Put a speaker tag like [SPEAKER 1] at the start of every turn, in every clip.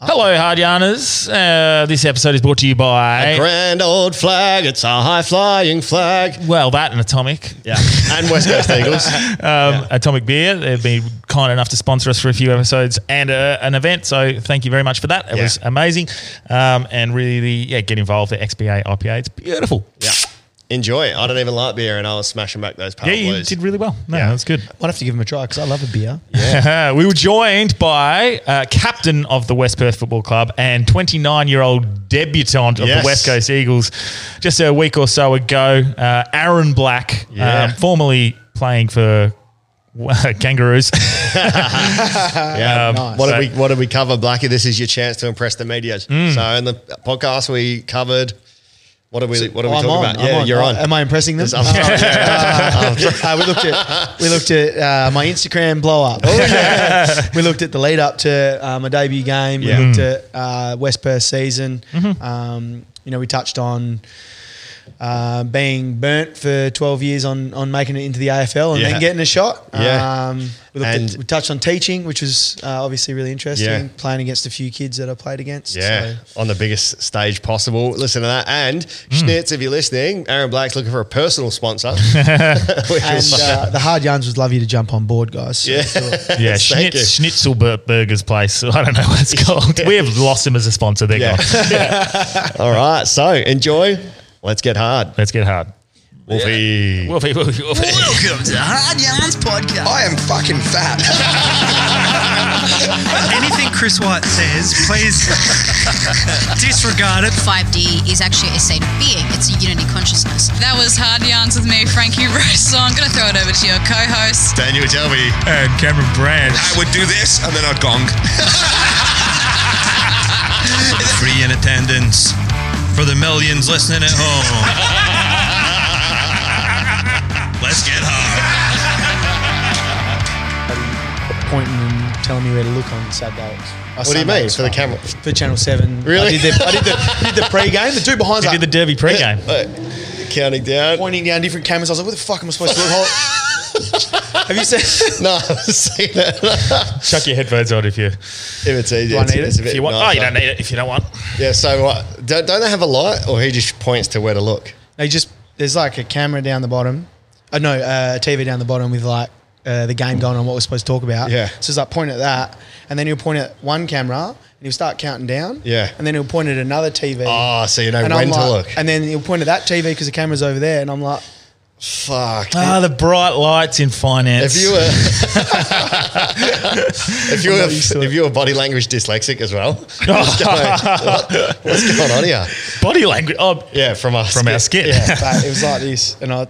[SPEAKER 1] Ah. Hello, hard yarners. Uh, this episode is brought to you by
[SPEAKER 2] A grand old flag. It's a high flying flag.
[SPEAKER 1] well, that and Atomic.
[SPEAKER 2] Yeah, and West Coast Eagles.
[SPEAKER 1] Um, Atomic Beer. They've been kind enough to sponsor us for a few episodes and uh, an event. So thank you very much for that. It
[SPEAKER 2] Yeah.
[SPEAKER 1] was amazing, um, and really, yeah, get involved. The XBA IPA. It's beautiful.
[SPEAKER 2] Yeah, enjoy. it. I don't even like beer, and I was smashing back those power
[SPEAKER 1] Yeah, you
[SPEAKER 2] blues.
[SPEAKER 1] did really well. No, that's good.
[SPEAKER 3] Might have to give him a try because I love a beer.
[SPEAKER 1] Uh-huh. we were joined by uh, captain of the West Perth Football Club and 29-year-old debutant of
[SPEAKER 2] Yes.
[SPEAKER 1] the West Coast Eagles just a week or so ago, uh, Aaron Black,
[SPEAKER 2] Yeah.
[SPEAKER 1] um, formerly playing for Kangaroos.
[SPEAKER 2] Yeah.
[SPEAKER 3] Nice.
[SPEAKER 2] What
[SPEAKER 1] um, So- Mm.
[SPEAKER 2] did we What did we cover, Blackie? This is your chance to impress the media. So in the podcast we covered. What are we? What are we
[SPEAKER 3] I'm
[SPEAKER 2] talking
[SPEAKER 3] on,
[SPEAKER 2] about?
[SPEAKER 3] I'm
[SPEAKER 2] yeah,
[SPEAKER 3] on.
[SPEAKER 2] you're
[SPEAKER 3] Uh,
[SPEAKER 2] on.
[SPEAKER 3] Am I impressing them?
[SPEAKER 2] Yes, I'm sorry.
[SPEAKER 3] Uh, uh, we looked at we looked at uh, my Instagram blow up.
[SPEAKER 2] Oh,
[SPEAKER 3] we looked at the lead up to uh, my debut game.
[SPEAKER 2] Yeah. Hmm. Mm-hmm.
[SPEAKER 3] We looked at uh, West Perth season. Um, you know, we touched on. Uh, being burnt for 12 years on on making it into the AFL and
[SPEAKER 2] Yeah.
[SPEAKER 3] then getting a shot.
[SPEAKER 2] Yeah.
[SPEAKER 3] Um, we, looked
[SPEAKER 2] And-
[SPEAKER 3] at, we touched on teaching, which was uh, obviously really interesting.
[SPEAKER 2] Yeah.
[SPEAKER 3] Playing against a few kids that I played against.
[SPEAKER 2] Yeah,
[SPEAKER 3] So-
[SPEAKER 2] on the biggest stage possible. Listen to that. And
[SPEAKER 1] Mm.
[SPEAKER 2] Schnitz, if you're listening, Aaron Black's looking for a personal sponsor. Which
[SPEAKER 3] And
[SPEAKER 2] is-
[SPEAKER 3] uh, the hard yarns would love you to jump on board, guys. So,
[SPEAKER 2] Yeah.
[SPEAKER 1] Yeah,
[SPEAKER 2] Yes, thank
[SPEAKER 1] Schnitz, Schnitzel Burger's place. I don't know what it's called. We have lost him as a sponsor. They're
[SPEAKER 2] Yeah.
[SPEAKER 1] gone.
[SPEAKER 2] All right. So enjoy. Let's get hard.
[SPEAKER 1] Let's get hard.
[SPEAKER 2] Wolfie.
[SPEAKER 1] Wolfie, Wolfie, Wolfie.
[SPEAKER 4] Welcome to Hard Yarns Podcast. I am fucking fat.
[SPEAKER 5] Anything Chris White says, please disregard it.
[SPEAKER 6] 5D is actually a state of being. It's a unity consciousness. That was Hard Yarns with me, Frankie Rose. So I'm going to throw it over to your co-host.
[SPEAKER 2] Daniel, tell me.
[SPEAKER 1] And Cameron Brand.
[SPEAKER 7] I would do this and then I'd gong.
[SPEAKER 5] Free in attendance for the millions listening at home.
[SPEAKER 7] Let's get hard.
[SPEAKER 3] Pointing and telling me where to look on Saturdays. Or
[SPEAKER 2] What do you
[SPEAKER 3] Sundays,
[SPEAKER 2] mean? For the
[SPEAKER 3] sorry.
[SPEAKER 2] camera?
[SPEAKER 3] For Channel 7.
[SPEAKER 2] Really?
[SPEAKER 3] I did the, I did the, did the pre-game. The two behinds
[SPEAKER 1] You
[SPEAKER 3] like,
[SPEAKER 1] did the derby pregame.
[SPEAKER 2] Uh, Counting down.
[SPEAKER 3] pointing down different cameras. I was like, what the fuck am I supposed to look? Hold- Have you seen?
[SPEAKER 2] No, I've seen it.
[SPEAKER 1] Chuck your headphones on if you
[SPEAKER 2] if it's easy.
[SPEAKER 3] I
[SPEAKER 2] it's-
[SPEAKER 3] need it?
[SPEAKER 2] it's a bit
[SPEAKER 1] if you want.
[SPEAKER 2] nicer.
[SPEAKER 1] Oh, you don't need it if you don't want.
[SPEAKER 2] Yeah, so what? Don't, don't they have a light or he just points to where to look?
[SPEAKER 3] They just, there's like a camera down the bottom. Uh, no, uh, a TV down the bottom with like uh, the game going on, what we're supposed to talk about.
[SPEAKER 2] Yeah.
[SPEAKER 3] So it's like point at that. And then he'll point at one camera and he'll start counting down.
[SPEAKER 2] Yeah.
[SPEAKER 3] And then he'll point at another TV.
[SPEAKER 2] Oh, so you know
[SPEAKER 3] and
[SPEAKER 2] when
[SPEAKER 3] I'm
[SPEAKER 2] to
[SPEAKER 3] like,
[SPEAKER 2] look.
[SPEAKER 3] And then he'll point at that TV because the camera's over there. And I'm like,
[SPEAKER 2] Fuck.
[SPEAKER 1] Ah, the bright lights in finance.
[SPEAKER 2] If you uh, were, if you
[SPEAKER 3] not used to
[SPEAKER 2] were,
[SPEAKER 3] it.
[SPEAKER 2] if you were body language dyslexic as well, just going, what, what's going on here?
[SPEAKER 1] body language. Oh,
[SPEAKER 2] Yeah, from us,
[SPEAKER 1] from our skit.
[SPEAKER 3] But it was like this, and I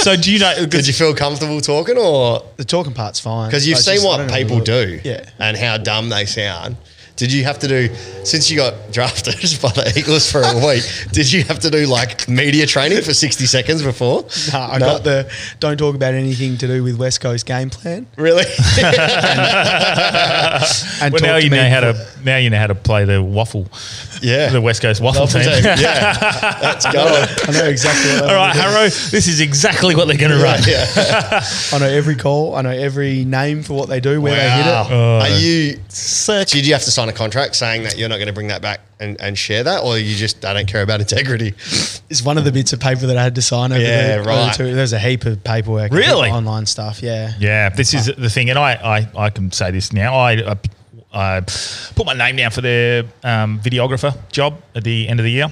[SPEAKER 1] so do you know?
[SPEAKER 2] Did you feel comfortable talking, or
[SPEAKER 3] the talking part's fine
[SPEAKER 2] because you've
[SPEAKER 3] I was
[SPEAKER 2] seen
[SPEAKER 3] just- I
[SPEAKER 2] what
[SPEAKER 3] don't know
[SPEAKER 2] people
[SPEAKER 3] what to
[SPEAKER 2] do,
[SPEAKER 3] look. Yeah,
[SPEAKER 2] and how dumb they sound? Did you have to do since you got drafted by the Eagles for a week? Did you have to do like media training for sixty seconds before?
[SPEAKER 3] nah, I
[SPEAKER 2] No?
[SPEAKER 3] got the don't talk about anything to do with West Coast game plan.
[SPEAKER 2] really.
[SPEAKER 3] And
[SPEAKER 1] well,
[SPEAKER 3] talk
[SPEAKER 1] now
[SPEAKER 3] to
[SPEAKER 1] you
[SPEAKER 3] me
[SPEAKER 1] know how
[SPEAKER 3] for-
[SPEAKER 1] to. Now you know how to play the waffle.
[SPEAKER 2] Yeah.
[SPEAKER 1] The West Coast waffle team.
[SPEAKER 2] yeah, that's going.
[SPEAKER 3] I know exactly. What
[SPEAKER 1] All right, Harrow. This is exactly what they're going to run.
[SPEAKER 2] Yeah.
[SPEAKER 3] I know every call. I know every name for what they do, where they hit it. Oh.
[SPEAKER 2] Wow. Are you?
[SPEAKER 1] Sick.
[SPEAKER 2] Did you have to sign a contract saying that you're not going to bring that back and, and share that, or you just I don't care about integrity?
[SPEAKER 3] It's one of the bits of paper that I had to sign over
[SPEAKER 2] Yeah,
[SPEAKER 3] there.
[SPEAKER 2] right.
[SPEAKER 3] There's a heap of paperwork.
[SPEAKER 1] Really?
[SPEAKER 3] Online stuff. Yeah.
[SPEAKER 1] Yeah, this is the thing, and I, I, I can say this now. I, I, I put my name down for the um, videographer job at the end of the year,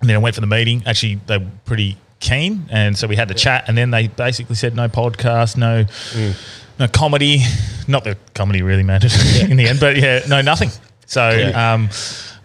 [SPEAKER 1] and then I went for the meeting. Actually, they were pretty keen, and so we had the chat, and then they basically said no podcast, no,
[SPEAKER 2] Mm.
[SPEAKER 1] no comedy. Not that comedy really mattered in the end, but yeah, no nothing. So
[SPEAKER 2] Yeah.
[SPEAKER 1] um,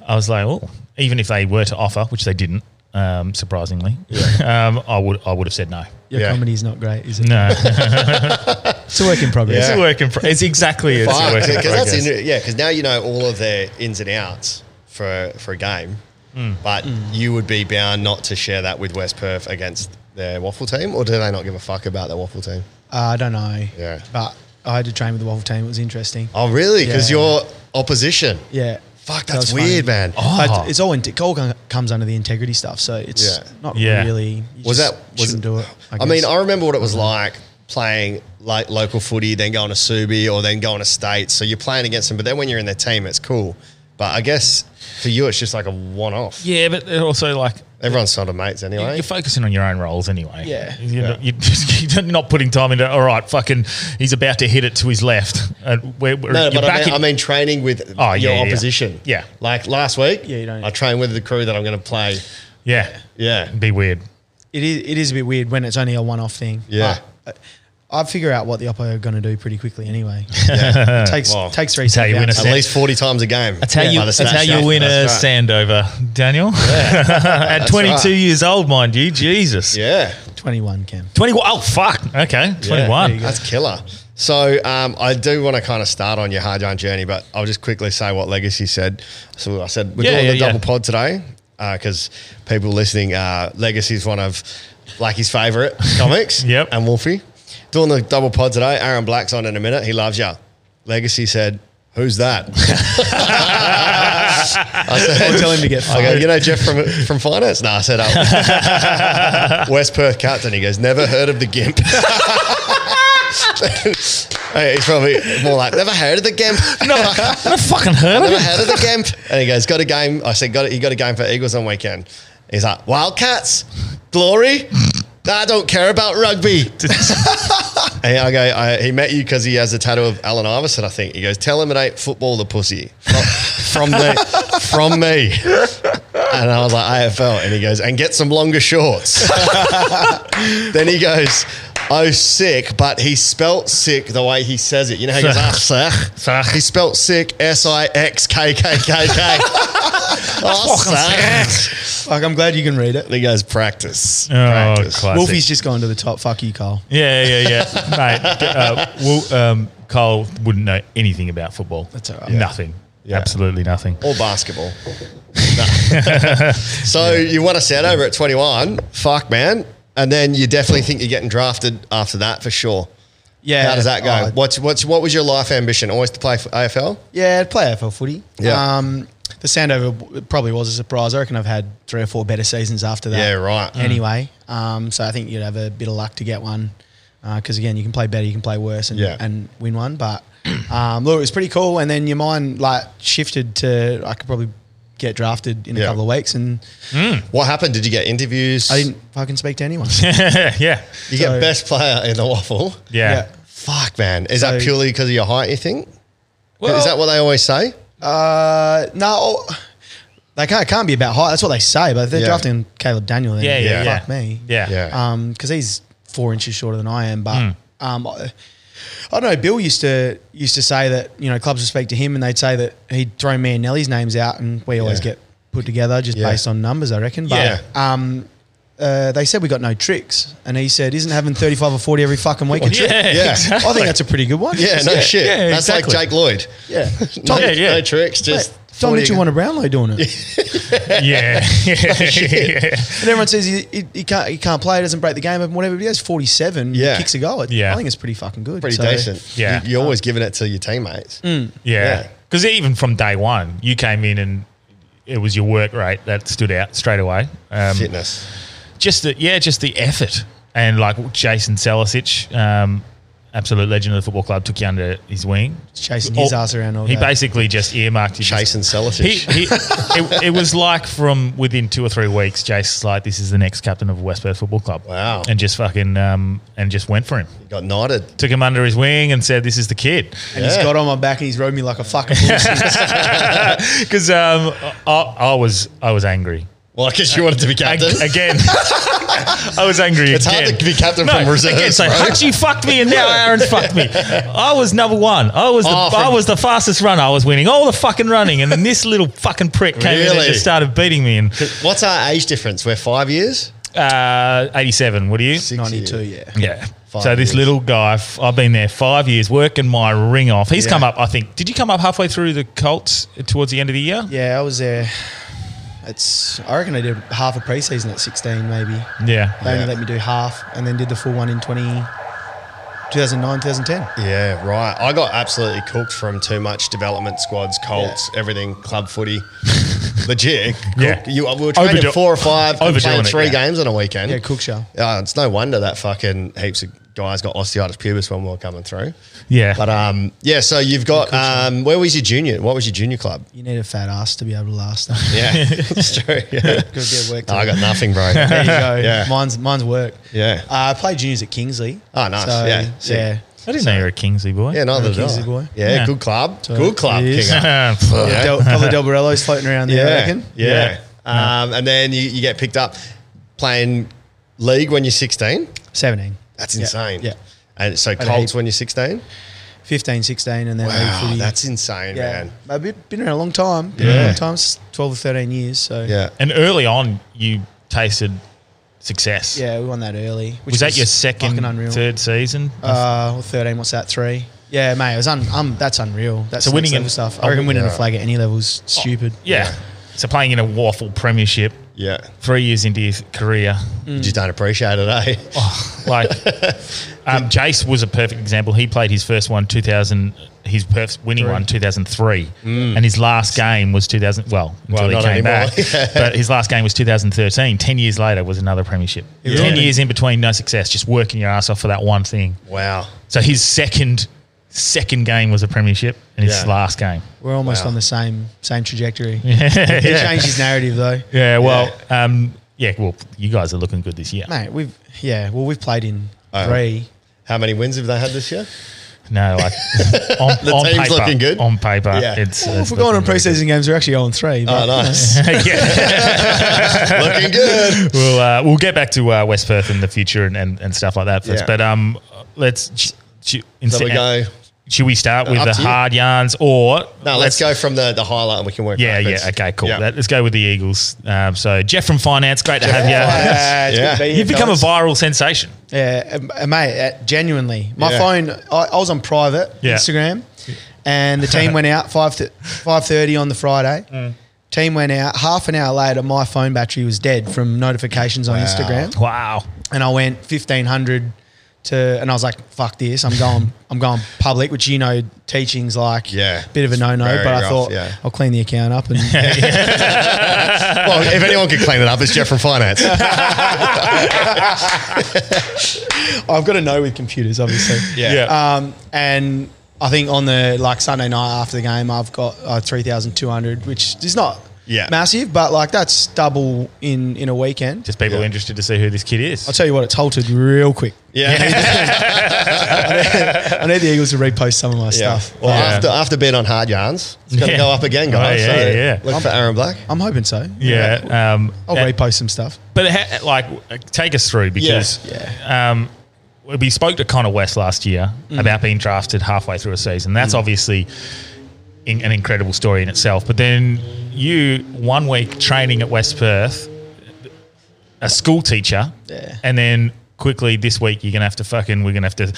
[SPEAKER 1] I was like, oh, even if they were to offer, which they didn't, um, surprisingly, um, I would I would have said no.
[SPEAKER 3] Your
[SPEAKER 2] Yeah.
[SPEAKER 3] comedy's not great, is it?
[SPEAKER 1] No.
[SPEAKER 3] It's a work in progress.
[SPEAKER 1] It's a work in pro- It's exactly it's a work in
[SPEAKER 2] Because that's
[SPEAKER 1] progress.
[SPEAKER 2] inter- yeah, because now you know all of their ins and outs for for a game,
[SPEAKER 3] Hmm.
[SPEAKER 2] but you would be bound not to share that with West Perth against their waffle team, or do they not give a fuck about their waffle team?
[SPEAKER 3] Uh, I don't know.
[SPEAKER 2] Yeah.
[SPEAKER 3] But I had to train with the waffle team. It was interesting.
[SPEAKER 2] Oh, really? Because
[SPEAKER 3] Yeah.
[SPEAKER 2] you're opposition.
[SPEAKER 3] Yeah.
[SPEAKER 2] Fuck,
[SPEAKER 3] That
[SPEAKER 2] that's
[SPEAKER 3] was funny.
[SPEAKER 2] weird, man. Ah.
[SPEAKER 1] Oh.
[SPEAKER 3] But it's all in, it all com- comes under the integrity stuff, so it's
[SPEAKER 2] Yeah.
[SPEAKER 3] not
[SPEAKER 1] Yeah.
[SPEAKER 3] really. you
[SPEAKER 2] was
[SPEAKER 3] just
[SPEAKER 2] that was
[SPEAKER 3] shouldn't do it?
[SPEAKER 2] I, mean,
[SPEAKER 3] guess. Mm-hmm.
[SPEAKER 2] I remember what it was like playing like local footy, then going to Subi or then going to States. So you're playing against them, but then when you're in their team, it's cool. But I guess for you, it's just like a one off.
[SPEAKER 1] Yeah, but it also like
[SPEAKER 2] Everyone's sort of mates anyway.
[SPEAKER 1] you're focusing on your own roles anyway.
[SPEAKER 3] Yeah.
[SPEAKER 1] You're, Not, you're, just, you're not putting time into, all right, fucking, he's about to hit it to his left. And we're, we're,
[SPEAKER 2] no,
[SPEAKER 1] you're
[SPEAKER 2] but I
[SPEAKER 1] back
[SPEAKER 2] mean,
[SPEAKER 1] in-
[SPEAKER 2] I mean training with
[SPEAKER 1] Oh,
[SPEAKER 2] your
[SPEAKER 1] yeah, yeah.
[SPEAKER 2] opposition.
[SPEAKER 1] Yeah.
[SPEAKER 2] Like last week,
[SPEAKER 3] Yeah, you don't-
[SPEAKER 2] I trained with the crew that I'm going to play.
[SPEAKER 1] yeah.
[SPEAKER 2] Yeah.
[SPEAKER 1] It'd be weird.
[SPEAKER 3] It is, it is a bit weird when it's only a one off thing.
[SPEAKER 2] Yeah.
[SPEAKER 1] Ah,
[SPEAKER 3] But I I figure out what the oppo are going to do pretty quickly anyway.
[SPEAKER 2] Yeah.
[SPEAKER 3] It takes
[SPEAKER 2] Well,
[SPEAKER 3] takes three
[SPEAKER 1] that's how you win a
[SPEAKER 2] At
[SPEAKER 3] seconds.
[SPEAKER 1] Yeah.
[SPEAKER 2] least 40 times a game.
[SPEAKER 1] That's how you,
[SPEAKER 2] by the
[SPEAKER 1] that's how
[SPEAKER 2] stats
[SPEAKER 1] you
[SPEAKER 2] sheet.
[SPEAKER 1] win a
[SPEAKER 2] That's right.
[SPEAKER 1] Sandover, Daniel. At 22
[SPEAKER 2] right.
[SPEAKER 1] years old, mind you. Jesus.
[SPEAKER 2] Yeah.
[SPEAKER 3] 21, Cam.
[SPEAKER 1] 21. Oh, fuck. Okay. 21.
[SPEAKER 3] you go.
[SPEAKER 2] That's killer. So um, I do want to kind of start on your hard yarn journey, but I'll just quickly say what Legacy said. So I said we're
[SPEAKER 1] Yeah,
[SPEAKER 2] doing
[SPEAKER 1] yeah,
[SPEAKER 2] the
[SPEAKER 1] yeah.
[SPEAKER 2] double pod today because people listening, uh, Legacy is one of Blackie's favorite comics.
[SPEAKER 1] Yep.
[SPEAKER 2] and Wolfie doing the double pod today. Aaron Black's on in a minute. He loves ya. Legacy said. Who's that? I said,
[SPEAKER 3] Tell him to get
[SPEAKER 2] I go,
[SPEAKER 3] fired.
[SPEAKER 2] you know Jeff from from finance? Nah, I said, oh, West Perth captain. He goes, never heard of the GIMP. Hey, he's probably more like, never heard of the GIMP.
[SPEAKER 1] No, I fucking heard of
[SPEAKER 2] never
[SPEAKER 1] it.
[SPEAKER 2] heard of the GIMP. And he goes, got a game. I said, got it. You got a game for Eagles on weekend. He's like, Wildcats, glory. I don't care about rugby. And I go, I, he met you because he has a tattoo of Alan Iverson, I think. He goes, tell him it ain't football, the pussy. From, from me. From me. And I was like, AFL. And he goes, and get some longer shorts. then he goes, oh, sick, but he spelt sick the way he says it. You know how he goes, ah, sick.
[SPEAKER 1] Sick.
[SPEAKER 2] He spelt sick, S-I-X-K-K-K-K. oh, sick.
[SPEAKER 3] Fuck, I'm glad you can read it.
[SPEAKER 2] And he goes, practice.
[SPEAKER 1] Oh,
[SPEAKER 2] practice.
[SPEAKER 1] classic.
[SPEAKER 3] Wolfie's just gone to the top. Fuck you, Cole.
[SPEAKER 1] Yeah, yeah, yeah. Mate, uh, well, um, Cole wouldn't know anything about football. That's
[SPEAKER 3] all right.
[SPEAKER 1] Nothing.
[SPEAKER 2] Yeah.
[SPEAKER 1] Absolutely nothing.
[SPEAKER 2] or basketball. No. so you want to set over at 21, fuck man, and then you definitely think you're getting drafted after that for sure.
[SPEAKER 3] Yeah.
[SPEAKER 2] How does that go?
[SPEAKER 3] Oh,
[SPEAKER 2] what's what's what was your life ambition? Always to play for AFL?
[SPEAKER 3] Yeah, I'd play AFL footy.
[SPEAKER 2] Yeah.
[SPEAKER 3] Um, the Sandover w- probably was a surprise. I reckon I've had three or four better seasons after that.
[SPEAKER 2] Yeah, right. Mm.
[SPEAKER 3] Anyway, um, so I think you'd have a bit of luck to get one because again, you can play better, you can play worse, and
[SPEAKER 2] Yeah.
[SPEAKER 3] and win one. But um, look, it was pretty cool. And then your mind like shifted to I could probably get drafted in
[SPEAKER 2] Yeah.
[SPEAKER 3] a couple of weeks, and
[SPEAKER 2] What happened? Did you get interviews?
[SPEAKER 3] I didn't fucking speak to anyone.
[SPEAKER 1] yeah.
[SPEAKER 2] you get
[SPEAKER 3] so-
[SPEAKER 2] best player in the waffle.
[SPEAKER 1] Yeah.
[SPEAKER 2] Fuck man, is that
[SPEAKER 3] So-
[SPEAKER 2] purely because of your height? You think? is
[SPEAKER 1] Well-
[SPEAKER 2] that what they always say?
[SPEAKER 3] Uh, no, they can't, can't be about height. That's what they say. But if they're
[SPEAKER 2] Yeah.
[SPEAKER 3] drafting Caleb Daniel. Then
[SPEAKER 1] Yeah, yeah, yeah.
[SPEAKER 3] Fuck me. Um,
[SPEAKER 1] Yeah.
[SPEAKER 3] Uh,
[SPEAKER 2] Yeah.
[SPEAKER 3] because he's four inches shorter than I am. But
[SPEAKER 2] Hmm.
[SPEAKER 3] um, I, I don't know. Bill used to used to say that you know clubs would speak to him and they'd say that he'd throw me and Nelly's names out, and we always
[SPEAKER 2] Yeah.
[SPEAKER 3] get put together just
[SPEAKER 2] Yeah.
[SPEAKER 3] based on numbers, I reckon. But,
[SPEAKER 2] Yeah.
[SPEAKER 3] Um, uh, they said we got no tricks, and he said, "Isn't having thirty-five or forty every fucking week a trick?"
[SPEAKER 1] Yeah.
[SPEAKER 2] Yeah.
[SPEAKER 1] exactly.
[SPEAKER 3] I think that's a pretty good one.
[SPEAKER 2] Yeah, no shit.
[SPEAKER 1] yeah,
[SPEAKER 2] That's
[SPEAKER 1] exactly.
[SPEAKER 2] like Jake Lloyd.
[SPEAKER 3] yeah.
[SPEAKER 2] No,
[SPEAKER 1] Yeah, yeah.
[SPEAKER 2] no tricks, just.
[SPEAKER 3] Don
[SPEAKER 2] 40
[SPEAKER 3] Mitchell won a Brownlow doing it. Oh,
[SPEAKER 1] yeah. yeah.
[SPEAKER 3] And everyone says he, he, he can't he can't play, doesn't break the game and whatever. But he has forty seven,
[SPEAKER 2] Yeah.
[SPEAKER 3] kicks a goal. It-
[SPEAKER 1] Yeah.
[SPEAKER 3] I think it's pretty fucking good.
[SPEAKER 2] pretty
[SPEAKER 3] So-
[SPEAKER 2] decent.
[SPEAKER 1] Yeah.
[SPEAKER 2] You, are always giving it to your teammates.
[SPEAKER 1] Yeah.
[SPEAKER 2] Yeah.
[SPEAKER 1] Because even from day one, you came in and it was your work rate that stood out straight away. Um,
[SPEAKER 2] Fitness.
[SPEAKER 1] just the yeah, just the effort and like Jason Salisic, um, absolute legend of the football club, took you under his wing,
[SPEAKER 3] chasing his
[SPEAKER 1] All-
[SPEAKER 3] ass around all
[SPEAKER 1] He
[SPEAKER 3] day.
[SPEAKER 1] basically just earmarked you.
[SPEAKER 2] Jason Celotic.
[SPEAKER 1] He, he, it, it was like from within two or three weeks, Jason's like, "This is the next captain of West Perth Football Club."
[SPEAKER 2] Wow.
[SPEAKER 1] And just fucking um, and just went for him.
[SPEAKER 2] Got knighted.
[SPEAKER 1] Took him under his wing and said, "This is the kid."
[SPEAKER 3] And he's got on my back and he's rode me like a fucking horse.
[SPEAKER 1] Because um, I, I was I was angry.
[SPEAKER 2] Well, I guess you wanted to be
[SPEAKER 1] Ag-
[SPEAKER 2] captain.
[SPEAKER 1] again. I was angry
[SPEAKER 2] It's hard
[SPEAKER 1] again.
[SPEAKER 2] to be captain from reserves,
[SPEAKER 1] Again, so
[SPEAKER 2] bro.
[SPEAKER 1] Hutchie fucked me and now Aaron fucked me. I was number one. I was the,
[SPEAKER 2] Oh, from-
[SPEAKER 1] I was the fastest runner. I was winning all the fucking running, and then this little fucking prick came in and
[SPEAKER 2] Really?
[SPEAKER 1] just started beating me. And
[SPEAKER 2] What's our age difference? We're five years?
[SPEAKER 1] uh, eighty-seven. What are you?
[SPEAKER 2] Six
[SPEAKER 3] Ninety two,
[SPEAKER 2] years.
[SPEAKER 3] yeah.
[SPEAKER 1] Yeah.
[SPEAKER 2] Five
[SPEAKER 1] so this
[SPEAKER 2] years.
[SPEAKER 1] little guy, f- I've been there five years, working my ring off. He's come up, I think. Did you come up halfway through the Colts towards the end of the year?
[SPEAKER 3] Yeah, I was there. It's I reckon I did half a preseason at sixteen, maybe.
[SPEAKER 1] Yeah.
[SPEAKER 3] They
[SPEAKER 2] Yeah.
[SPEAKER 3] only let me do half and then did the full one in 20, 2009, 2010.
[SPEAKER 2] Yeah, right. I got absolutely cooked from too much development squads, Colts, everything, club footy. Legit. Cook-
[SPEAKER 1] Yeah.
[SPEAKER 2] You, uh, we were training
[SPEAKER 1] Overdo-
[SPEAKER 2] four or five, and
[SPEAKER 1] Overdoing
[SPEAKER 2] playing
[SPEAKER 1] it,
[SPEAKER 2] three
[SPEAKER 1] yeah.
[SPEAKER 2] games on a weekend.
[SPEAKER 3] Yeah, cook show.
[SPEAKER 2] Uh, it's no wonder that fucking heaps of guys got osteitis pubis when we were coming through.
[SPEAKER 1] Yeah.
[SPEAKER 2] But um, yeah, so you've got um, where was your junior? What was your junior club?
[SPEAKER 3] You need a fat ass to be able to last. That.
[SPEAKER 2] Yeah, it's true. Yeah.
[SPEAKER 3] Got to be a work.
[SPEAKER 2] No, I got
[SPEAKER 3] to-
[SPEAKER 2] nothing, bro.
[SPEAKER 3] There you go.
[SPEAKER 2] Yeah.
[SPEAKER 3] Mine's mine's work.
[SPEAKER 2] Yeah.
[SPEAKER 3] Uh, I played juniors at Kingsley.
[SPEAKER 2] Oh, nice.
[SPEAKER 3] So,
[SPEAKER 2] Yeah, sick.
[SPEAKER 3] yeah.
[SPEAKER 1] I didn't know you were a Kingsley boy.
[SPEAKER 2] Yeah, neither did
[SPEAKER 3] Kingsy
[SPEAKER 2] I.
[SPEAKER 3] boy.
[SPEAKER 2] Yeah,
[SPEAKER 1] Yeah.
[SPEAKER 2] good club. good club,
[SPEAKER 3] it is.
[SPEAKER 2] Kingo.
[SPEAKER 1] Yeah.
[SPEAKER 2] Yeah.
[SPEAKER 3] Del, probably Del Borello's floating around there. I
[SPEAKER 2] Yeah.
[SPEAKER 3] reckon.
[SPEAKER 2] Yeah. Um, and then you, you get picked up playing league when you're 16.
[SPEAKER 3] Seventeen.
[SPEAKER 2] That's
[SPEAKER 3] Yeah,
[SPEAKER 2] insane.
[SPEAKER 3] yeah.
[SPEAKER 2] And so
[SPEAKER 3] a
[SPEAKER 2] Colts
[SPEAKER 3] heap.
[SPEAKER 2] when you're 16.
[SPEAKER 3] 15, 16, and then league
[SPEAKER 2] Wow,
[SPEAKER 3] footy.
[SPEAKER 2] that's insane,
[SPEAKER 3] yeah.
[SPEAKER 2] man.
[SPEAKER 3] I've been, been around a long time. Been around a
[SPEAKER 2] Yeah.
[SPEAKER 3] long time, s- twelve or thirteen years. So
[SPEAKER 2] Yeah.
[SPEAKER 1] And early on, you tasted success.
[SPEAKER 3] yeah, we won that early. which
[SPEAKER 1] Was that your second,
[SPEAKER 3] fucking unreal.
[SPEAKER 1] third season?
[SPEAKER 3] Uh, well, thirteen. What's that? Three. Yeah, mate, it was un- um, that's unreal. That's
[SPEAKER 1] So
[SPEAKER 3] so
[SPEAKER 1] winning
[SPEAKER 3] winning
[SPEAKER 1] in- Oh,
[SPEAKER 3] level stuff. I reckon winning
[SPEAKER 2] yeah.
[SPEAKER 3] a flag at any level is stupid.
[SPEAKER 1] yeah. So playing in a waffle premiership,
[SPEAKER 2] Yeah.
[SPEAKER 1] three years into your career,
[SPEAKER 2] You just don't appreciate it, eh?
[SPEAKER 1] like um, Jace was a perfect example. He played his first one 2000, his first winning one 2003, and his last game was 2000. Well, until
[SPEAKER 2] Mm. Well,
[SPEAKER 1] he
[SPEAKER 2] not
[SPEAKER 1] came
[SPEAKER 2] anymore.
[SPEAKER 1] back, but his last game was 2013. Ten years later was another premiership. Ten
[SPEAKER 2] Really?
[SPEAKER 1] years in between, no success, just working your ass off for that one thing.
[SPEAKER 2] Wow.
[SPEAKER 1] So his second second game was a premiership, and his
[SPEAKER 2] Yeah.
[SPEAKER 1] last game.
[SPEAKER 3] We're almost
[SPEAKER 2] Wow.
[SPEAKER 3] on the same same trajectory. He changed his narrative though.
[SPEAKER 1] Yeah, well, yeah. Um, yeah, well, you guys are looking good this year.
[SPEAKER 3] Mate, we've yeah, well we've played in
[SPEAKER 2] Oh.
[SPEAKER 3] three.
[SPEAKER 2] How many wins have they had this year?
[SPEAKER 1] No, like on,
[SPEAKER 2] The
[SPEAKER 1] on
[SPEAKER 2] team's
[SPEAKER 1] paper,
[SPEAKER 2] looking good.
[SPEAKER 1] on paper.
[SPEAKER 2] Yeah.
[SPEAKER 1] It's,
[SPEAKER 3] Well,
[SPEAKER 1] it's
[SPEAKER 3] if we're going on
[SPEAKER 1] looking
[SPEAKER 3] preseason games, we're actually on three.
[SPEAKER 2] Oh,
[SPEAKER 3] But
[SPEAKER 2] nice.
[SPEAKER 1] really good. yeah,
[SPEAKER 2] Looking good.
[SPEAKER 1] we'll uh, we'll get back to uh, West Perth in the future and, and, and stuff like that first.
[SPEAKER 2] Yeah.
[SPEAKER 1] But um, let's sh- sh-
[SPEAKER 2] So
[SPEAKER 1] instead,
[SPEAKER 2] we go. Uh,
[SPEAKER 1] Should we start with
[SPEAKER 2] up
[SPEAKER 1] the
[SPEAKER 2] to you.
[SPEAKER 1] hard yarns or
[SPEAKER 2] No, let's, go from the, the highlight and we can work.
[SPEAKER 1] Yeah,
[SPEAKER 2] backwards.
[SPEAKER 1] yeah. Okay, cool.
[SPEAKER 2] Yeah.
[SPEAKER 1] That, let's go with the Eagles. Um, so Jeff from finance, great to have you.
[SPEAKER 3] Yeah, it's
[SPEAKER 2] Yeah.
[SPEAKER 3] good to be here,
[SPEAKER 1] You've become a
[SPEAKER 3] fellas.
[SPEAKER 1] viral sensation.
[SPEAKER 3] Yeah, um, uh, mate, uh, genuinely. My
[SPEAKER 2] Yeah.
[SPEAKER 3] phone, I, I was on private
[SPEAKER 1] Yeah.
[SPEAKER 3] Instagram, and the team went out five five thirty on the Friday.
[SPEAKER 2] Mm.
[SPEAKER 3] Team went out half an hour later. My phone battery was dead from notifications on Instagram,
[SPEAKER 1] Wow.
[SPEAKER 3] and I went fifteen hundred to, and I was like, "Fuck this! I'm going, I'm going public." Which you know, teaching's like,
[SPEAKER 2] Yeah.
[SPEAKER 3] bit of a no no.
[SPEAKER 2] Very
[SPEAKER 3] But I
[SPEAKER 2] rough,
[SPEAKER 3] thought
[SPEAKER 2] yeah.
[SPEAKER 3] I'll clean the account up and
[SPEAKER 2] Well, if anyone could clean it up, it's Jeff from finance.
[SPEAKER 3] I've got to know with computers, obviously.
[SPEAKER 2] Yeah.
[SPEAKER 3] Um, and I think on the like Sunday night after the game, I've got uh, three thousand two hundred, which is not
[SPEAKER 2] Yeah.
[SPEAKER 3] massive, but like that's double in in a weekend.
[SPEAKER 1] Just people
[SPEAKER 2] Yeah.
[SPEAKER 1] interested to see who this kid
[SPEAKER 3] I'll
[SPEAKER 1] is.
[SPEAKER 3] tell you what, it's halted real quick.
[SPEAKER 2] yeah.
[SPEAKER 3] I need the Eagles to repost some of my stuff.
[SPEAKER 2] Well,
[SPEAKER 1] Yeah.
[SPEAKER 2] after after being on hard yarns, it's going to
[SPEAKER 1] Yeah.
[SPEAKER 2] go up again, guys.
[SPEAKER 1] Oh, yeah,
[SPEAKER 2] so
[SPEAKER 1] yeah, yeah.
[SPEAKER 2] Look for Aaron Black.
[SPEAKER 3] I'm hoping so.
[SPEAKER 1] Yeah. Um,
[SPEAKER 3] I'll
[SPEAKER 1] and-
[SPEAKER 3] repost some stuff.
[SPEAKER 1] But ha- like, take us through because
[SPEAKER 3] Yeah.
[SPEAKER 1] Um, we spoke to Connor West last year
[SPEAKER 3] Mm.
[SPEAKER 1] about being drafted halfway through a season. That's obviously in, an incredible story in itself. But then you one week training at West Perth, a school teacher,
[SPEAKER 3] Yeah.
[SPEAKER 1] and then quickly this week you're gonna have to fucking we're gonna have to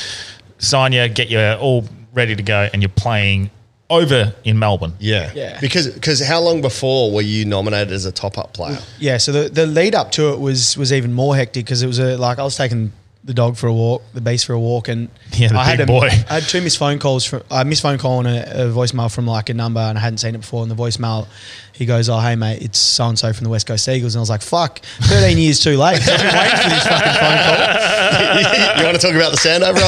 [SPEAKER 1] sign you, get you all ready to go, and you're playing over in Melbourne.
[SPEAKER 2] Yeah.
[SPEAKER 3] Yeah.
[SPEAKER 2] Because cause how long before were you nominated as a top up player?
[SPEAKER 3] Yeah, so the, the lead up to it was was even more hectic because it was a like I was taking the dog for a walk, the beast for a walk, and
[SPEAKER 1] Yeah, the
[SPEAKER 3] I had
[SPEAKER 1] big
[SPEAKER 3] a-
[SPEAKER 1] boy.
[SPEAKER 3] I had two missed phone calls from I missed phone call and a, a voicemail from like a number, and I hadn't seen it before. And the voicemail, he goes, "Oh hey mate, it's so and so from the West Coast Eagles," and I was like, "Fuck, thirteen years too late." So I've been waiting for this fucking phone call.
[SPEAKER 2] you want to talk about the Sandover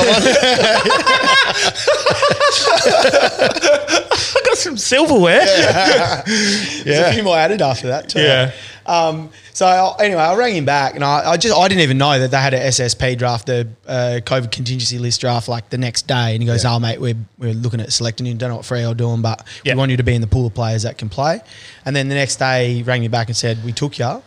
[SPEAKER 2] one?
[SPEAKER 1] I got some silverware.
[SPEAKER 3] There's a few more added after that too.
[SPEAKER 1] Yeah.
[SPEAKER 3] Um, so I, anyway, I rang him back, and I, I just I didn't even know that they had a SSP draft, the uh, COVID contingency list draft, like the next day. And he goes, "Oh mate, we're, we're looking at selecting you. Don't know what Freo are doing, but
[SPEAKER 1] Yeah.
[SPEAKER 3] we want you to be in the pool of players that can play." And then the next day, he rang me back and said, "We took you."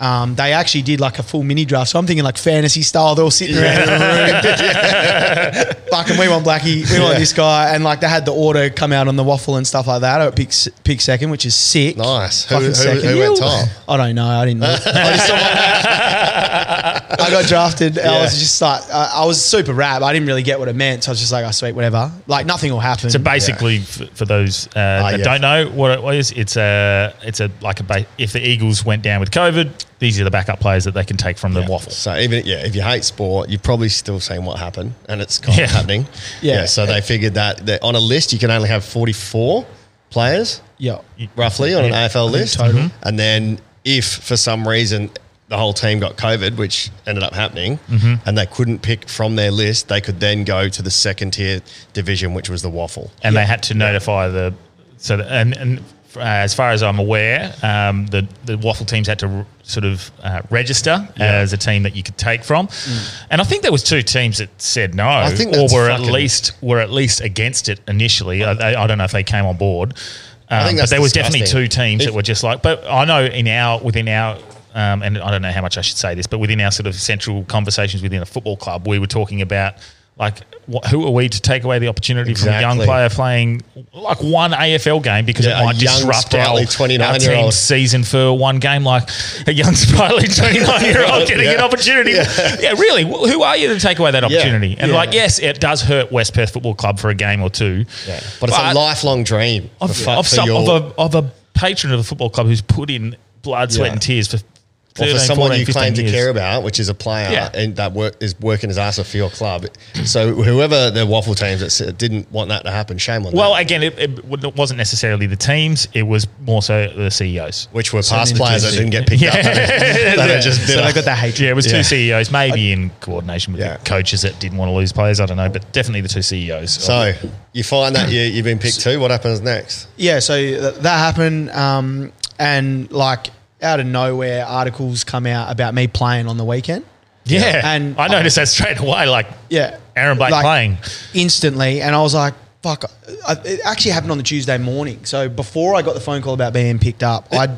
[SPEAKER 3] Um, they actually did like a full mini draft, so I'm thinking like fantasy style. They're all sitting around in a room, fucking we want Blackie, we want this guy, and like they had the order come out on the waffle and stuff like that. I pick pick second, which is sick.
[SPEAKER 2] Nice. Who-
[SPEAKER 3] Fucking
[SPEAKER 2] who- who went
[SPEAKER 3] You-
[SPEAKER 2] top?
[SPEAKER 3] I don't know. I didn't. Know. I, just saw my- I got drafted. I was just like, I, I was super rap. I didn't really get what it meant, so I was just like, I sweet, whatever. Like nothing will happen.
[SPEAKER 1] So basically, f- for those uh, that
[SPEAKER 2] yeah.
[SPEAKER 1] don't know what it was, it's a it's a like a ba- if the Eagles went down with COVID, these are the backup players that they can take from the waffle.
[SPEAKER 2] so even yeah, if you hate sport, you've probably still seen what happened, and it's kind
[SPEAKER 1] Yeah.
[SPEAKER 2] of happening.
[SPEAKER 3] Yeah.
[SPEAKER 2] So they figured that, that on a list you can only have forty four players
[SPEAKER 3] yeah.
[SPEAKER 2] roughly on an AFL list Mm-hmm.
[SPEAKER 3] total.
[SPEAKER 2] and then if for some reason the whole team got COVID, which ended up happening,
[SPEAKER 1] Mm-hmm.
[SPEAKER 2] and they couldn't pick from their list, they could then go to the second tier division, which was the waffle.
[SPEAKER 1] and they had to notify the so the, and and uh, as far as I'm aware, um, the the waffle teams had to r- sort of uh, register as a team that you could take from, and I think there was two teams that said no, I
[SPEAKER 2] Mm. think
[SPEAKER 1] or
[SPEAKER 2] that's
[SPEAKER 1] were at
[SPEAKER 2] fucking-
[SPEAKER 1] least were at least against it initially. I, I, I don't know if they came on board, um, but
[SPEAKER 2] think that's
[SPEAKER 1] there was
[SPEAKER 2] disgusting.
[SPEAKER 1] definitely two teams
[SPEAKER 2] If-
[SPEAKER 1] that were just like. But I know in our within our. Um, and I don't know how much I should say this, but within our sort of central conversations within a football club, we were talking about like wh- who are we to take away the opportunity from a young
[SPEAKER 2] Exactly.
[SPEAKER 1] player playing like one AFL game because
[SPEAKER 2] Yeah,
[SPEAKER 1] it
[SPEAKER 2] a
[SPEAKER 1] might
[SPEAKER 2] young,
[SPEAKER 1] disrupt
[SPEAKER 2] sprightly
[SPEAKER 1] our, our
[SPEAKER 2] 29 year old.
[SPEAKER 1] team's season for one game. Like a young, sprightly 29 year old getting an
[SPEAKER 2] Yeah.
[SPEAKER 1] opportunity. Yeah. really. wh- Who are you to take away that opportunity? And like, yes, it does hurt West Perth Football Club for a game or two.
[SPEAKER 2] Yeah. But it's a lifelong dream.
[SPEAKER 1] of,
[SPEAKER 2] for-
[SPEAKER 1] of
[SPEAKER 2] for
[SPEAKER 1] some, of,
[SPEAKER 2] your-
[SPEAKER 1] a, of a patron of the football club who's put in blood, sweat,
[SPEAKER 2] Yeah.
[SPEAKER 1] and tears for.
[SPEAKER 2] or
[SPEAKER 1] 13,
[SPEAKER 2] for someone
[SPEAKER 1] 14,
[SPEAKER 2] you claim
[SPEAKER 1] 15
[SPEAKER 2] to
[SPEAKER 1] years.
[SPEAKER 2] care about, which is a player
[SPEAKER 1] Yeah.
[SPEAKER 2] and that work is working his ass off for your club. So whoever the waffle teams that s- didn't want that to happen, shame on
[SPEAKER 1] Well,
[SPEAKER 2] them.
[SPEAKER 1] again, it, it w- wasn't necessarily the teams; it was more so the E CEOs.
[SPEAKER 2] Which were past
[SPEAKER 3] many
[SPEAKER 2] players that didn't
[SPEAKER 3] teams
[SPEAKER 2] get picked up. That are just
[SPEAKER 3] So
[SPEAKER 2] bitter.
[SPEAKER 3] they got that hatred.
[SPEAKER 1] Yeah, it was
[SPEAKER 2] Yeah.
[SPEAKER 1] two CEOs, maybe in coordination with
[SPEAKER 2] Yeah.
[SPEAKER 1] the coaches that didn't want to lose players. I don't know, but definitely the two E CEOs.
[SPEAKER 2] So you find that you, you've been picked too. What happens next?
[SPEAKER 3] yeah, so th- that happened, um, and like out of nowhere, articles come out about me playing on the weekend.
[SPEAKER 1] yeah, and
[SPEAKER 3] and-
[SPEAKER 1] I noticed that straight away. Like,
[SPEAKER 3] Yeah,
[SPEAKER 1] Aaron Blake
[SPEAKER 3] Like,
[SPEAKER 1] playing.
[SPEAKER 3] instantly, and I was like, "Fuck!" I, it actually happened on the Tuesday morning. So before I got the phone call about being picked up, I,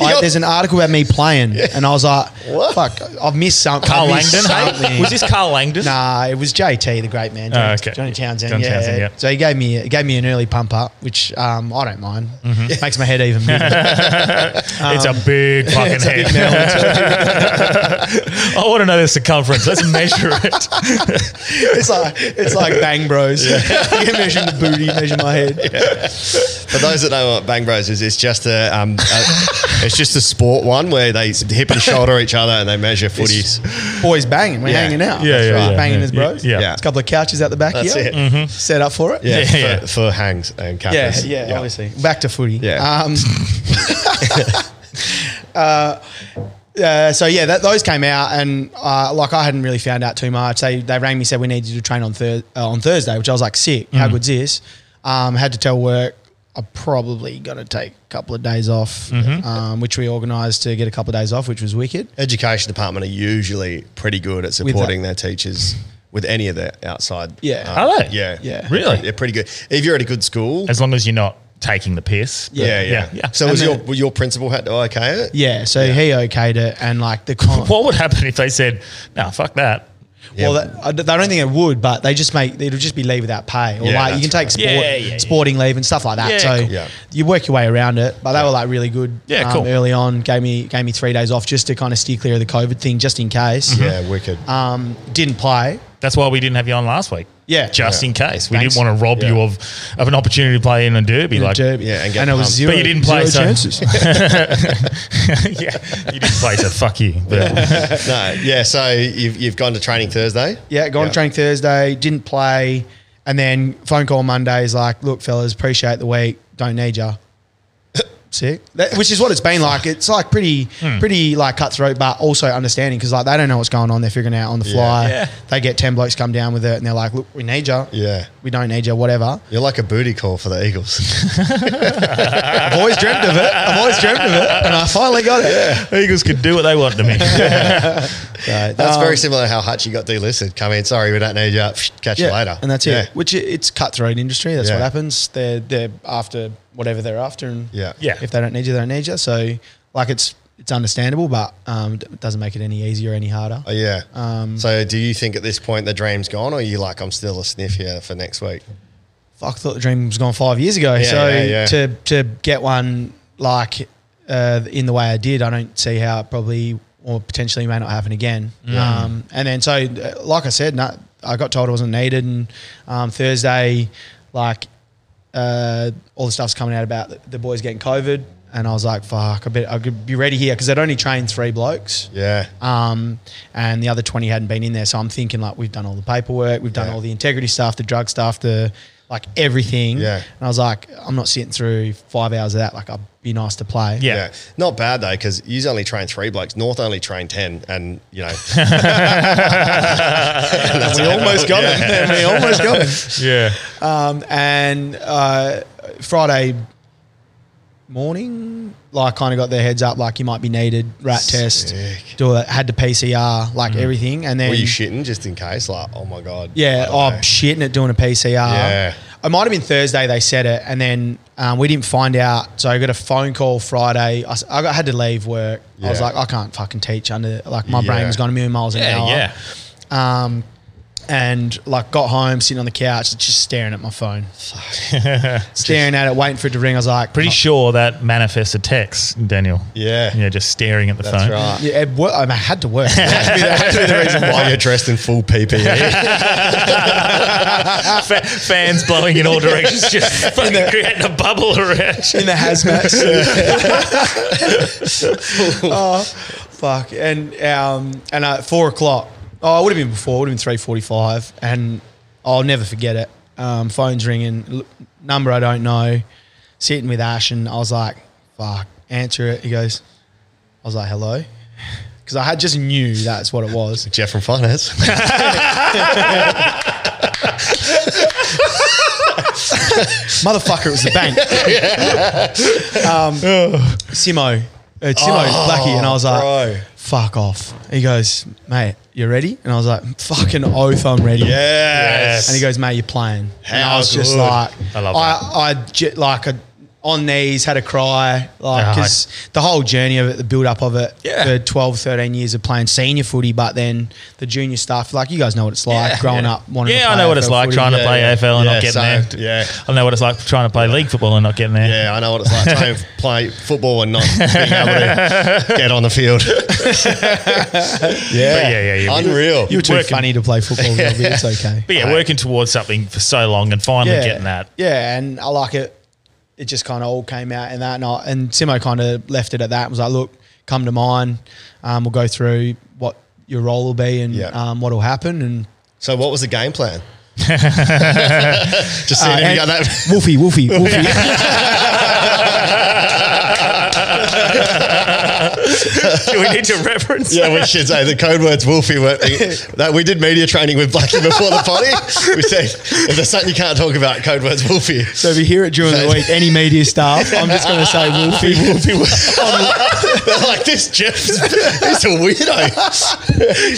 [SPEAKER 3] I there's an article about me playing, and I was like,
[SPEAKER 2] What?
[SPEAKER 3] "Fuck!" I've missed something.
[SPEAKER 1] Carl Langdon. hey? Was this Carl Langdon?
[SPEAKER 3] Nah, it was JT, the great man, Johnny,
[SPEAKER 1] Oh, okay.
[SPEAKER 3] Johnny Townsend.
[SPEAKER 1] John
[SPEAKER 3] yeah.
[SPEAKER 1] Townsend, yeah.
[SPEAKER 3] So he gave me he gave me an early pump up, which um, I don't mind.
[SPEAKER 1] Mm-hmm.
[SPEAKER 3] Makes my head even bigger.
[SPEAKER 1] it's
[SPEAKER 3] Um,
[SPEAKER 1] a big fucking head. I want to know the circumference. Let's measure it.
[SPEAKER 3] it's like it's like Bang Bros. you can measure the booty, measure my head.
[SPEAKER 2] For those that know what Bang Bros is, it's just a, um, a- it's just a sport one where they hip and shoulder each other and they measure footies.
[SPEAKER 3] Boys banging, we're
[SPEAKER 2] Yeah.
[SPEAKER 3] hanging out.
[SPEAKER 1] Yeah,
[SPEAKER 3] That's
[SPEAKER 1] yeah,
[SPEAKER 3] right.
[SPEAKER 1] yeah,
[SPEAKER 3] banging
[SPEAKER 1] yeah.
[SPEAKER 3] his bros.
[SPEAKER 1] Yeah. Mm-hmm.
[SPEAKER 3] It's a couple of couches out the back
[SPEAKER 2] That's
[SPEAKER 3] here.
[SPEAKER 2] it. Mhm.
[SPEAKER 3] Set up for it.
[SPEAKER 2] Yeah,
[SPEAKER 1] Yeah,
[SPEAKER 2] for,
[SPEAKER 1] yeah.
[SPEAKER 2] for hangs and
[SPEAKER 3] Yeah,
[SPEAKER 2] cappers.
[SPEAKER 3] yeah, obviously. Back to footy.
[SPEAKER 2] Yeah.
[SPEAKER 3] Um, uh, uh, so yeah, that, those came out, and uh, like I hadn't really found out too much. They they rang me said we need you to train on thir- uh, on Thursday, which I was like, sick. How good's this? Um, had to tell work. I'm probably gonna take a couple of days off, um, which we organised to get a couple of days off, which was wicked.
[SPEAKER 2] Education department are usually pretty good at
[SPEAKER 3] that.
[SPEAKER 2] supporting their teachers with any of their outside.
[SPEAKER 3] Yeah.
[SPEAKER 2] uh,
[SPEAKER 1] Are they?
[SPEAKER 2] Yeah.
[SPEAKER 3] Yeah.
[SPEAKER 1] Really?
[SPEAKER 2] They're pretty good. If you're at a good school.
[SPEAKER 1] As long as you're not taking the piss.
[SPEAKER 3] Yeah.
[SPEAKER 2] yeah, yeah.
[SPEAKER 1] Yeah, yeah.
[SPEAKER 2] So
[SPEAKER 3] And
[SPEAKER 2] was your
[SPEAKER 3] then-
[SPEAKER 2] your principal had to okay it?
[SPEAKER 3] Yeah, so he okayed it, and like the con-
[SPEAKER 1] What would happen if they said, "No, fuck that"?
[SPEAKER 3] Well, that, I, d- I don't think it would, but they just make it'll just be leave without pay, or
[SPEAKER 2] Yeah,
[SPEAKER 3] like you can
[SPEAKER 2] that's
[SPEAKER 3] take sport,
[SPEAKER 1] Yeah, yeah, yeah.
[SPEAKER 3] sporting leave and stuff like that.
[SPEAKER 1] Yeah,
[SPEAKER 3] so
[SPEAKER 1] cool.
[SPEAKER 2] Yeah.
[SPEAKER 3] you work your way around it. But they were like really good. um,
[SPEAKER 1] Yeah, cool.
[SPEAKER 3] Early on, gave me gave me three days off just to kind of steer clear of the COVID thing, just in case.
[SPEAKER 2] Yeah, wicked.
[SPEAKER 3] Um, didn't play.
[SPEAKER 1] That's why we didn't have you on last week.
[SPEAKER 3] Yeah.
[SPEAKER 1] Just
[SPEAKER 3] Yeah.
[SPEAKER 1] in case. We
[SPEAKER 3] Thanks.
[SPEAKER 1] didn't want to rob you
[SPEAKER 2] Yeah.
[SPEAKER 1] of, of an opportunity to play in a derby.
[SPEAKER 3] in a
[SPEAKER 1] like,
[SPEAKER 3] derby.
[SPEAKER 2] Yeah, and get
[SPEAKER 3] it was
[SPEAKER 2] pumped.
[SPEAKER 3] zero.
[SPEAKER 1] But you didn't play,
[SPEAKER 3] zero
[SPEAKER 1] so-
[SPEAKER 3] chances.
[SPEAKER 1] yeah, you didn't play, so fuck you. But-
[SPEAKER 2] no, yeah. So you've, you've gone to training Thursday.
[SPEAKER 3] Yeah, go on training Thursday, didn't play, and then phone call Monday is like, look, fellas, appreciate the week, don't need ya. Sick, That- which is what it's been like. It's like pretty,
[SPEAKER 2] Hmm.
[SPEAKER 3] pretty like cutthroat, but also understanding because like they don't know what's going on. They're figuring it out on the fly.
[SPEAKER 1] Yeah.
[SPEAKER 3] They get ten blokes come down with it, and they're like, look, we need ya.
[SPEAKER 2] Yeah.
[SPEAKER 3] we don't need ya. Whatever.
[SPEAKER 2] You're like a booty call for the Eagles.
[SPEAKER 3] I've always dreamt of it. I've always dreamt of it, and I finally got it. Uh,
[SPEAKER 1] Eagles could do what they want to me.
[SPEAKER 2] That's
[SPEAKER 3] Um,
[SPEAKER 2] very similar to how Hutchie got delisted. Come in, sorry, we don't need you. Catch you later.
[SPEAKER 3] And that's
[SPEAKER 2] Yeah.
[SPEAKER 3] it. Which i- it's cutthroat industry. That's
[SPEAKER 2] Yeah.
[SPEAKER 3] what happens. They're they're after whatever they're after, and
[SPEAKER 2] Yeah.
[SPEAKER 1] Yeah.
[SPEAKER 3] if they don't need you, they don't need you. So like it's it's understandable, but um, it doesn't make it any easier, or any harder.
[SPEAKER 2] Oh, yeah.
[SPEAKER 3] Um,
[SPEAKER 2] so do you think at this point the dream's gone, or are you like I'm still a sniff here for next week?
[SPEAKER 3] Fuck, I thought the dream was gone five years ago.
[SPEAKER 2] Yeah,
[SPEAKER 3] so
[SPEAKER 2] yeah, yeah.
[SPEAKER 3] to to get one like uh, in the way I did, I don't see how it probably or potentially may not happen again. Um, and then so uh, like I said, no, I got told I wasn't needed, and um, Thursday, like uh, all the stuff's coming out about the, the boys getting COVID. And I was like, fuck, I bet I could be ready here because they'd only trained three blokes.
[SPEAKER 2] Yeah.
[SPEAKER 3] Um, and the other 20 hadn't been in there. So I'm thinking, like, we've done all the paperwork, we've done
[SPEAKER 2] Yeah.
[SPEAKER 3] all the integrity stuff, the drug stuff, the like everything.
[SPEAKER 2] Yeah.
[SPEAKER 3] And I was like, I'm not sitting through five hours of that. Like, I'd be nice to play.
[SPEAKER 1] Yeah.
[SPEAKER 2] Not bad though, because you only train three blokes. North only trained 10, and you know.
[SPEAKER 3] And we almost got him. And we almost got him.
[SPEAKER 1] Yeah.
[SPEAKER 3] Um, and uh, Friday morning, like kind of got their heads up, like you might be needed, rat test,
[SPEAKER 2] Sick. Mm.
[SPEAKER 3] do it, had to PCR, like everything, and then
[SPEAKER 2] Were you shitting just in case? Like, oh my God. I
[SPEAKER 3] yeah,
[SPEAKER 2] don't
[SPEAKER 3] oh
[SPEAKER 2] know.
[SPEAKER 3] shitting it doing a PCR.
[SPEAKER 2] Yeah.
[SPEAKER 3] It might have been Thursday they said it, and then um, we didn't find out. So I got a phone call Friday. I, s- I got- had to leave work. I was
[SPEAKER 2] Yeah.
[SPEAKER 3] like, I can't fucking teach under like my
[SPEAKER 2] Yeah.
[SPEAKER 3] brain was going a million miles an
[SPEAKER 1] Yeah,
[SPEAKER 3] hour
[SPEAKER 1] yeah.
[SPEAKER 3] um, and like got home sitting on the couch just staring at my phone staring at it waiting for it to ring i was like "Oh,
[SPEAKER 1] Pretty sure that manifests a text, Daniel.
[SPEAKER 2] Yeah.
[SPEAKER 1] Yeah, just staring at the
[SPEAKER 2] That's
[SPEAKER 1] phone.
[SPEAKER 2] right.
[SPEAKER 3] yeah, it wor- i had to work
[SPEAKER 2] That's the reason why you're dressed in full E. PPE.
[SPEAKER 1] Fa- fans blowing in all directions, just fucking creating a bubble around you.
[SPEAKER 3] in the hazmat suit. oh, fuck. And um, and at four o'clock, oh, it would have been before. It would have been three forty-five, and I'll never forget it. Um, phone's ringing, l- number I don't know. Sitting with Ash, and I was like, "Fuck, answer it." He goes, "I was like, hello," because I had just knew that's what it was.
[SPEAKER 2] Jeff from finance.
[SPEAKER 3] Motherfucker, it was the bank. um, Simo, uh, Simo
[SPEAKER 1] Oh,
[SPEAKER 3] Blackie, and I was like,
[SPEAKER 2] bro.
[SPEAKER 3] "Fuck off." He goes, "Mate, you ready?" And I was like, "Fucking oath, I'm ready."
[SPEAKER 2] Yes.
[SPEAKER 3] And he goes, "Mate, you're playing." and
[SPEAKER 2] How
[SPEAKER 3] I was just
[SPEAKER 2] good.
[SPEAKER 3] like,
[SPEAKER 1] I love
[SPEAKER 3] I, I j- like I, on knees had a cry, like
[SPEAKER 1] Yeah,
[SPEAKER 3] because the whole journey of it, the build up of it, yeah. the 12, 13 years of playing senior footy, but then the junior stuff. Like you guys know what it's like growing up. Wanting to
[SPEAKER 1] Yeah,
[SPEAKER 3] play
[SPEAKER 1] I know what it's
[SPEAKER 3] AFL
[SPEAKER 1] like
[SPEAKER 3] footy.
[SPEAKER 1] trying to
[SPEAKER 2] yeah,
[SPEAKER 1] play
[SPEAKER 2] yeah.
[SPEAKER 1] AFL and
[SPEAKER 2] Yeah,
[SPEAKER 1] not getting
[SPEAKER 2] so,
[SPEAKER 1] there.
[SPEAKER 2] yeah.
[SPEAKER 1] I know what it's like trying to play league football and not getting there.
[SPEAKER 2] Yeah, I know what it's like trying to play football and not being able to get on the field. yeah.
[SPEAKER 1] But yeah, yeah, yeah.
[SPEAKER 2] Unreal.
[SPEAKER 3] You were too
[SPEAKER 1] Working-
[SPEAKER 3] funny to play football, Robbie. It's okay.
[SPEAKER 1] But yeah, working towards something for so long and finally getting that.
[SPEAKER 3] Yeah, and I like it. It just kind of all came out and that night. And Simo kind of left it at that. and Was like, look, come to mine. Um, we'll go through what your role will be and
[SPEAKER 2] Yeah.
[SPEAKER 3] um, what will happen. And
[SPEAKER 2] so, what was the game plan? Just seeing
[SPEAKER 3] Uh,
[SPEAKER 2] if you
[SPEAKER 3] and-
[SPEAKER 2] got that.
[SPEAKER 3] Wolfie, Wolfie, Wolfie.
[SPEAKER 1] Do we need to reference?
[SPEAKER 2] Yeah, we should say the code words Wolfie were that we did media training with Blackie before the potty. We said if there's something you can't talk about, code words Wolfie.
[SPEAKER 3] so if you hear it during the week, any media staff, I'm just going to say Wolfie, Wolfie, Wolfie.
[SPEAKER 2] They're like, this Jeff's he's a weirdo.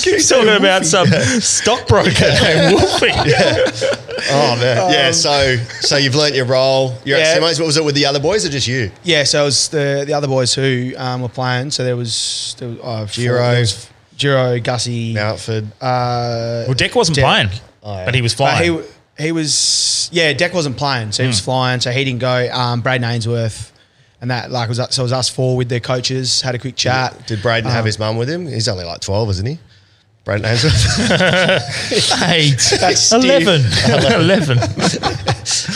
[SPEAKER 1] You're talking about some stockbroker named Wolfie.
[SPEAKER 2] Oh man. yeah, so so you've learnt your role. You're
[SPEAKER 3] Yeah.
[SPEAKER 2] at Simo's. What was it with the other boys or just you?
[SPEAKER 3] Yeah, so it was the the other boys who um, were playing. So there was, there was uh,
[SPEAKER 2] Giro.
[SPEAKER 3] there was Giro, Gussie,
[SPEAKER 2] Mountford.
[SPEAKER 3] uh,
[SPEAKER 1] Well, Deck wasn't
[SPEAKER 3] Deck.
[SPEAKER 1] playing,
[SPEAKER 2] Oh, yeah.
[SPEAKER 1] but he was
[SPEAKER 3] But
[SPEAKER 1] flying.
[SPEAKER 3] he he was yeah. Deck wasn't playing, so he
[SPEAKER 2] Hmm.
[SPEAKER 3] was flying. So he didn't go. Um, Braden Ainsworth and that like was so it was us four with their coaches. Had a quick chat. Um,
[SPEAKER 2] Did Braden
[SPEAKER 3] Uh-huh.
[SPEAKER 2] have his mum with him? He's only like 12, isn't he? Braden Ainsworth.
[SPEAKER 1] Eight.
[SPEAKER 2] That's
[SPEAKER 1] 11. 11.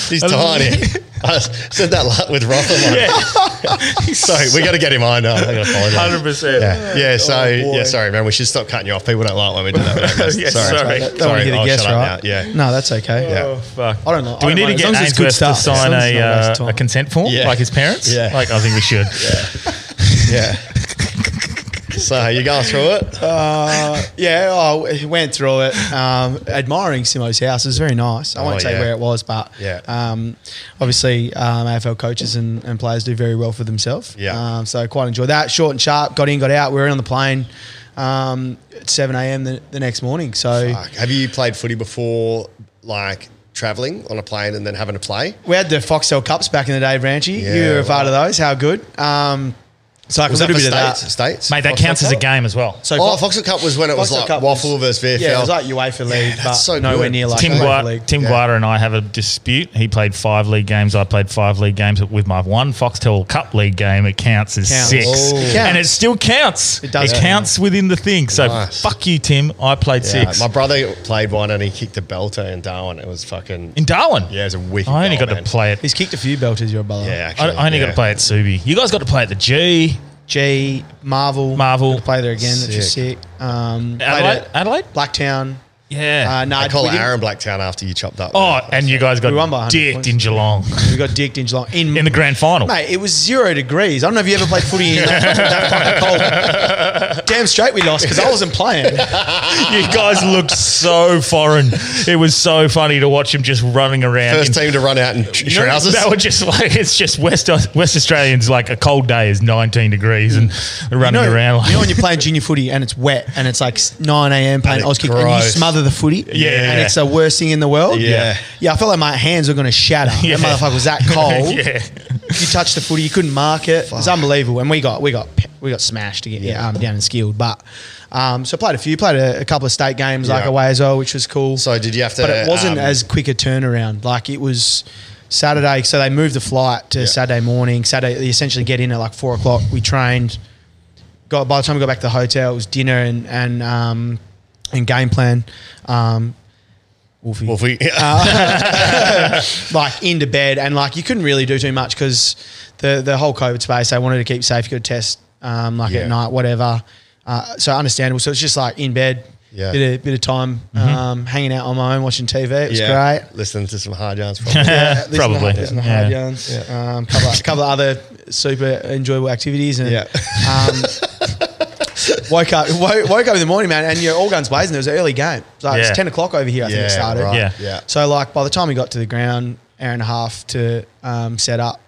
[SPEAKER 2] He's tiny. I said that like with Roth. I'm like, Sorry, we got to get him on. Oh, I got to follow that.
[SPEAKER 1] 100%.
[SPEAKER 2] Yeah, yeah. So
[SPEAKER 3] boy.
[SPEAKER 2] yeah, sorry, man. We should stop cutting you off. People don't like when we do that. We don't miss.
[SPEAKER 1] Yeah,
[SPEAKER 2] sorry,
[SPEAKER 1] sorry.
[SPEAKER 2] sorry.
[SPEAKER 1] Don't
[SPEAKER 3] Don't want to get
[SPEAKER 2] I'll
[SPEAKER 3] a guess
[SPEAKER 2] shut up
[SPEAKER 3] right.
[SPEAKER 2] now. Yeah,
[SPEAKER 3] No, that's okay.
[SPEAKER 2] Yeah.
[SPEAKER 1] Oh, fuck.
[SPEAKER 3] I don't know.
[SPEAKER 1] Do we
[SPEAKER 3] I don't
[SPEAKER 1] need to
[SPEAKER 3] mind. As
[SPEAKER 1] get
[SPEAKER 3] long as it's good
[SPEAKER 1] Ainsworth to
[SPEAKER 3] stuff. As
[SPEAKER 1] sign
[SPEAKER 3] long as
[SPEAKER 1] a,
[SPEAKER 3] it's not waste
[SPEAKER 1] uh,
[SPEAKER 3] of time.
[SPEAKER 1] a consent form
[SPEAKER 2] Yeah.
[SPEAKER 1] like his parents?
[SPEAKER 2] Yeah.
[SPEAKER 1] Like, I think we should.
[SPEAKER 2] yeah. so you going through it?
[SPEAKER 3] Uh, yeah, I went through it. Um, admiring Simo's house it was very nice. I
[SPEAKER 2] Oh,
[SPEAKER 3] won't say
[SPEAKER 2] yeah.
[SPEAKER 3] where it was, but
[SPEAKER 2] Yeah.
[SPEAKER 3] um, obviously um, AFL coaches and, and players do very well for themselves.
[SPEAKER 2] Yeah.
[SPEAKER 3] Um, so I quite enjoyed that. Short and sharp. Got in, got out. We were on the plane um, at seven a.m. The, the next morning. So
[SPEAKER 2] Fuck. Have you played footy before? Like traveling on a plane and then having to play?
[SPEAKER 3] we had the Foxtel Cups back in the day, Branchy.
[SPEAKER 2] Yeah,
[SPEAKER 3] you were a
[SPEAKER 2] wow.
[SPEAKER 3] part of those. How good? Um, so like
[SPEAKER 2] Was
[SPEAKER 3] a
[SPEAKER 2] that for
[SPEAKER 3] little bit
[SPEAKER 2] states?
[SPEAKER 3] of that.
[SPEAKER 2] States,
[SPEAKER 1] Mate, that
[SPEAKER 2] Foxtel
[SPEAKER 1] counts as a
[SPEAKER 2] Cup?
[SPEAKER 1] game as well.
[SPEAKER 3] So
[SPEAKER 2] Oh,
[SPEAKER 3] Fo-
[SPEAKER 2] Foxel Cup was when it was
[SPEAKER 3] Foxtel
[SPEAKER 2] like
[SPEAKER 3] Cup
[SPEAKER 2] waffle
[SPEAKER 3] was-
[SPEAKER 2] versus VFL.
[SPEAKER 3] Yeah, it was like UEFA league, but
[SPEAKER 2] that's so
[SPEAKER 3] nowhere
[SPEAKER 2] good.
[SPEAKER 3] near like
[SPEAKER 1] Tim,
[SPEAKER 3] UEFA
[SPEAKER 1] Gua-
[SPEAKER 3] league.
[SPEAKER 1] Tim
[SPEAKER 2] Yeah.
[SPEAKER 1] Guada and I have a dispute. He played five league games. I played five league games with my one Foxtel Cup league game. It counts as
[SPEAKER 3] Counts.
[SPEAKER 1] six,
[SPEAKER 2] Oh. It
[SPEAKER 1] and it still counts. It
[SPEAKER 3] does
[SPEAKER 1] It
[SPEAKER 3] count.
[SPEAKER 1] counts within the thing. So
[SPEAKER 2] Nice.
[SPEAKER 1] fuck you, Tim. I played
[SPEAKER 2] Yeah,
[SPEAKER 1] six
[SPEAKER 2] My brother played one and he kicked a belter in Darwin. It was fucking.
[SPEAKER 1] in Darwin.
[SPEAKER 2] Yeah, it was a wicked.
[SPEAKER 1] I only
[SPEAKER 2] goal,
[SPEAKER 1] got
[SPEAKER 2] man.
[SPEAKER 1] to play it.
[SPEAKER 3] He's kicked a few belters, your brother.
[SPEAKER 2] Yeah,
[SPEAKER 1] I,
[SPEAKER 2] actually,
[SPEAKER 1] I only
[SPEAKER 2] yeah.
[SPEAKER 1] got to play at Subi. You guys got to play at the G.
[SPEAKER 3] G Marvel.
[SPEAKER 1] Marvel.
[SPEAKER 3] Gotta play there again, which is sick. Um, played
[SPEAKER 1] Adelaide.
[SPEAKER 3] at
[SPEAKER 1] Adelaide.
[SPEAKER 3] Blacktown.
[SPEAKER 1] Yeah.
[SPEAKER 3] Uh, no,
[SPEAKER 2] I call
[SPEAKER 3] we
[SPEAKER 2] it
[SPEAKER 3] didn't-
[SPEAKER 2] Aaron Blacktown after you chopped up.
[SPEAKER 1] oh, and you guys got
[SPEAKER 3] We won by 100
[SPEAKER 1] dicked
[SPEAKER 3] points.
[SPEAKER 1] in Geelong
[SPEAKER 3] We got dicked in Geelong in,
[SPEAKER 1] in the grand final.
[SPEAKER 3] Mate, it was zero degrees. I don't know if you ever played footy in that, that fucking cold. Damn straight we lost because I wasn't playing.
[SPEAKER 1] You guys looked so foreign. It was so funny to watch him just running around.
[SPEAKER 2] first
[SPEAKER 1] in-
[SPEAKER 2] team to run out in tr-
[SPEAKER 1] You know,
[SPEAKER 2] trousers.
[SPEAKER 1] They were just like it's just West West Australians like a cold day is 19 degrees and they're running
[SPEAKER 3] you know,
[SPEAKER 1] around like
[SPEAKER 3] you know when you're playing junior footy and it's wet and it's like 9 a.m. playing
[SPEAKER 2] it
[SPEAKER 3] Oz kick and you
[SPEAKER 2] grows.
[SPEAKER 3] smother the footy.
[SPEAKER 1] Yeah.
[SPEAKER 3] And it's the worst thing in the world.
[SPEAKER 2] Yeah.
[SPEAKER 3] Yeah, I felt like my hands were going to shatter.
[SPEAKER 1] Yeah.
[SPEAKER 3] That motherfucker was that cold.
[SPEAKER 1] yeah.
[SPEAKER 3] You touched the footy, you couldn't mark it. It was unbelievable. And we got we got we got smashed to get um, down in skilled. But um, so played a few, played a, a couple of state games like
[SPEAKER 2] Yeah.
[SPEAKER 3] away as well, which was cool.
[SPEAKER 2] So did you have to,
[SPEAKER 3] But it wasn't
[SPEAKER 2] um,
[SPEAKER 3] as quick a turnaround. Like it was Saturday, so they moved the flight to Saturday morning. Saturday, they essentially get in at like four o'clock. We trained. Got by the time we got back to the hotel, it was dinner and and um, and game plan. Um, Wolfie,
[SPEAKER 2] Well, if we,
[SPEAKER 3] uh, like into bed and like you couldn't really do too much because the the whole COVID space they wanted to keep safe. You could test um, like
[SPEAKER 2] Yeah.
[SPEAKER 3] at night, whatever. Uh, so understandable. So it's just like in bed,
[SPEAKER 2] Yeah. Mm-hmm.
[SPEAKER 3] bit of bit of time um, hanging out on my own, watching TV. It was
[SPEAKER 2] yeah,
[SPEAKER 3] great.
[SPEAKER 2] listening to some hard yarns. Uh, Probably.
[SPEAKER 3] Yeah, listen to
[SPEAKER 1] Probably.
[SPEAKER 3] hard- listen to hard
[SPEAKER 1] Yeah.
[SPEAKER 3] yarns. Um, couple of, couple of other super enjoyable activities and
[SPEAKER 2] Yeah.
[SPEAKER 3] um, woke up woke, woke up in the morning, man, and you're all guns blazing. It was an early game. So it
[SPEAKER 1] Yeah.
[SPEAKER 3] was ten o'clock over here. I think
[SPEAKER 2] Yeah,
[SPEAKER 3] it started.
[SPEAKER 2] right.
[SPEAKER 1] Yeah.
[SPEAKER 2] yeah.
[SPEAKER 3] So like by the time we got to the ground, hour and a half to um, set up,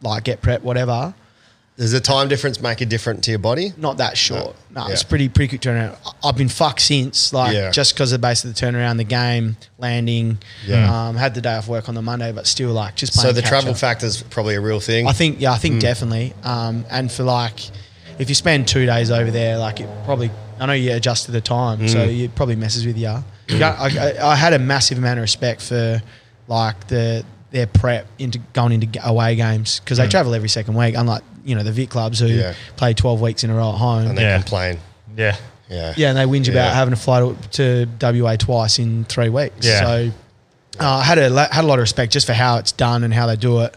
[SPEAKER 3] like get prep, whatever.
[SPEAKER 2] Does the time difference make a difference to your body?
[SPEAKER 3] Not that short. No, it's
[SPEAKER 2] Yeah.
[SPEAKER 3] pretty pretty quick turnaround. I- I've been fucked since, like
[SPEAKER 2] Yeah.
[SPEAKER 3] just because of the base of the turnaround, the game landing.
[SPEAKER 2] Yeah.
[SPEAKER 3] Um, had the day off work on the Monday, but still like just playing.
[SPEAKER 2] So the
[SPEAKER 3] catch
[SPEAKER 2] travel
[SPEAKER 3] up.
[SPEAKER 2] factor is probably a real thing. Hmm.
[SPEAKER 3] I think yeah, I think definitely. Um, and for like, if you spend two days over there, like it probably. I know you adjust to the time, so
[SPEAKER 2] Hmm.
[SPEAKER 3] it probably messes with you. You got- I, I- I had a massive amount of respect for like the their prep into going into g- away games because they travel every second week, unlike you know the Vic clubs who
[SPEAKER 2] Hmm. Yeah.
[SPEAKER 3] play twelve weeks in a row at home.
[SPEAKER 2] and they
[SPEAKER 1] Yeah.
[SPEAKER 2] complain.
[SPEAKER 1] yeah.
[SPEAKER 2] Yeah.
[SPEAKER 3] Yeah, and they whinge
[SPEAKER 2] Yeah.
[SPEAKER 3] about having to fly to, to WA twice in three weeks.
[SPEAKER 1] Yeah.
[SPEAKER 3] So uh, I had a lo- had a lot of respect just for how it's done and how they do it.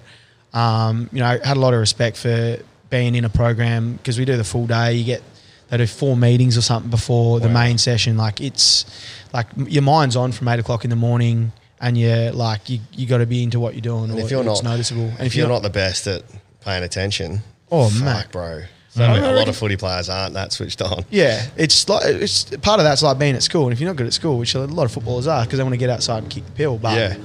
[SPEAKER 3] Um, you know, I had a lot of respect for being in a program because we do the full day. You get they do four meetings or something before the main session. Like it's like m- your mind's on from eight o'clock in the morning, and you're like you you got to be into what you're doing.
[SPEAKER 2] And
[SPEAKER 3] or
[SPEAKER 2] if you're
[SPEAKER 3] it's
[SPEAKER 2] not
[SPEAKER 3] noticeable, and
[SPEAKER 2] if, you're, not, the best at paying attention,
[SPEAKER 3] Oh,
[SPEAKER 2] fuck,
[SPEAKER 3] mate.
[SPEAKER 2] bro. So a lot of footy players aren't that switched on.
[SPEAKER 3] Yeah, it's like it's part of that's like being at school, and if you're not good at school, which a lot of footballers are, because they want to get outside and kick the pill. But
[SPEAKER 2] Yeah.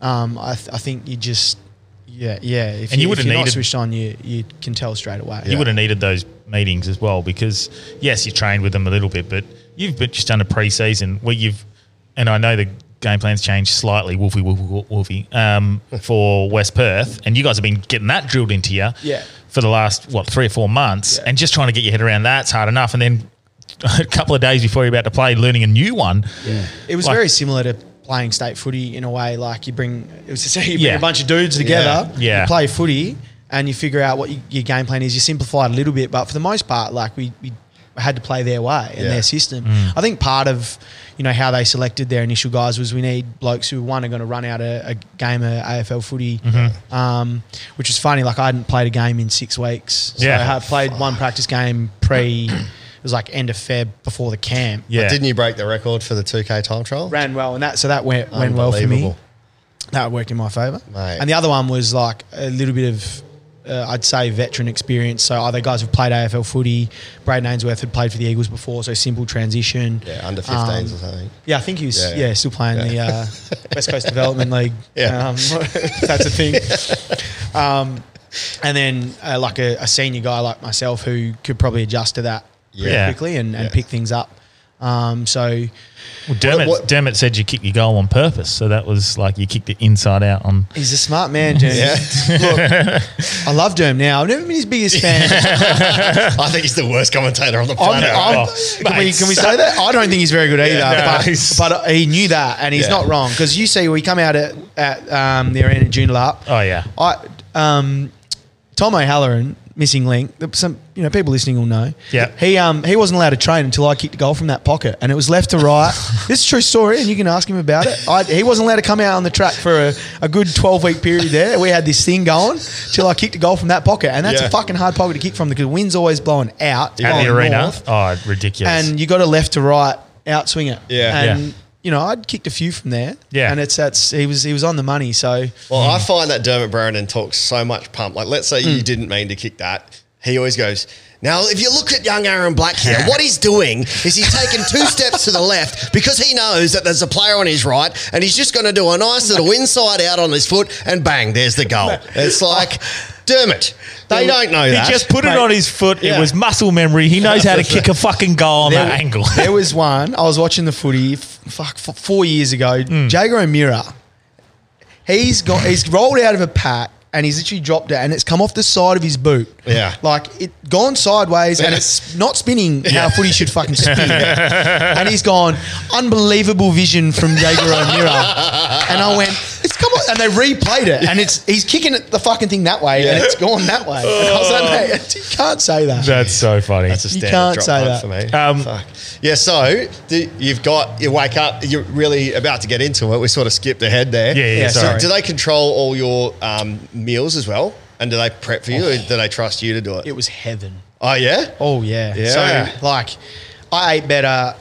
[SPEAKER 3] um, I, th- I think you just yeah yeah. If
[SPEAKER 1] And you
[SPEAKER 3] if
[SPEAKER 1] would've
[SPEAKER 3] you're not
[SPEAKER 1] needed-
[SPEAKER 3] switched on, you you can tell straight away.
[SPEAKER 1] You would have needed those meetings as well because yes, you trained with them a little bit, but you've been just done a pre-season where you've and I know the game plans changed slightly, Wolfie, Wolfie, Wolfie, um, for West Perth, and you guys have been getting that drilled into you,
[SPEAKER 3] Yeah.
[SPEAKER 1] for the last what three or four months,
[SPEAKER 3] Yeah.
[SPEAKER 1] and just trying to get your head around that's hard enough, and then. A couple of days before you're about to play, learning a new one.
[SPEAKER 3] It was
[SPEAKER 1] Like-
[SPEAKER 3] very similar to playing state footy in a way. Like you bring it was just, you bring
[SPEAKER 1] Yeah.
[SPEAKER 3] a bunch of dudes together,
[SPEAKER 1] Yeah.
[SPEAKER 3] you play footy, and you figure out what you, your game plan is. You simplify it a little bit, but for the most part, like we. we had to play their way and
[SPEAKER 2] Yeah.
[SPEAKER 3] their system.
[SPEAKER 1] Mm.
[SPEAKER 3] I think part of you know how they selected their initial guys was we need blokes who one are going to run out a, a game of AFL footy,
[SPEAKER 1] Mm-hmm.
[SPEAKER 3] um, which is funny. Like I hadn't played a game in six weeks. So
[SPEAKER 1] Yeah.
[SPEAKER 3] I had played one practice game pre. It was like end of Feb before the camp
[SPEAKER 1] Yeah,
[SPEAKER 2] But didn't you break the record for the 2K time trial?
[SPEAKER 3] ran well, and that so that went went well for me.
[SPEAKER 2] Unbelievable.
[SPEAKER 3] That worked in my favour.
[SPEAKER 2] Mate.
[SPEAKER 3] And the other one was like a little bit of. Uh, I'd say veteran experience. So either guys who've played AFL footy, Braden Ainsworth had played for the Eagles before, so simple transition.
[SPEAKER 2] Yeah, under 15s
[SPEAKER 3] Um,
[SPEAKER 2] or something.
[SPEAKER 3] Yeah, I think he was
[SPEAKER 2] Yeah,
[SPEAKER 3] yeah,
[SPEAKER 2] yeah.
[SPEAKER 3] still playing the uh, West Coast Development League.
[SPEAKER 2] Yeah.
[SPEAKER 3] um, that's a thing. Um, and then uh, like a, a senior guy like myself who could probably adjust to that pretty
[SPEAKER 1] Yeah.
[SPEAKER 3] quickly and, and
[SPEAKER 2] Yeah.
[SPEAKER 3] pick things up. Um, so
[SPEAKER 1] Well, Dermot,
[SPEAKER 2] what-
[SPEAKER 1] Dermot said you kicked your goal on purpose, so that was like you kicked it inside out on.
[SPEAKER 3] He's a smart man, Jeremy. Look, I love Derm now. I've never been his biggest fan.
[SPEAKER 2] I think he's the worst commentator on the
[SPEAKER 3] I'm,
[SPEAKER 2] planet.
[SPEAKER 3] I'm-
[SPEAKER 1] Oh,
[SPEAKER 3] can, we,
[SPEAKER 1] mate,
[SPEAKER 3] can we say that? I don't think he's very good either.
[SPEAKER 1] no, he's-
[SPEAKER 3] but, but he knew that, and he's
[SPEAKER 2] Yeah.
[SPEAKER 3] not wrong because you see, we come out at, at um, the arena June Larp.
[SPEAKER 1] Oh yeah,
[SPEAKER 3] I um, Tom O'Halloran, missing link. the- Some you know people listening will know.
[SPEAKER 1] Yeah.
[SPEAKER 3] he um he wasn't allowed to train until I kicked a goal from that pocket, and it was left to right. this is a true story, and you can ask him about it. I, he wasn't allowed to come out on the track for a, a good twelve week period. There, we had this thing going till I kicked a goal from that pocket, and that's
[SPEAKER 2] Yeah.
[SPEAKER 3] a fucking hard pocket to kick from because the wind's always blowing out
[SPEAKER 1] at
[SPEAKER 3] blowing
[SPEAKER 1] the arena.
[SPEAKER 3] north,
[SPEAKER 1] Oh, ridiculous.
[SPEAKER 3] and you got to left to right outswing it.
[SPEAKER 2] Yeah.
[SPEAKER 3] and
[SPEAKER 1] Yeah.
[SPEAKER 3] you know, I'd kicked a few from there.
[SPEAKER 1] Yeah.
[SPEAKER 3] And it's that's he was he was on the money. So
[SPEAKER 2] Well, I find that Dermot Brandon talks so much pump. Like, let's say
[SPEAKER 1] Hmm.
[SPEAKER 2] you didn't mean to kick that. He always goes, Now, if you look at young Aaron Black here, what he's doing is he's taking two steps to the left because he knows that there's a player on his right and he's just going to do a nice little inside out on his foot and bang, there's the goal. It's like, Dermot, they don't know
[SPEAKER 1] Oh. He
[SPEAKER 2] that.
[SPEAKER 1] just put it
[SPEAKER 3] Mate.
[SPEAKER 1] on his foot.
[SPEAKER 2] Yeah.
[SPEAKER 1] It was muscle memory. He knows how to kick a fucking goal on that angle.
[SPEAKER 3] there was one I was watching the footy. F- fuck, f- four years ago, Jago O'Meara. He's got he's rolled out of a pack and he's literally dropped it and it's come off the side of his boot.
[SPEAKER 2] Yeah.
[SPEAKER 3] like it gone sideways and it's not spinning how footy should fucking spin. and he's gone unbelievable vision from Jago O'Meara. And I went, it's come on, and they replayed it and it's he's kicking it the fucking thing that way and
[SPEAKER 2] Yeah.
[SPEAKER 3] it's gone that way. And I was like, mate, you can't say that.
[SPEAKER 1] That's so funny.
[SPEAKER 2] That's a
[SPEAKER 3] You
[SPEAKER 2] standard
[SPEAKER 3] can't
[SPEAKER 2] drop
[SPEAKER 3] say
[SPEAKER 2] punt
[SPEAKER 3] that.
[SPEAKER 2] for me.
[SPEAKER 1] Um,
[SPEAKER 2] Fuck. Yeah, so do, you've got you wake up. You're really about to get into it. We sort of skipped ahead there.
[SPEAKER 1] Yeah, yeah, Yeah,
[SPEAKER 2] So
[SPEAKER 1] sorry.
[SPEAKER 2] do they control all your um, meals as well? And do they prep for you? Or do they trust you to do it?
[SPEAKER 3] Oh. It was heaven.
[SPEAKER 2] oh yeah.
[SPEAKER 3] Oh yeah.
[SPEAKER 2] Yeah.
[SPEAKER 3] So like, I ate better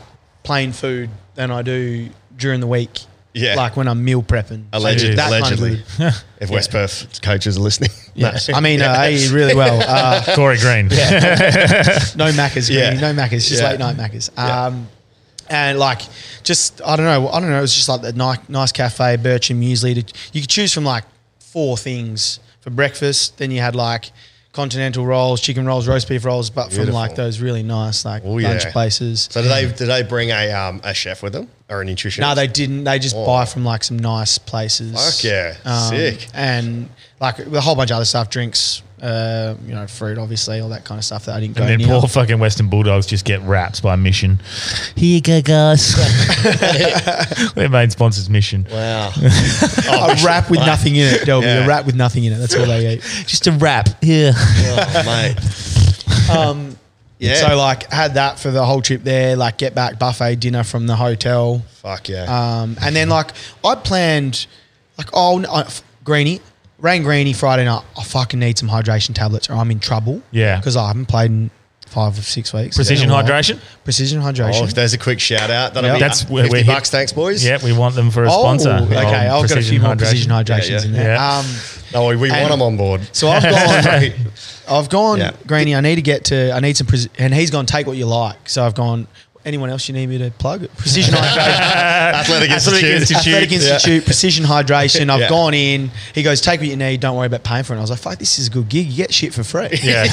[SPEAKER 3] plain food than I do during the week.
[SPEAKER 2] Yeah.
[SPEAKER 3] Like when I'm meal prepping. So
[SPEAKER 2] Alleged,
[SPEAKER 3] that kind of
[SPEAKER 2] allegedly.
[SPEAKER 3] good.
[SPEAKER 2] if West Perth coaches are listening. No.
[SPEAKER 3] Yes. I mean, uh, I eat really well. Uh,
[SPEAKER 1] Corey Green.
[SPEAKER 3] no macca's,
[SPEAKER 2] Yeah.
[SPEAKER 3] Greeny, no macca's, just
[SPEAKER 2] Yeah.
[SPEAKER 3] late night macca's.
[SPEAKER 2] Yeah.
[SPEAKER 3] Um, And like, just I don't know, I don't know. It was just like the nice, nice cafe, birch and muesli. To, you could choose from like four things for breakfast. Then you had like continental rolls, chicken rolls, roast beef rolls, but from like
[SPEAKER 2] Beautiful.
[SPEAKER 3] those really nice like
[SPEAKER 2] Oh, yeah.
[SPEAKER 3] lunch places.
[SPEAKER 2] So do they? Do they bring a um, a chef with them or a nutritionist?
[SPEAKER 3] No, they didn't. They just
[SPEAKER 2] Oh.
[SPEAKER 3] buy from like some nice places. Um,
[SPEAKER 2] Fuck yeah. Sick.
[SPEAKER 3] And like a whole bunch of other stuff, drinks, uh, you know, fruit, obviously, all that kind of stuff that I didn't go
[SPEAKER 1] And then
[SPEAKER 3] near.
[SPEAKER 1] poor fucking Western Bulldogs just get raps by Mission. Here you go, guys. Their main sponsor's Mission.
[SPEAKER 2] Wow.
[SPEAKER 3] a wrap with nothing in it. There'll be
[SPEAKER 2] Oh, Yeah.
[SPEAKER 3] a wrap with nothing in it. That's all they eat.
[SPEAKER 1] Just a rap. Yeah.
[SPEAKER 2] oh, mate.
[SPEAKER 3] Um,
[SPEAKER 2] Yeah.
[SPEAKER 3] So like had that for the whole trip there. Like get back buffet dinner from the hotel.
[SPEAKER 2] Fuck yeah.
[SPEAKER 3] Um, and then like I planned, like oh, no, I- Greeny, rang Greeny Friday night. I fucking need some hydration tablets, or I'm in trouble.
[SPEAKER 1] Yeah.
[SPEAKER 3] because I haven't played in five or six weeks.
[SPEAKER 1] Precision
[SPEAKER 3] It's been a while.
[SPEAKER 1] hydration?
[SPEAKER 3] Precision
[SPEAKER 2] oh, if
[SPEAKER 3] hydration.
[SPEAKER 2] there's a quick shout out. That'll be
[SPEAKER 1] That's
[SPEAKER 2] that's
[SPEAKER 1] where
[SPEAKER 2] 50
[SPEAKER 1] we're hit-
[SPEAKER 2] bucks. Thanks, boys.
[SPEAKER 1] Yeah, we want them for a sponsor.
[SPEAKER 3] Oh, okay.
[SPEAKER 1] of
[SPEAKER 3] I've got a few
[SPEAKER 1] Precision
[SPEAKER 3] more
[SPEAKER 1] Hydration.
[SPEAKER 3] precision hydrations
[SPEAKER 2] Yeah, yeah.
[SPEAKER 3] in there.
[SPEAKER 1] Yeah.
[SPEAKER 3] Um,
[SPEAKER 2] No, we, we want
[SPEAKER 3] And-
[SPEAKER 2] them on board.
[SPEAKER 3] so I've gone, I've gone,
[SPEAKER 2] Yeah.
[SPEAKER 3] Greeny. I need to get to. I need some. Preci- and he's gone. Take what you like. So I've gone. Anyone else you need me to plug? Precision hydration.
[SPEAKER 2] Athletic Institute.
[SPEAKER 3] Athletic Institute, Precision Hydration. I've
[SPEAKER 2] Yeah.
[SPEAKER 3] gone in. He goes, take what you need. Don't worry about paying for it. And I was like, fuck, this is a good gig. You get shit for free.
[SPEAKER 1] Yeah.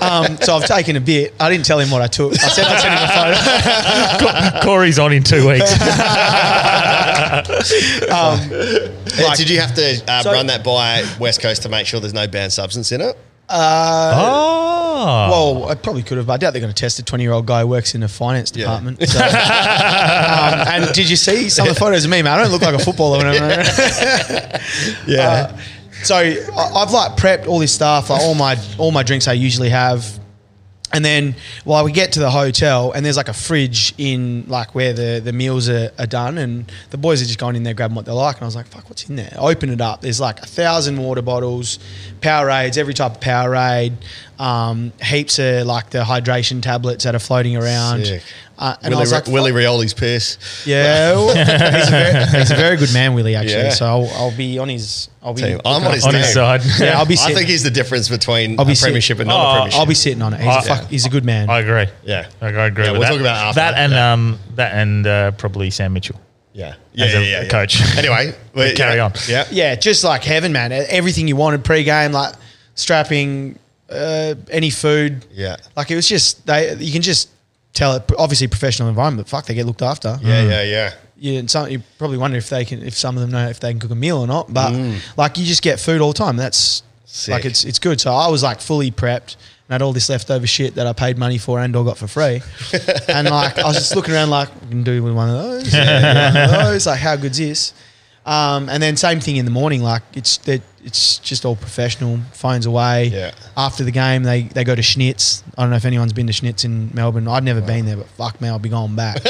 [SPEAKER 3] Um, so I've taken a bit. I didn't tell him what I took. I said I'd send him a photo.
[SPEAKER 1] Co- Corey's on in two weeks.
[SPEAKER 2] Uh,
[SPEAKER 3] Like-
[SPEAKER 2] Did you have to uh,
[SPEAKER 3] So-
[SPEAKER 2] run that by West Coast to make sure there's no banned substance in it?
[SPEAKER 1] oh.
[SPEAKER 3] Well, I probably could have, but I doubt they're going to test a 20 year old guy who works in the finance
[SPEAKER 2] Yeah.
[SPEAKER 3] department. So, um, and did you see some of the photos of me, man? I don't look like a footballer when I'm
[SPEAKER 2] Yeah.
[SPEAKER 3] Uh, so I- I've like prepped all this stuff, like all my all my drinks I usually have. And then while we get to the hotel, and there's like a fridge in like where the, the meals are, are done, and the boys are just going in there grabbing what they like. And I was like, "Fuck, what's in there?" I open it up. There's like a thousand water bottles, Powerades, every type of Powerade, um, heaps of like the hydration tablets that are floating around.
[SPEAKER 2] Sick.
[SPEAKER 3] Uh, and I
[SPEAKER 2] Willie,
[SPEAKER 3] was like,
[SPEAKER 2] Willie Rioli's piss.
[SPEAKER 3] "Yeah, well, he's, a very, he's a very good man, Willie. Actually,
[SPEAKER 2] Yeah.
[SPEAKER 3] so I'll, I'll be on his. I'll be.
[SPEAKER 2] Tell you what, I'm on his,
[SPEAKER 1] on his
[SPEAKER 2] team.
[SPEAKER 1] side.
[SPEAKER 3] Yeah, I'll be
[SPEAKER 2] I
[SPEAKER 3] sitting.
[SPEAKER 2] think he's the difference between
[SPEAKER 3] I'll be
[SPEAKER 2] a
[SPEAKER 3] sitting-
[SPEAKER 2] premiership and not
[SPEAKER 1] Oh,
[SPEAKER 2] a premiership.
[SPEAKER 3] I'll be sitting on it. He's,
[SPEAKER 1] Uh,
[SPEAKER 3] a, fuck, he's a good man.
[SPEAKER 1] I agree.
[SPEAKER 2] Yeah.
[SPEAKER 1] I agree with
[SPEAKER 2] Yeah, we'll
[SPEAKER 1] that.
[SPEAKER 2] talk about it after.
[SPEAKER 1] that and um that and uh, probably Sam Mitchell.
[SPEAKER 2] Yeah. Yeah.
[SPEAKER 1] As
[SPEAKER 2] yeah,
[SPEAKER 1] a
[SPEAKER 2] yeah, yeah.
[SPEAKER 1] coach.
[SPEAKER 2] Anyway, we-
[SPEAKER 1] carry
[SPEAKER 2] yeah,
[SPEAKER 1] on.
[SPEAKER 2] Yeah.
[SPEAKER 3] yeah, just like heaven, man. E, Everything you wanted pre-game, like strapping, uh, any food.
[SPEAKER 2] Yeah.
[SPEAKER 3] Like it was just they. You can just tell it. Obviously, professional environment. Fuck, they get looked after.
[SPEAKER 2] Yeah. Yeah. Yeah.
[SPEAKER 3] You, and some, you probably wonder if they can, if some of them know if they can cook a meal or not. But like, you just get food all the time. That's
[SPEAKER 2] Sick.
[SPEAKER 3] like it's it's good. So I was like fully prepped and had all this leftover shit that I paid money for and all got for free. and like I was just looking around like we can do with one of those. yeah, one of those. Like how good's this? Um, and then same thing in the morning. Like it's that it's just all professional. Phones away.
[SPEAKER 2] Yeah.
[SPEAKER 3] After the game, they they go to Schnitz. I don't know if anyone's been to Schnitz in Melbourne. I'd never been there, but fuck me, I'll be going back.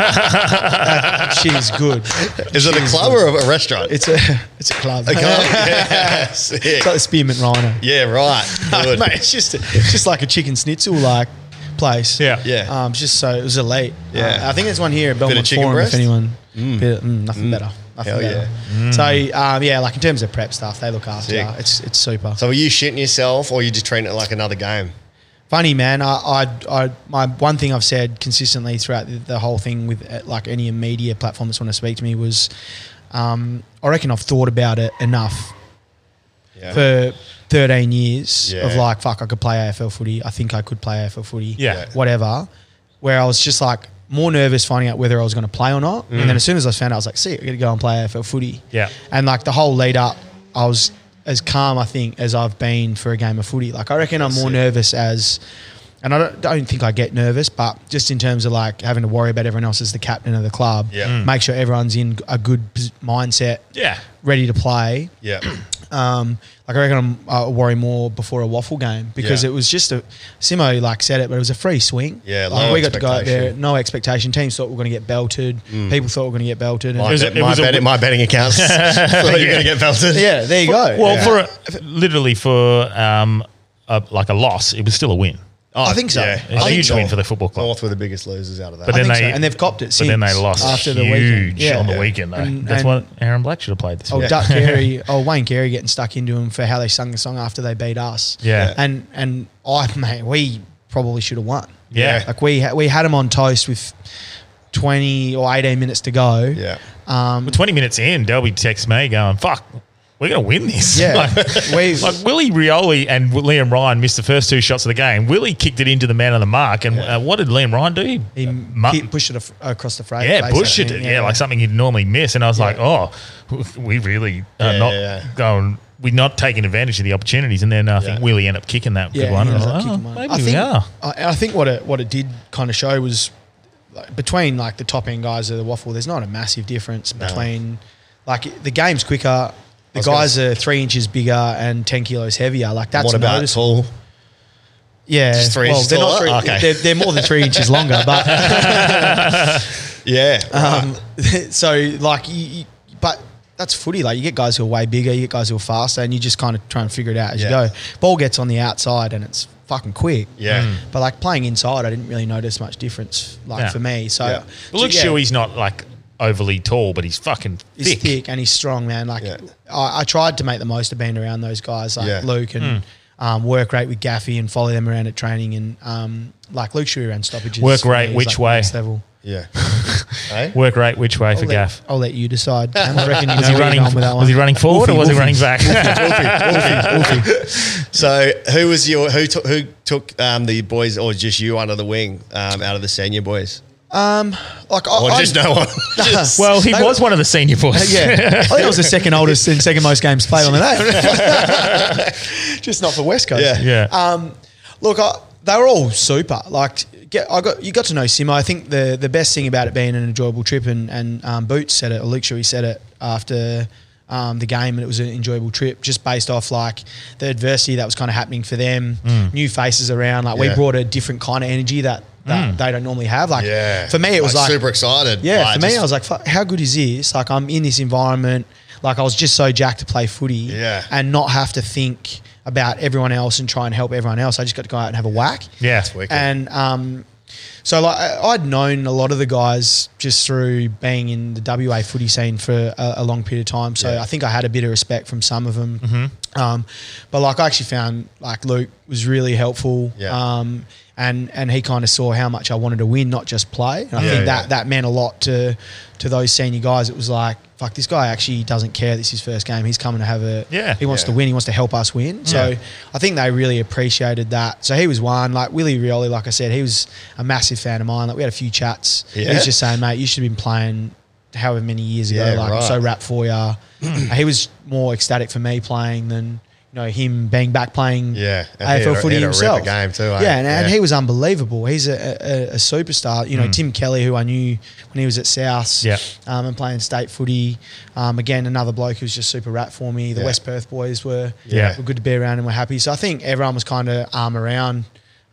[SPEAKER 3] That shit is good.
[SPEAKER 2] Is it a club or a, a restaurant?
[SPEAKER 3] It's a it's a club.
[SPEAKER 2] a club. yeah. Sick.
[SPEAKER 3] It's like the spearmint rhino.
[SPEAKER 2] Yeah. Right. Good.
[SPEAKER 3] Mate, it's just it's just like a chicken schnitzel, like place.
[SPEAKER 1] Yeah.
[SPEAKER 2] Yeah.
[SPEAKER 3] Um, it's just so it was elite.
[SPEAKER 2] Yeah.
[SPEAKER 3] Uh, I think there's one here at Belmont
[SPEAKER 2] chicken
[SPEAKER 3] Forum.
[SPEAKER 2] breast?
[SPEAKER 3] If anyone, bit of- mm, nothing better. Nothing
[SPEAKER 2] Hell Mm.
[SPEAKER 3] better. So um, yeah, like in terms of prep stuff, they look after.
[SPEAKER 2] Sick.
[SPEAKER 3] you. It's it's super.
[SPEAKER 2] So were you shitting yourself, or you just treating it like another game?
[SPEAKER 3] Funny man, I, I, I, my one thing I've said consistently throughout the, the whole thing with uh, like any media platform that's want to speak to me was, um, I reckon I've thought about it enough
[SPEAKER 2] Yeah.
[SPEAKER 3] for 13 years of
[SPEAKER 2] Yeah.
[SPEAKER 3] like, fuck, I could play AFL footy. I think I could play AFL footy.
[SPEAKER 1] Yeah.
[SPEAKER 3] Whatever. Where I was just like more nervous finding out whether I was going to play or not. And then as soon as I found out, I was like, see, I got to go and play AFL footy.
[SPEAKER 1] Mm. Yeah.
[SPEAKER 3] And like the whole lead up, I was as calm, I think, as I've been for a game of footy. Like I reckon I'm more nervous as. And I don't, don't think I get nervous, but just in terms of like having to worry about everyone else as the captain of the club,
[SPEAKER 2] Yeah. Mm.
[SPEAKER 3] make sure everyone's in a good pos- mindset,
[SPEAKER 1] Yeah.
[SPEAKER 3] ready to play.
[SPEAKER 2] Yeah.
[SPEAKER 3] Um, like I reckon I'm, I worry more before a waffle game because
[SPEAKER 2] Yeah.
[SPEAKER 3] it was just a Simo like said it, but it was a free swing.
[SPEAKER 2] Yeah,
[SPEAKER 3] like
[SPEAKER 2] low
[SPEAKER 3] we got to go out there,
[SPEAKER 2] expectation. Mm.
[SPEAKER 3] no expectation. Teams thought we were going to get belted. People thought we were going to get belted. And
[SPEAKER 2] My,
[SPEAKER 1] was a-
[SPEAKER 2] bet-
[SPEAKER 1] it
[SPEAKER 2] my,
[SPEAKER 1] was a-
[SPEAKER 2] bet- my betting accounts. thought you were gonna get belted.
[SPEAKER 3] yeah, there you go.
[SPEAKER 1] Well,
[SPEAKER 3] Yeah.
[SPEAKER 1] for a, literally for um, a, like a loss, it was still a win.
[SPEAKER 2] Oh,
[SPEAKER 3] I think so.
[SPEAKER 2] yeah.
[SPEAKER 3] I
[SPEAKER 1] A
[SPEAKER 2] think
[SPEAKER 1] huge
[SPEAKER 2] so.
[SPEAKER 1] win for the football club.
[SPEAKER 2] North were the biggest losers out of that.
[SPEAKER 1] But
[SPEAKER 3] I
[SPEAKER 1] then
[SPEAKER 3] think so.
[SPEAKER 1] they-
[SPEAKER 3] and they've copped it.
[SPEAKER 1] But then they
[SPEAKER 3] since
[SPEAKER 1] lost
[SPEAKER 3] after the
[SPEAKER 1] huge
[SPEAKER 3] weekend. Yeah.
[SPEAKER 1] on the weekend, though.
[SPEAKER 3] And-
[SPEAKER 1] That's
[SPEAKER 3] and-
[SPEAKER 1] what Aaron Black should have played this
[SPEAKER 3] Oh,
[SPEAKER 1] week.
[SPEAKER 3] Duck Carey, oh Wayne Carey getting stuck into him for how they sung the song after they beat us.
[SPEAKER 1] Yeah.
[SPEAKER 3] and and I mate, we probably should have won.
[SPEAKER 1] Yeah.
[SPEAKER 3] like we ha- we had him on toast with twenty or eighteen minutes to go.
[SPEAKER 2] yeah.
[SPEAKER 3] Oh,
[SPEAKER 1] Well, 20 minutes in, Delby texts me going, fuck, we're going to win this.
[SPEAKER 3] Yeah.
[SPEAKER 1] like,
[SPEAKER 3] We-
[SPEAKER 1] like Willie Rioli and Liam Ryan missed the first two shots of the game. Willie kicked it into the man on the mark. And uh, what did Liam Ryan do?
[SPEAKER 3] He
[SPEAKER 1] Mu-
[SPEAKER 3] kicked- pushed it af- across the frame.
[SPEAKER 1] yeah, Bush did it. Yeah, like something you'd normally miss. And I was like, oh, we really are
[SPEAKER 2] Yeah,
[SPEAKER 1] not
[SPEAKER 2] yeah, yeah.
[SPEAKER 1] going. We're not taking advantage of the opportunities, and then I think
[SPEAKER 2] Yeah.
[SPEAKER 1] Willie ended up kicking that
[SPEAKER 3] Yeah,
[SPEAKER 1] good one.
[SPEAKER 3] he
[SPEAKER 1] And I was
[SPEAKER 3] ended up
[SPEAKER 1] like,
[SPEAKER 3] kicking
[SPEAKER 1] oh,
[SPEAKER 3] one.
[SPEAKER 1] maybe
[SPEAKER 3] I
[SPEAKER 1] we
[SPEAKER 3] think,
[SPEAKER 1] are.
[SPEAKER 3] I, I think what it what it did kind of show was like, between like the top end guys of the waffle. There's not a massive difference between like the game's quicker. The
[SPEAKER 2] was gonna
[SPEAKER 3] guys are three inches bigger and ten kilos heavier. Like that's
[SPEAKER 2] what about
[SPEAKER 3] noticeable.
[SPEAKER 2] tall?
[SPEAKER 3] Yeah,
[SPEAKER 2] Just three inches
[SPEAKER 3] they're not
[SPEAKER 2] taller?
[SPEAKER 3] three-
[SPEAKER 2] Okay.
[SPEAKER 3] they're, they're more than three inches longer. But
[SPEAKER 2] Yeah.
[SPEAKER 3] um, so like, you, you, but that's footy. Like you get guys who are way bigger, you get guys who are faster, and you just kind of try and figure it out as
[SPEAKER 2] Yeah.
[SPEAKER 3] you go. Ball gets on the outside, and it's fucking quick.
[SPEAKER 2] Yeah. Mm.
[SPEAKER 3] But like playing inside, I didn't really notice much difference. Like
[SPEAKER 1] Yeah.
[SPEAKER 3] for me, so
[SPEAKER 2] Yeah.
[SPEAKER 1] Well, Luke
[SPEAKER 3] so, yeah,
[SPEAKER 1] Shuey's not like overly tall, but he's fucking
[SPEAKER 3] He's thick. and he's strong, man. Like
[SPEAKER 2] Yeah.
[SPEAKER 3] I, I tried to make the most of being around those guys, like
[SPEAKER 2] Yeah.
[SPEAKER 3] Luke and. Um, work rate with Gaffy and follow them around at training and um, like Luke Shuey ran stoppages.
[SPEAKER 1] Work
[SPEAKER 3] for me
[SPEAKER 1] rate
[SPEAKER 3] is,
[SPEAKER 1] which
[SPEAKER 3] like,
[SPEAKER 1] way?
[SPEAKER 3] next level.
[SPEAKER 2] yeah.
[SPEAKER 1] Work rate which way for
[SPEAKER 3] I'll let-
[SPEAKER 1] Gaff?
[SPEAKER 3] I'll let you decide. Cam. I reckon you
[SPEAKER 1] Was
[SPEAKER 3] know
[SPEAKER 1] he
[SPEAKER 3] where
[SPEAKER 1] running?
[SPEAKER 3] you're going with that one.
[SPEAKER 1] Was he running forward or was he running back?
[SPEAKER 2] So who was your who took who took um, the boys or just you under the wing um, out of the senior boys
[SPEAKER 3] Like, I,
[SPEAKER 2] or just
[SPEAKER 3] I,
[SPEAKER 2] no one? Just-
[SPEAKER 1] well, he
[SPEAKER 3] They
[SPEAKER 1] was one of the senior boys.
[SPEAKER 3] yeah, I think it was the second oldest and second most games played on the day. just not for West Coast.
[SPEAKER 2] Yeah.
[SPEAKER 1] yeah.
[SPEAKER 3] Um, look, I, they were all super. Like, get, I got you got to know Simo. I think the the best thing about it being an enjoyable trip, and and um, Boots said it, or Luke Shuey said it after. Um, the game and it was an enjoyable trip just based off like the adversity that was kind of happening for them new faces around like
[SPEAKER 2] Mm. Yeah. Mm.
[SPEAKER 3] we brought a different kind of energy that, that they don't normally have like
[SPEAKER 2] yeah.
[SPEAKER 3] for me it was like
[SPEAKER 2] super excited.
[SPEAKER 3] yeah, for me,
[SPEAKER 2] just-
[SPEAKER 3] I was like, Fuck, how good is this? Like, I'm in this environment. Like, I was just so jacked to play footy
[SPEAKER 2] Yeah.
[SPEAKER 3] and not have to think about everyone else and try and help everyone else. I just got to go out and have a whack.
[SPEAKER 1] yeah.
[SPEAKER 2] That's wicked.
[SPEAKER 3] And um, so, like, I- I'd known a lot of the guys just through being in the WA footy scene for a, a long period of time. So
[SPEAKER 2] Yeah. Mm-hmm.
[SPEAKER 3] I think I had a bit of respect from some of them. Um, but like, I actually found like Luke was really helpful.
[SPEAKER 2] Yeah.
[SPEAKER 3] Um, and and he kind of saw how much I wanted to win, not just play. And I think
[SPEAKER 2] yeah.
[SPEAKER 3] that that meant a lot to to those senior guys. It was like. Fuck, this guy actually doesn't care. This is his first game. He's coming to have a.
[SPEAKER 1] Yeah.
[SPEAKER 3] He wants
[SPEAKER 2] Yeah.
[SPEAKER 3] to win. He wants to help us win. So
[SPEAKER 1] Yeah.
[SPEAKER 3] I think they really appreciated that. So he was one. Like Willie Rioli, like I said, he was a massive fan of mine. Like we had a few chats. He
[SPEAKER 2] Yeah.
[SPEAKER 3] was just saying, mate, you should have been playing however many years ago.
[SPEAKER 2] Yeah,
[SPEAKER 3] like I'm so
[SPEAKER 2] right.
[SPEAKER 3] wrapped for you. he was more ecstatic for me playing than you know him being back playing
[SPEAKER 2] Yeah, and he had
[SPEAKER 3] AFL
[SPEAKER 2] a-
[SPEAKER 3] footy
[SPEAKER 2] he had a ripper
[SPEAKER 3] himself.
[SPEAKER 2] game too, eh?
[SPEAKER 3] Yeah, and, and
[SPEAKER 2] Yeah. Mm.
[SPEAKER 3] he was unbelievable. He's a, a, a superstar. You know, Tim Kelly, who I knew when he was at South,
[SPEAKER 1] Yeah.
[SPEAKER 3] um, and playing state footy. Um, again, another bloke who's just super rat for me. The
[SPEAKER 2] Yeah.
[SPEAKER 3] West Perth boys were
[SPEAKER 1] Yeah.
[SPEAKER 3] were good to be around and were happy. So I think everyone was kind of arm around.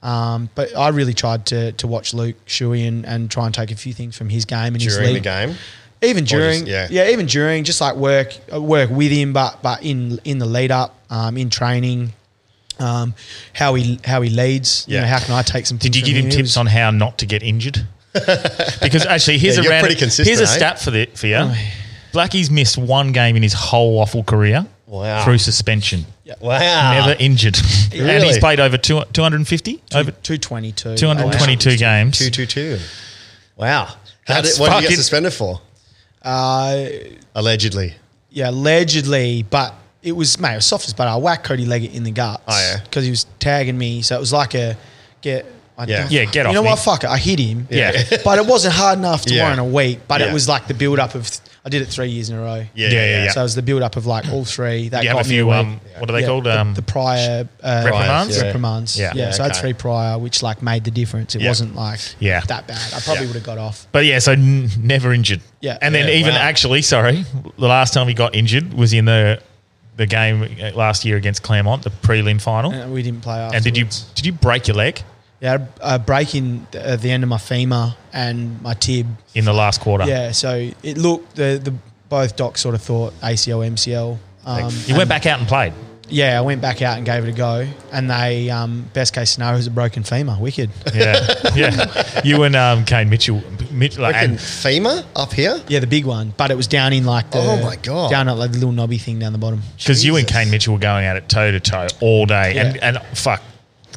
[SPEAKER 3] Um, but I really tried to to watch Luke Shuey and, and try and take a few things from his game and his
[SPEAKER 2] during
[SPEAKER 3] league
[SPEAKER 2] the game.
[SPEAKER 3] even during
[SPEAKER 2] just- yeah.
[SPEAKER 3] yeah. even during just like work uh, work with him but but in in the lead up um, in training um, how he how he leads. You
[SPEAKER 2] Yeah.
[SPEAKER 3] know, how can I take some?
[SPEAKER 1] Did you give him tips on how not to get injured? because actually, here's
[SPEAKER 2] Yeah,
[SPEAKER 1] a
[SPEAKER 2] you're
[SPEAKER 1] random,
[SPEAKER 2] pretty consistent,
[SPEAKER 1] here's a
[SPEAKER 2] eh?
[SPEAKER 1] stat for the for you. Blackie's missed one game in his whole waffle career
[SPEAKER 2] Wow.
[SPEAKER 1] through suspension.
[SPEAKER 2] Wow.
[SPEAKER 1] Never injured, and
[SPEAKER 2] Really? oh,
[SPEAKER 1] he's played over two hundred and fifty over
[SPEAKER 3] two twenty two?
[SPEAKER 1] two hundred and twenty two games.
[SPEAKER 2] Two two two. Wow. How
[SPEAKER 1] That's
[SPEAKER 2] did, what did you
[SPEAKER 1] fucking-
[SPEAKER 2] get suspended for?
[SPEAKER 3] Uh,
[SPEAKER 2] Allegedly.
[SPEAKER 3] yeah, allegedly, but it was mate, it was soft as butter. I whacked Cody Leggett in the guts
[SPEAKER 2] Oh, yeah.
[SPEAKER 3] because he was tagging me, so it was like a get. I
[SPEAKER 2] Yeah.
[SPEAKER 3] don't-
[SPEAKER 1] Yeah, get off
[SPEAKER 3] You know
[SPEAKER 1] me.
[SPEAKER 3] what? Fuck it. I hit him.
[SPEAKER 1] Yeah.
[SPEAKER 3] but it wasn't hard enough to
[SPEAKER 2] Yeah.
[SPEAKER 3] warrant a week. But
[SPEAKER 2] Yeah.
[SPEAKER 3] it was like the build up of. I did it three years in a row.
[SPEAKER 2] Yeah,
[SPEAKER 1] yeah, yeah.
[SPEAKER 3] So it was the build up of like all three. That
[SPEAKER 1] You have
[SPEAKER 3] got
[SPEAKER 1] a
[SPEAKER 3] me
[SPEAKER 1] few.
[SPEAKER 3] week.
[SPEAKER 1] Um, what are they
[SPEAKER 3] Yeah,
[SPEAKER 1] called?
[SPEAKER 3] the,
[SPEAKER 1] Um,
[SPEAKER 3] the prior uh,
[SPEAKER 1] reprimands?
[SPEAKER 2] Yeah.
[SPEAKER 3] reprimands.
[SPEAKER 1] Yeah.
[SPEAKER 3] Yeah,
[SPEAKER 1] Yeah,
[SPEAKER 3] so I had
[SPEAKER 2] okay.
[SPEAKER 3] three prior, which like made the difference. It
[SPEAKER 1] Yeah.
[SPEAKER 3] wasn't like
[SPEAKER 1] Yeah.
[SPEAKER 3] that bad. I probably would have got off.
[SPEAKER 1] But yeah, so n- never injured.
[SPEAKER 3] Yeah.
[SPEAKER 1] and then
[SPEAKER 2] Yeah,
[SPEAKER 1] even
[SPEAKER 2] wow.
[SPEAKER 1] actually, sorry, the last time he got injured was in the the game uh, last year against Claremont, the prelim final.
[SPEAKER 3] And Uh, we didn't play. Afterwards.
[SPEAKER 1] and did you did you break your leg
[SPEAKER 3] Yeah, a break in th- at the end of my femur and my tib.
[SPEAKER 1] in the last quarter?
[SPEAKER 3] Yeah, so it looked the the both docs sort of thought ACL MCL. Um,
[SPEAKER 1] you went back out and played.
[SPEAKER 3] yeah, I went back out and gave it a go, and they um, best case scenario is a broken femur. Wicked.
[SPEAKER 1] Yeah, yeah. You and um, Kane Mitchell, Mitchell
[SPEAKER 2] Reckon
[SPEAKER 1] and
[SPEAKER 2] femur up here?
[SPEAKER 3] Yeah, the big one, but it was down in like the
[SPEAKER 2] Oh my God.
[SPEAKER 3] down at like the little knobby thing down the bottom.
[SPEAKER 1] because you and
[SPEAKER 2] Jesus.
[SPEAKER 1] Kane Mitchell were going at it toe to toe all day,
[SPEAKER 3] Yeah.
[SPEAKER 1] and and fuck,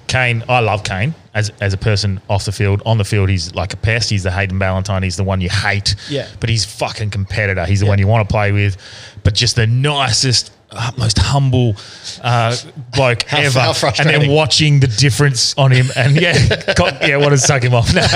[SPEAKER 1] Kane, I love Kane as as a person off the field. On the field, he's like a pest. He's the Hayden Valentine. He's the one you hate.
[SPEAKER 3] Yeah.
[SPEAKER 1] but he's fucking competitor. He's the
[SPEAKER 3] Yeah.
[SPEAKER 1] one you want to play with, but just the nicest. uh, Most humble uh, bloke
[SPEAKER 2] How-
[SPEAKER 1] ever,
[SPEAKER 2] how
[SPEAKER 1] and
[SPEAKER 2] frustrating.
[SPEAKER 1] then watching the difference on him, and yeah, God, yeah, want to suck him off now.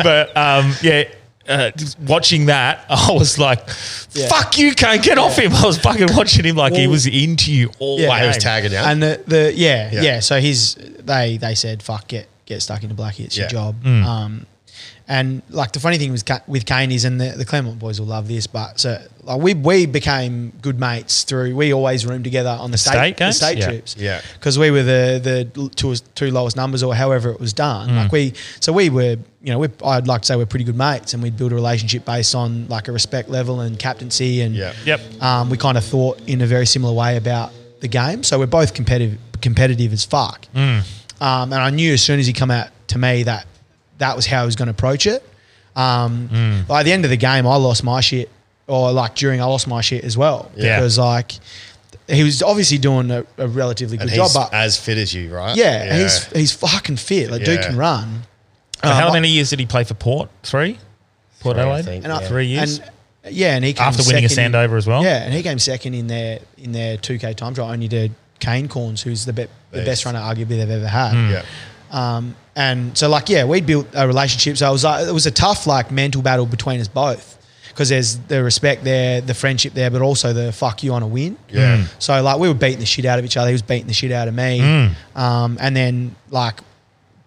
[SPEAKER 1] but um, yeah, uh, just watching that, I was like,
[SPEAKER 3] Yeah.
[SPEAKER 1] "Fuck you, Kane, get off him!" I was fucking watching him like he
[SPEAKER 3] Well-
[SPEAKER 1] was into you all
[SPEAKER 3] Yeah.
[SPEAKER 1] the
[SPEAKER 2] He
[SPEAKER 1] way.
[SPEAKER 2] was tagging out.
[SPEAKER 3] And the, the yeah,
[SPEAKER 2] Yeah.
[SPEAKER 3] yeah So his they they said fuck get get stuck into Blackie. It's
[SPEAKER 2] Yeah. Hmm.
[SPEAKER 3] your job. Um, and like the funny thing was Ca- with Kane is and the, the Claremont boys will love this, but so like we we became good mates through. We always roomed together on the,
[SPEAKER 1] state
[SPEAKER 3] state the
[SPEAKER 1] games?
[SPEAKER 3] state
[SPEAKER 1] Yeah.
[SPEAKER 3] trips.
[SPEAKER 2] Yeah.
[SPEAKER 3] because we were the the two two lowest numbers or however it was done.
[SPEAKER 2] Hmm.
[SPEAKER 3] Like we so we were you know we I'd like to say we're pretty good mates and we'd build a relationship based on like a respect level and captaincy and
[SPEAKER 2] Yeah.
[SPEAKER 1] Yep.
[SPEAKER 3] um, we kind of thought in a very similar way about the game. So we're both competitive, competitive as fuck.
[SPEAKER 1] Mm.
[SPEAKER 3] Um, and I knew as soon as he come out to me that that was how he was going to approach it. Um,
[SPEAKER 1] Mm.
[SPEAKER 3] By the end of the game, I lost my shit, or like during, I lost my shit as well
[SPEAKER 1] Yeah.
[SPEAKER 3] because like he was obviously doing a, a relatively
[SPEAKER 2] And
[SPEAKER 3] good job,
[SPEAKER 2] he's
[SPEAKER 3] but
[SPEAKER 2] as fit as you, right?
[SPEAKER 3] yeah, he's he's fucking fit. Like dude
[SPEAKER 2] Yeah.
[SPEAKER 3] can run.
[SPEAKER 1] And how
[SPEAKER 3] Um,
[SPEAKER 1] many years did he play for Port? Three, Port
[SPEAKER 2] Uh, Three, I
[SPEAKER 1] Adelaide,
[SPEAKER 2] think,
[SPEAKER 3] And I-
[SPEAKER 1] three years
[SPEAKER 3] And, yeah, and he came
[SPEAKER 1] after winning a
[SPEAKER 3] second in-
[SPEAKER 1] Sandover as well.
[SPEAKER 3] Yeah, and he came second in their in their two k time trial, only to Kane Corns, who's the, be- the
[SPEAKER 2] Beast.
[SPEAKER 3] best runner arguably they've ever had.
[SPEAKER 1] Hmm.
[SPEAKER 2] Yeah.
[SPEAKER 3] Um, and so like yeah, we built a relationship. So it was like, it was a tough like mental battle between us both because there's the respect there, the friendship there, but also the fuck you on a win.
[SPEAKER 2] Yeah. Mm.
[SPEAKER 3] So like we were beating the shit out of each other. He was beating the shit out of me. Um, and then like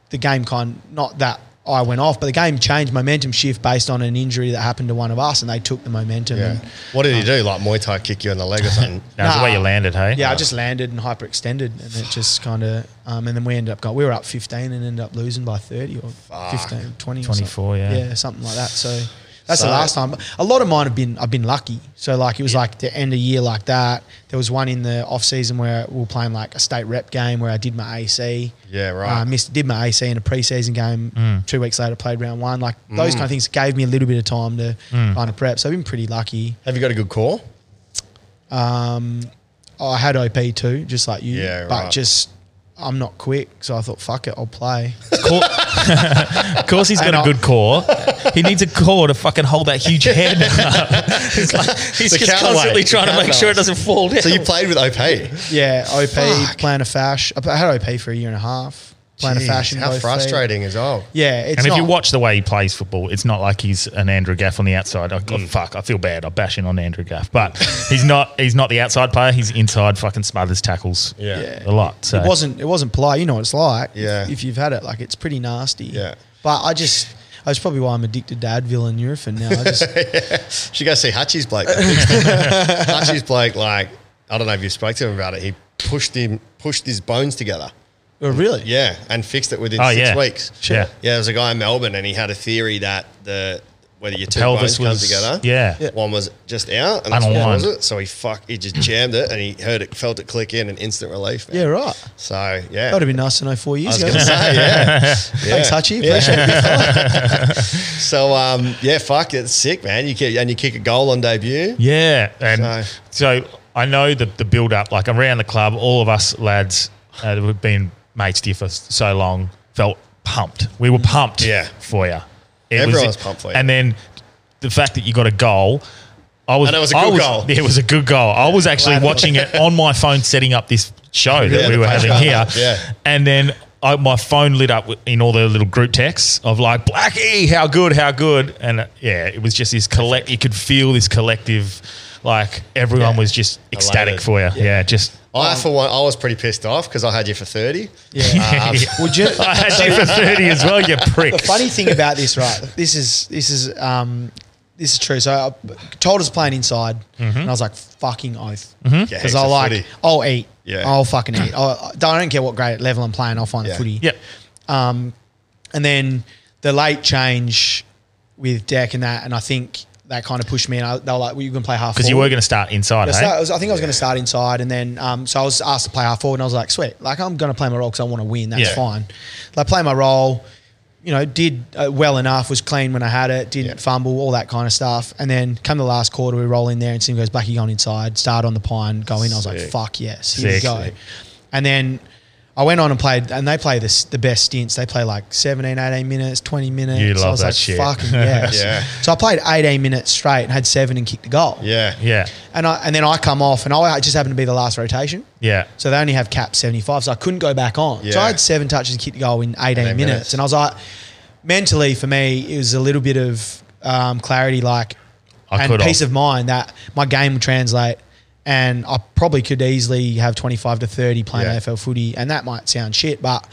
[SPEAKER 3] the game kind not that I went off, but the game changed momentum shift based on an injury that happened to one of us, and they took the momentum.
[SPEAKER 2] Yeah.
[SPEAKER 3] And,
[SPEAKER 2] What did he do? Like Muay Thai kick you in the leg or something?
[SPEAKER 1] That was the way you
[SPEAKER 3] Nah.
[SPEAKER 1] landed, hey?
[SPEAKER 3] Yeah, I just landed and hyperextended, and it just kind of, um, and then we ended up going. We were up 15 and ended up losing by 30 or 15, 20, or something.
[SPEAKER 1] 24, yeah.
[SPEAKER 3] yeah, something like that. So that's
[SPEAKER 2] So-
[SPEAKER 3] the last time. But A lot of mine have been I've been lucky. So like it was like the end of year like that. There was one in the off season where we were playing like a state rep game where I did my AC.
[SPEAKER 2] Yeah, right.
[SPEAKER 3] Uh, missed did my AC in a preseason game.
[SPEAKER 1] Mm.
[SPEAKER 3] Two weeks later, played round one. Like those kind of things gave me a little bit of time to
[SPEAKER 1] Mm.
[SPEAKER 3] kind of prep. So I've been pretty lucky.
[SPEAKER 2] Have you got a good core?
[SPEAKER 3] I had OP too, just like you.
[SPEAKER 2] Yeah,
[SPEAKER 3] But
[SPEAKER 2] right.
[SPEAKER 3] just I'm not quick, so I thought, fuck it, I'll play.
[SPEAKER 1] Cor- of course, he's got a good core. He needs a core to fucking hold that huge head. up. It's like- he's
[SPEAKER 2] The
[SPEAKER 1] just
[SPEAKER 2] counterweight.
[SPEAKER 1] constantly trying to
[SPEAKER 2] The
[SPEAKER 1] make sure it doesn't fall down.
[SPEAKER 2] So you played with OP. Jeez,
[SPEAKER 3] yeah, OP, plan a fash. I had OP for a year and a half. Plan a fash. in
[SPEAKER 2] How
[SPEAKER 3] both feet.
[SPEAKER 2] frustrating as well.
[SPEAKER 3] Yeah, it's
[SPEAKER 1] and if
[SPEAKER 3] not,
[SPEAKER 1] you watch the way he plays football, it's not like he's an Andrew Gaff on the outside. Oh,
[SPEAKER 3] Mm.
[SPEAKER 1] God, fuck, I feel bad. I'm bashing on Andrew Gaff, but he's not. He's not the outside player. He's inside. Fucking smothers tackles.
[SPEAKER 2] Yeah.
[SPEAKER 3] Yeah.
[SPEAKER 1] a lot. So
[SPEAKER 3] it wasn't it wasn't polite. You know what it's like.
[SPEAKER 2] Yeah.
[SPEAKER 3] If, if you've had it, like it's pretty nasty.
[SPEAKER 2] Yeah.
[SPEAKER 3] But I just that's probably why I'm addicted to Advil and Nurofen now. I just
[SPEAKER 2] Should go see Hutchies Blake. Hutchies Blake, like, I don't know if you spoke to him about it. He pushed him, pushed his bones together.
[SPEAKER 3] oh, really.
[SPEAKER 2] Yeah, and fixed it within
[SPEAKER 1] Oh,
[SPEAKER 2] six
[SPEAKER 1] yeah.
[SPEAKER 2] weeks.
[SPEAKER 1] Sure.
[SPEAKER 2] Yeah, there was a guy in Melbourne, and he had a theory that the whether your two
[SPEAKER 1] pelvis
[SPEAKER 2] bones come
[SPEAKER 1] was-
[SPEAKER 2] together.
[SPEAKER 1] yeah. Yeah.
[SPEAKER 2] One was just out and that's
[SPEAKER 1] Unaligned.
[SPEAKER 2] one was it. So he fuck he just jammed it and he heard it felt it click in and instant relief. man.
[SPEAKER 3] Yeah, right.
[SPEAKER 2] So yeah.
[SPEAKER 3] That would have been nice to know four
[SPEAKER 2] I
[SPEAKER 3] years
[SPEAKER 2] was
[SPEAKER 3] ago.
[SPEAKER 2] gonna say, yeah.
[SPEAKER 3] Thanks,
[SPEAKER 2] Yeah.
[SPEAKER 3] Hutchie. Appreciate it.
[SPEAKER 2] So um yeah, fuck, it's sick, man. You kick and you kick a goal on debut.
[SPEAKER 1] Yeah, and
[SPEAKER 2] So-
[SPEAKER 1] so, I know the the build up, like around the club, all of us lads uh, that we've been mates here for so long felt pumped. We were pumped,
[SPEAKER 2] Yeah.
[SPEAKER 1] for you.
[SPEAKER 2] Everyone was pumped for you.
[SPEAKER 1] And then the fact that you got a goal. I was,
[SPEAKER 2] And it was a
[SPEAKER 1] I
[SPEAKER 2] good goal.
[SPEAKER 1] Yeah, it was a good goal. I was actually watching it on my phone, setting up this show that
[SPEAKER 2] Yeah,
[SPEAKER 1] we
[SPEAKER 2] the
[SPEAKER 1] were
[SPEAKER 2] post
[SPEAKER 1] having here.
[SPEAKER 2] card. Yeah.
[SPEAKER 1] And then I, my phone lit up with- in all the little group texts of like, Blackie, how good, how good. And uh, yeah, it was just this collect, you could feel this collective, like everyone was just ecstatic
[SPEAKER 2] Elated.
[SPEAKER 1] for you. Yeah, just.
[SPEAKER 2] I for one I was pretty pissed off because I had you for thirty.
[SPEAKER 3] Yeah. Uh, Would you?
[SPEAKER 1] I had you for 30 as well, you prick.
[SPEAKER 3] Funny thing about this, right? This is this is um, this is true. So I told us playing inside, and I was like, "Fucking oath," because
[SPEAKER 2] Mm-hmm. Yeah, heaps
[SPEAKER 3] I
[SPEAKER 2] of
[SPEAKER 3] like,
[SPEAKER 2] footy.
[SPEAKER 3] I'll eat,
[SPEAKER 2] Yeah.
[SPEAKER 3] I'll fucking eat. I, I don't care what grade level I'm playing. I'll find
[SPEAKER 2] Yeah.
[SPEAKER 3] a footy.
[SPEAKER 1] Yep.
[SPEAKER 3] And then the late change with Deck and that, and I think that kind of pushed me. And I, they were like, "Well, you can play half."
[SPEAKER 1] Because you were
[SPEAKER 3] forward."
[SPEAKER 1] going to start inside,
[SPEAKER 3] I,
[SPEAKER 1] hey?
[SPEAKER 3] start- I was- I think I was going to start inside, and then um, so I was asked to play half forward, and I was like, "Sweet, like I'm going to play my role because I want to win. That's
[SPEAKER 1] Yeah.
[SPEAKER 3] fine." Like play my role, you know, did uh, well enough, was clean when I had it, didn't fumble, all that kind of stuff. And then come the last quarter, we roll in there, and Sim goes, "Blackie, going inside, start on the pine, go in." I was like,
[SPEAKER 2] Sick.
[SPEAKER 3] "Fuck yes, here
[SPEAKER 1] Sick.
[SPEAKER 3] we go." And then. I went on and played, and they play this, the best stints. They play like 17, 18 minutes, 20 minutes.
[SPEAKER 1] You
[SPEAKER 3] I
[SPEAKER 1] love
[SPEAKER 3] was
[SPEAKER 1] that
[SPEAKER 3] like,
[SPEAKER 1] shit.
[SPEAKER 3] fucking yes.
[SPEAKER 2] Yeah.
[SPEAKER 3] So I played 18 minutes straight and had seven and kicked a goal.
[SPEAKER 2] Yeah.
[SPEAKER 1] yeah.
[SPEAKER 3] And I and then I come off, and I just happened to be the last rotation.
[SPEAKER 1] Yeah.
[SPEAKER 3] So they only have cap seventy five, so I couldn't go back on. So
[SPEAKER 2] Yeah.
[SPEAKER 3] I had seven touches and kicked the goal in
[SPEAKER 2] 18
[SPEAKER 3] eighteen minutes.
[SPEAKER 2] minutes.
[SPEAKER 3] and I was like, mentally for me, it was a little bit of um, clarity, like
[SPEAKER 1] I
[SPEAKER 3] and
[SPEAKER 1] could
[SPEAKER 3] peace
[SPEAKER 1] have.
[SPEAKER 3] of mind that my game would translate, and I probably could easily have twenty five to thirty playing
[SPEAKER 2] Yeah.
[SPEAKER 3] AFL footy, and that might sound shit, but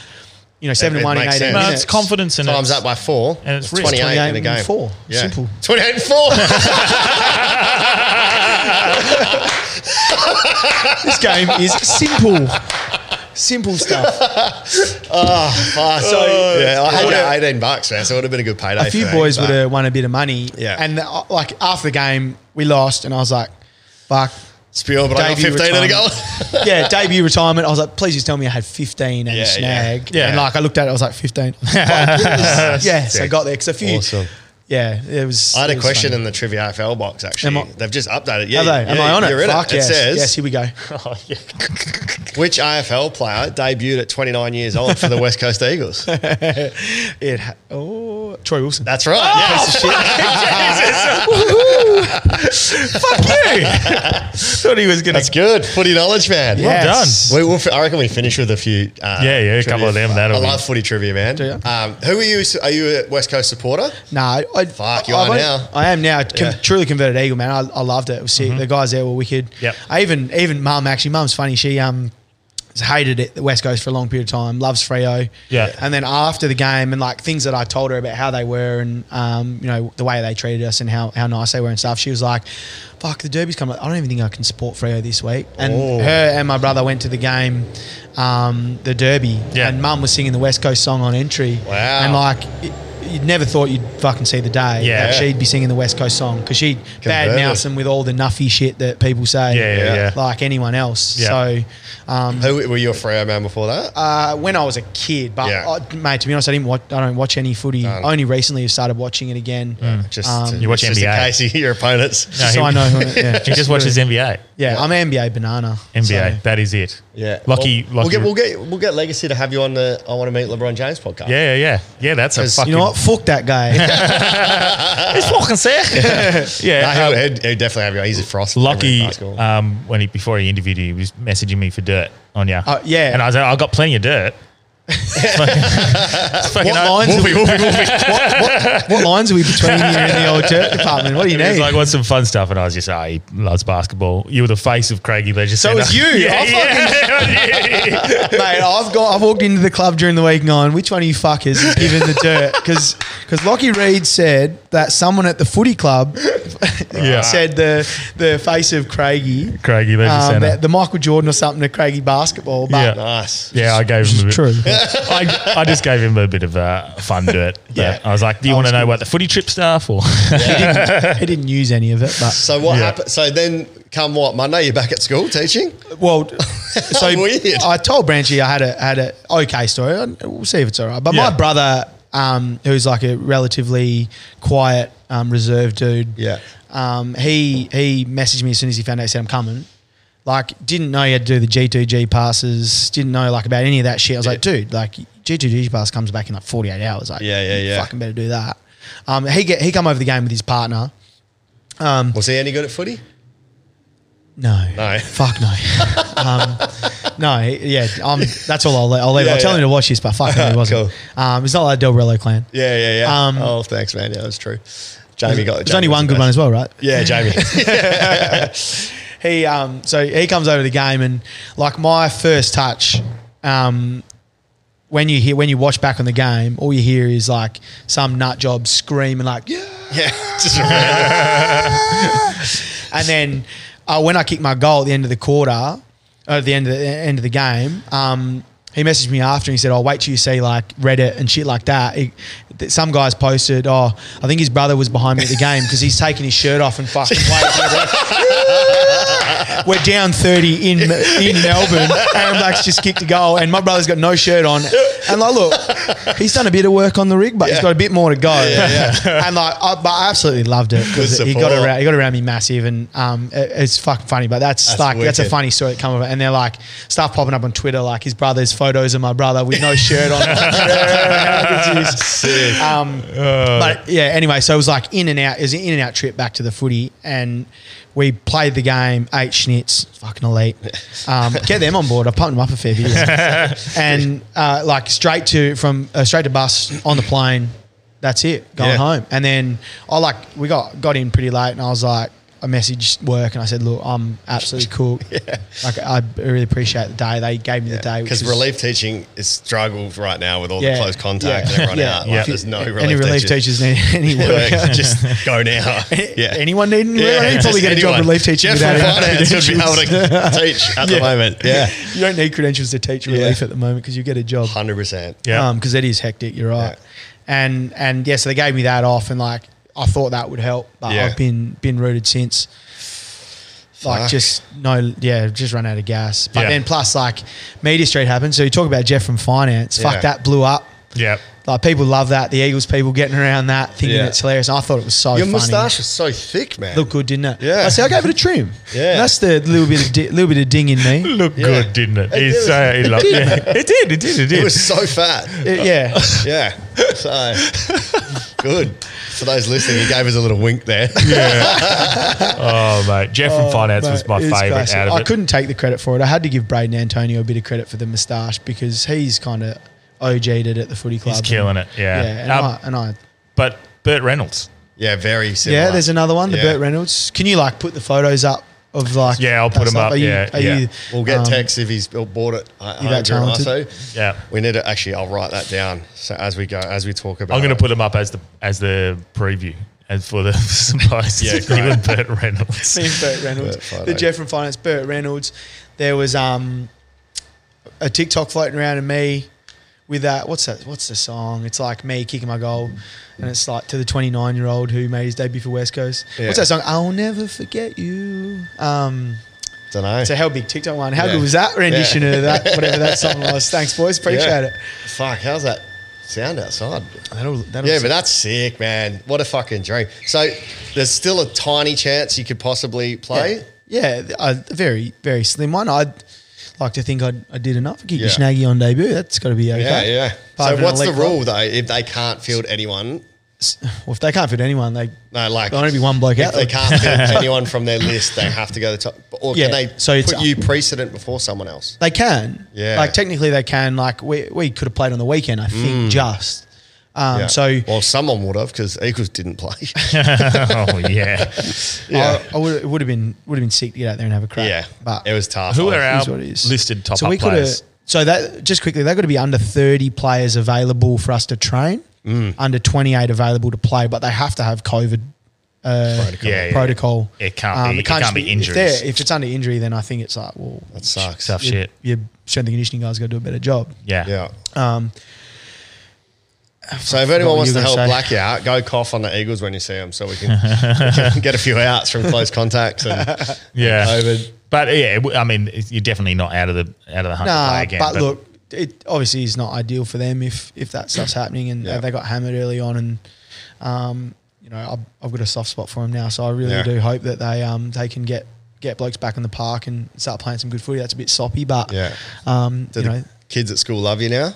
[SPEAKER 3] you know, seven
[SPEAKER 2] it
[SPEAKER 3] to one in
[SPEAKER 2] makes
[SPEAKER 3] eighteen
[SPEAKER 2] sense.
[SPEAKER 1] No,
[SPEAKER 3] minutes.
[SPEAKER 1] it's confidence in
[SPEAKER 2] Times
[SPEAKER 1] it.
[SPEAKER 2] that by four.
[SPEAKER 1] And it's risk.
[SPEAKER 2] 28, in
[SPEAKER 3] 28
[SPEAKER 2] a
[SPEAKER 3] and
[SPEAKER 2] game.
[SPEAKER 3] four. Simple.
[SPEAKER 2] 28 and four.
[SPEAKER 3] This game is simple, simple stuff.
[SPEAKER 2] Ah, so, yeah, I had 18 bucks, man. So it would have been a good payday.
[SPEAKER 3] Oh, a few
[SPEAKER 2] for me,
[SPEAKER 3] boys
[SPEAKER 2] but-
[SPEAKER 3] would have won a bit of money.
[SPEAKER 2] Yeah.
[SPEAKER 3] And uh, like after the game, we lost, and I was like, fuck.
[SPEAKER 2] Spiel, but I got 15 and a goal.
[SPEAKER 3] retirement. yeah, debut retirement. I was like, please just tell me I had 15 and
[SPEAKER 2] Yeah, yeah.
[SPEAKER 3] snag.
[SPEAKER 1] Yeah.
[SPEAKER 3] And like I looked at it, I was like, 15. yeah, so I got there. Because a few.
[SPEAKER 2] Awesome.
[SPEAKER 3] Yeah, it was.
[SPEAKER 2] I had
[SPEAKER 3] it
[SPEAKER 2] a
[SPEAKER 3] was
[SPEAKER 2] question
[SPEAKER 3] funny.
[SPEAKER 2] in the Trivia AFL box, actually.
[SPEAKER 3] Am I-
[SPEAKER 2] They've just updated. Yeah,
[SPEAKER 3] Are they? Am
[SPEAKER 2] yeah,
[SPEAKER 3] I on
[SPEAKER 2] you're
[SPEAKER 3] it?
[SPEAKER 2] in
[SPEAKER 3] Fuck yes.
[SPEAKER 2] It says,
[SPEAKER 3] yes, here we go.
[SPEAKER 2] which AFL player debuted at 29 years old for the West Coast Eagles?
[SPEAKER 3] It ha- oh, Troy Wilson.
[SPEAKER 2] That's right. yes.
[SPEAKER 1] Thought he was going
[SPEAKER 2] That's good. Footy knowledge, man.
[SPEAKER 1] Well done.
[SPEAKER 2] We, we'll, I reckon we finish with a few. Uh,
[SPEAKER 1] Yeah, yeah, a couple of them, that'll
[SPEAKER 2] I
[SPEAKER 1] be-
[SPEAKER 2] love footy trivia, man.
[SPEAKER 3] ya?
[SPEAKER 2] Um, who are you? Are you a West Coast supporter?
[SPEAKER 3] No, I,
[SPEAKER 2] Fuck, you
[SPEAKER 3] I-
[SPEAKER 2] are
[SPEAKER 3] I-
[SPEAKER 2] now. Mm-hmm.
[SPEAKER 3] I am now. Con- Truly converted eagle, man. I, I loved it. It was sick. The guys there were wicked.
[SPEAKER 1] Yep.
[SPEAKER 3] I even even mum actually. Mum's funny. She um has hated it the West Coast for a long period of time. Loves Freo.
[SPEAKER 1] Yeah.
[SPEAKER 3] And then after the game and like things that I told her about how they were and um you know the way they treated us and how how nice they were and stuff. She was like, "Fuck, the derby's coming. I don't even think I can support Freo this week." And
[SPEAKER 2] Oh.
[SPEAKER 3] her and my brother went to the game, um the derby.
[SPEAKER 1] Yeah.
[SPEAKER 3] And mum was singing the West Coast song on entry.
[SPEAKER 2] Wow.
[SPEAKER 3] And like. It, You'd never thought you'd fucking see the day
[SPEAKER 1] Yeah.
[SPEAKER 3] that she'd be singing the West Coast song because she'd bad
[SPEAKER 2] Converted.
[SPEAKER 3] mouth him with all the nuffy shit that people say,
[SPEAKER 1] Yeah, yeah, yeah.
[SPEAKER 3] like anyone else.
[SPEAKER 1] Yeah.
[SPEAKER 3] So um,
[SPEAKER 2] Who were you a Freo man before that?
[SPEAKER 3] uh, when I was a kid, but
[SPEAKER 2] Yeah.
[SPEAKER 3] I, mate, to be honest, I didn't watch. I don't watch any footy.
[SPEAKER 2] Done.
[SPEAKER 3] Only recently have started watching it again.
[SPEAKER 2] just
[SPEAKER 3] um,
[SPEAKER 1] You watch
[SPEAKER 2] just
[SPEAKER 1] NBA.
[SPEAKER 2] in case you hear your opponents.
[SPEAKER 1] No,
[SPEAKER 3] so
[SPEAKER 1] he-
[SPEAKER 3] I know. Who, yeah,
[SPEAKER 1] He just watches NBA.
[SPEAKER 3] Yeah, I'm an NBA banana.
[SPEAKER 1] NBA.
[SPEAKER 3] so-
[SPEAKER 1] That is it.
[SPEAKER 2] Yeah,
[SPEAKER 1] Lucky.
[SPEAKER 2] We'll, we'll
[SPEAKER 1] lucky
[SPEAKER 2] get we'll get we'll get Legacy to have you on the I want to meet LeBron James podcast.
[SPEAKER 1] yeah, yeah, yeah. Yeah, that's a
[SPEAKER 2] 'Cause
[SPEAKER 1] fucking.
[SPEAKER 3] you know what? Fuck that guy.
[SPEAKER 1] It's fucking sick.
[SPEAKER 2] No,
[SPEAKER 1] yeah. um,
[SPEAKER 2] he'll, he'd, he'd definitely have you. on. He's a frost.
[SPEAKER 1] lucky
[SPEAKER 2] basketball.
[SPEAKER 1] um, when he before he interviewed you, he was messaging me for dirt on you.
[SPEAKER 3] Oh, yeah.
[SPEAKER 1] And I was like, I got plenty of dirt. It's fucking-
[SPEAKER 3] What lines? Are we,
[SPEAKER 1] Wolfie, Wolfie.
[SPEAKER 3] what, what, what lines are we between you and the old dirt department? What do you
[SPEAKER 1] He was
[SPEAKER 3] need?
[SPEAKER 1] like, "What's some fun stuff?" And I was just, "Ah, he loves basketball." You were the face of Craigie Leisure
[SPEAKER 3] So
[SPEAKER 1] Centre.
[SPEAKER 3] it's you.
[SPEAKER 1] Yeah,
[SPEAKER 3] I
[SPEAKER 1] yeah.
[SPEAKER 3] Mate, I've got I've walked into the club during the week and gone, which one of you fuckers is giving the dirt? Because because Lockie Reed said that someone at the footy club
[SPEAKER 1] Yeah.
[SPEAKER 3] said the the face of Craigie,
[SPEAKER 1] Craigie Leisure
[SPEAKER 3] um,
[SPEAKER 1] Centre.
[SPEAKER 3] that the Michael Jordan or something to Craigie basketball, but
[SPEAKER 1] Yeah.
[SPEAKER 2] nice.
[SPEAKER 1] yeah, I gave him a
[SPEAKER 3] it's
[SPEAKER 1] bit.
[SPEAKER 3] true.
[SPEAKER 1] I, I just gave him a bit of uh, fun dirt.
[SPEAKER 2] Yeah.
[SPEAKER 1] Yeah. I was like, do you
[SPEAKER 3] I
[SPEAKER 1] want to
[SPEAKER 3] was
[SPEAKER 1] know
[SPEAKER 3] good.
[SPEAKER 1] about the footy trip stuff or
[SPEAKER 3] He didn't use any of it, but
[SPEAKER 2] So what
[SPEAKER 1] Yeah.
[SPEAKER 2] happened? So then, come what Monday, you're back at school teaching.
[SPEAKER 3] well, so
[SPEAKER 2] Weird.
[SPEAKER 3] I told Branchy I had a had a okay story. and We'll see if it's all right. But
[SPEAKER 1] Yeah.
[SPEAKER 3] my brother, um, who's like a relatively quiet, um, reserved dude,
[SPEAKER 2] Yeah.
[SPEAKER 3] um, he he messaged me as soon as he found out. He said I'm coming. Like, didn't know you had to do the G2G passes. Didn't know like about any of that shit. I was like, dude, like G2G pass comes back in like 48 hours. Like,
[SPEAKER 2] Yeah, yeah,
[SPEAKER 3] you
[SPEAKER 2] yeah.
[SPEAKER 3] Fucking better do that. Um, he get he come over the game with his partner.
[SPEAKER 2] Mm. Was he any good at footy?
[SPEAKER 3] No.
[SPEAKER 2] No.
[SPEAKER 3] Fuck no. um, no, yeah, um, that's all I'll let. I'll leave. it.
[SPEAKER 2] Yeah,
[SPEAKER 3] I'll tell
[SPEAKER 2] yeah.
[SPEAKER 3] him to watch this, but fuck no, he wasn't. Um, it's not like Del Rello clan.
[SPEAKER 2] Yeah, yeah, yeah.
[SPEAKER 3] Um,
[SPEAKER 2] oh, thanks, man. Yeah, that's true. Jamie got.
[SPEAKER 3] There's
[SPEAKER 2] Jamie
[SPEAKER 3] only
[SPEAKER 2] was
[SPEAKER 3] one
[SPEAKER 2] the
[SPEAKER 3] good one
[SPEAKER 2] best.
[SPEAKER 3] as well, right?
[SPEAKER 2] Yeah, Jamie.
[SPEAKER 3] He, um, so he comes over to the game and like my first touch, um, when you hear when you watch back on the game, all you hear is like some nut job screaming like yeah,
[SPEAKER 2] yeah, just around.
[SPEAKER 3] and then uh, when I kicked my goal at the end of the quarter, or at the end of the end of the game, um, he messaged me after and he said, "I'll wait till you see like Reddit and shit like that." He- th- some guys posted, "Oh, I think his brother was behind me at the game because he's taking his shirt off and fucking playing." We're down thirty in in Melbourne. Aaron Black's just kicked a goal, and my brother's got no shirt on. And like, look, he's done a bit of work on the rig, but he's got a bit more to go. And like, I, but I absolutely loved it because
[SPEAKER 2] Good
[SPEAKER 3] he got
[SPEAKER 2] support.
[SPEAKER 3] around he got around me massive, and um, it- it's fucking funny. But that's,
[SPEAKER 2] That's
[SPEAKER 3] like that's a
[SPEAKER 2] wicked.
[SPEAKER 3] funny story that come of it. And they're like stuff popping up on Twitter, like his brother's photos of my brother with no shirt on. um, but yeah, anyway, so it was like in and out. It was an in and out trip back to the footy, and we played the game eight schnitz, fucking elite. Um, get them on board. I pumped them up a fair bit, and uh, like straight to from uh, straight to bus on the plane. That's it. Going
[SPEAKER 2] Yeah.
[SPEAKER 3] home, and then I like we got got in pretty late, and I was like. I messaged work and I said, "Look, I'm absolutely cooked. Like, I really appreciate the day they gave me the day which
[SPEAKER 2] Because
[SPEAKER 3] was-
[SPEAKER 2] relief teaching is struggled right now with all
[SPEAKER 3] Yeah.
[SPEAKER 2] the close contact and
[SPEAKER 3] Yeah.
[SPEAKER 2] everyone
[SPEAKER 3] Yeah.
[SPEAKER 2] out.
[SPEAKER 1] Yeah.
[SPEAKER 2] Like, there's no relief
[SPEAKER 3] any relief
[SPEAKER 2] teachers.
[SPEAKER 3] teachers need any work.
[SPEAKER 2] just go now. Yeah.
[SPEAKER 3] Anyone needing
[SPEAKER 2] Yeah,
[SPEAKER 3] work? You
[SPEAKER 2] just
[SPEAKER 3] probably get a job
[SPEAKER 2] anyone.
[SPEAKER 3] relief teaching
[SPEAKER 2] Jeff
[SPEAKER 3] without
[SPEAKER 2] from
[SPEAKER 3] any
[SPEAKER 2] finance should be able to teach at the
[SPEAKER 3] Yeah.
[SPEAKER 2] moment. Yeah,
[SPEAKER 3] you don't need credentials to teach relief at the moment because you get a job.
[SPEAKER 2] hundred percent.
[SPEAKER 1] Yeah.
[SPEAKER 3] because it is hectic. You're right.
[SPEAKER 2] Yeah.
[SPEAKER 3] And and yeah, so they gave me that off, and like I thought that would help, but
[SPEAKER 2] Yeah.
[SPEAKER 3] I've been been rooted since. Like
[SPEAKER 2] Fuck.
[SPEAKER 3] just no, yeah, just run out of gas. But
[SPEAKER 1] Yeah.
[SPEAKER 3] then plus like Media Street happened. So you talk about Jeff from finance.
[SPEAKER 2] Yeah.
[SPEAKER 3] Fuck that blew up.
[SPEAKER 1] yeah.
[SPEAKER 3] Like people love that. The Eagles people getting around that, thinking
[SPEAKER 2] Yeah.
[SPEAKER 3] it's hilarious. I thought it was so
[SPEAKER 2] Your
[SPEAKER 3] funny.
[SPEAKER 2] moustache is so thick, man.
[SPEAKER 3] Looked good, didn't it?
[SPEAKER 2] Yeah.
[SPEAKER 3] I said I gave it a trim.
[SPEAKER 2] Yeah.
[SPEAKER 3] That's the little bit of di- little bit of ding in me.
[SPEAKER 1] Looked
[SPEAKER 2] Yeah.
[SPEAKER 1] good, didn't it?
[SPEAKER 2] It
[SPEAKER 1] He's
[SPEAKER 2] did.
[SPEAKER 1] so- he loved- yeah. It did, it did, it did.
[SPEAKER 2] It was so fat.
[SPEAKER 3] It- yeah.
[SPEAKER 2] Yeah. So good. For those listening, he gave us a little wink there.
[SPEAKER 1] oh, mate. Jeff from Finance was my
[SPEAKER 3] Mate, it's
[SPEAKER 1] favourite
[SPEAKER 3] classic.
[SPEAKER 1] out of
[SPEAKER 3] I
[SPEAKER 1] it.
[SPEAKER 3] couldn't take the credit for it. I had to give Braden Antonio a bit of credit for the moustache because he's kind of OG'd it at the footy club.
[SPEAKER 1] He's killing it, yeah.
[SPEAKER 3] Yeah. And,
[SPEAKER 1] Um,
[SPEAKER 3] I, and I,
[SPEAKER 1] But Burt Reynolds.
[SPEAKER 2] Yeah, very similar.
[SPEAKER 3] yeah, there's another one, the
[SPEAKER 2] Yeah.
[SPEAKER 3] Burt Reynolds. Can you like put the photos up of like?
[SPEAKER 1] Yeah, I'll
[SPEAKER 3] that
[SPEAKER 1] put 'em
[SPEAKER 3] stuff?
[SPEAKER 1] up,
[SPEAKER 3] Are you-
[SPEAKER 1] yeah,
[SPEAKER 3] are
[SPEAKER 1] yeah.
[SPEAKER 3] you,
[SPEAKER 2] We'll get
[SPEAKER 3] um,
[SPEAKER 2] text if he's bought it. uh,
[SPEAKER 3] You that talented?
[SPEAKER 1] Yeah.
[SPEAKER 2] We need to actually. I'll write that down. So as we go, as we talk about,
[SPEAKER 1] I'm going to
[SPEAKER 2] it.
[SPEAKER 1] put him up as the as the preview as for the surprise.
[SPEAKER 2] Yeah,
[SPEAKER 1] you and Burt Reynolds.
[SPEAKER 3] Seen Burt Reynolds.
[SPEAKER 2] Burt photo.
[SPEAKER 3] the Jeff from Finance, Burt Reynolds. There was um, a TikTok floating around of me with that. What's that? What's the song? It's like me kicking my goal, and it's like to the 29 year old who made his debut for West Coast.
[SPEAKER 2] Yeah.
[SPEAKER 3] What's that song? I'll never forget you. Um,
[SPEAKER 2] Don't know.
[SPEAKER 3] it's a hell big TikTok one. How
[SPEAKER 2] Yeah.
[SPEAKER 3] good was that rendition
[SPEAKER 2] Yeah.
[SPEAKER 3] of that? Whatever that song was. Thanks, boys. Appreciate
[SPEAKER 2] Yeah.
[SPEAKER 3] it.
[SPEAKER 2] Fuck. How's that sound outside?
[SPEAKER 3] That'll, that'll
[SPEAKER 2] Yeah, but that's sick, man. What a fucking dream. So there's still a tiny chance you could possibly play.
[SPEAKER 3] Yeah, a very very slim one. I'd like to think I'd, I did enough. Keep your
[SPEAKER 2] Yeah.
[SPEAKER 3] snaggy on debut. That's got to be okay. Apart
[SPEAKER 2] So
[SPEAKER 3] from
[SPEAKER 2] what's
[SPEAKER 3] an
[SPEAKER 2] the
[SPEAKER 3] elite club.
[SPEAKER 2] rule though? If they can't field anyone,
[SPEAKER 3] Well, if they can't fit anyone, they
[SPEAKER 2] no, like
[SPEAKER 3] there'll only be one bloke
[SPEAKER 2] if
[SPEAKER 3] out.
[SPEAKER 2] they
[SPEAKER 3] there.
[SPEAKER 2] can't field anyone from their list, they have to go to the top. Or
[SPEAKER 3] Yeah,
[SPEAKER 2] can they
[SPEAKER 3] so it's uh,
[SPEAKER 2] put
[SPEAKER 3] up.
[SPEAKER 2] you precedent before someone else?
[SPEAKER 3] They can.
[SPEAKER 2] Yeah.
[SPEAKER 3] Like technically, they can. Like we we could have played on the weekend. I think just. Um, So
[SPEAKER 2] Mm. well, someone would have because Eagles didn't play.
[SPEAKER 1] oh yeah.
[SPEAKER 2] yeah,
[SPEAKER 3] I, I would, it would have been would have been sick to get out there and have a crack.
[SPEAKER 2] yeah,
[SPEAKER 3] But
[SPEAKER 2] it was tough.
[SPEAKER 1] Who
[SPEAKER 2] I-
[SPEAKER 1] are our
[SPEAKER 3] is what it is.
[SPEAKER 1] listed top
[SPEAKER 3] so
[SPEAKER 1] up
[SPEAKER 3] we could have.
[SPEAKER 1] players?
[SPEAKER 3] So that just quickly, they've got to be under thirty players
[SPEAKER 2] Mm.
[SPEAKER 3] available for us to train. Under twenty eight available to play, but they have to have COVID uh,
[SPEAKER 2] Protocol.
[SPEAKER 1] Yeah, yeah.
[SPEAKER 3] protocol. Um,
[SPEAKER 1] It can't be- it can't
[SPEAKER 3] just
[SPEAKER 1] be
[SPEAKER 3] if
[SPEAKER 1] injuries.
[SPEAKER 3] they're- If, it's under injury, then I think it's like, well,
[SPEAKER 2] That sucks.
[SPEAKER 1] Tough
[SPEAKER 3] your,
[SPEAKER 1] shit.
[SPEAKER 3] your strength and conditioning guys got to do a better job.
[SPEAKER 1] Yeah.
[SPEAKER 2] Yeah.
[SPEAKER 3] Um,
[SPEAKER 2] So if anyone
[SPEAKER 3] what
[SPEAKER 2] wants
[SPEAKER 3] you
[SPEAKER 2] to
[SPEAKER 3] were
[SPEAKER 2] help
[SPEAKER 3] gonna
[SPEAKER 2] Blackie out, go cough on the Eagles when you see them, so we can, we can get a few outs from close contacts and
[SPEAKER 1] Yeah.
[SPEAKER 2] COVID.
[SPEAKER 1] But yeah, it w- I mean, it's- you're definitely not out of the out of the hunt to
[SPEAKER 3] nah,
[SPEAKER 1] play again.
[SPEAKER 3] but, look, it obviously is not ideal for them if if that stuff's happening and
[SPEAKER 2] Yeah.
[SPEAKER 3] they got hammered early on and. Um, you know, I've, I've got a soft spot for them now, so I really
[SPEAKER 2] Yeah.
[SPEAKER 3] do hope that they um they can get get blokes back in the park and start playing some good footy. That's a bit soppy, but
[SPEAKER 2] Yeah.
[SPEAKER 3] um,
[SPEAKER 2] Do
[SPEAKER 3] you
[SPEAKER 2] the
[SPEAKER 3] know,
[SPEAKER 2] kids at school love you now?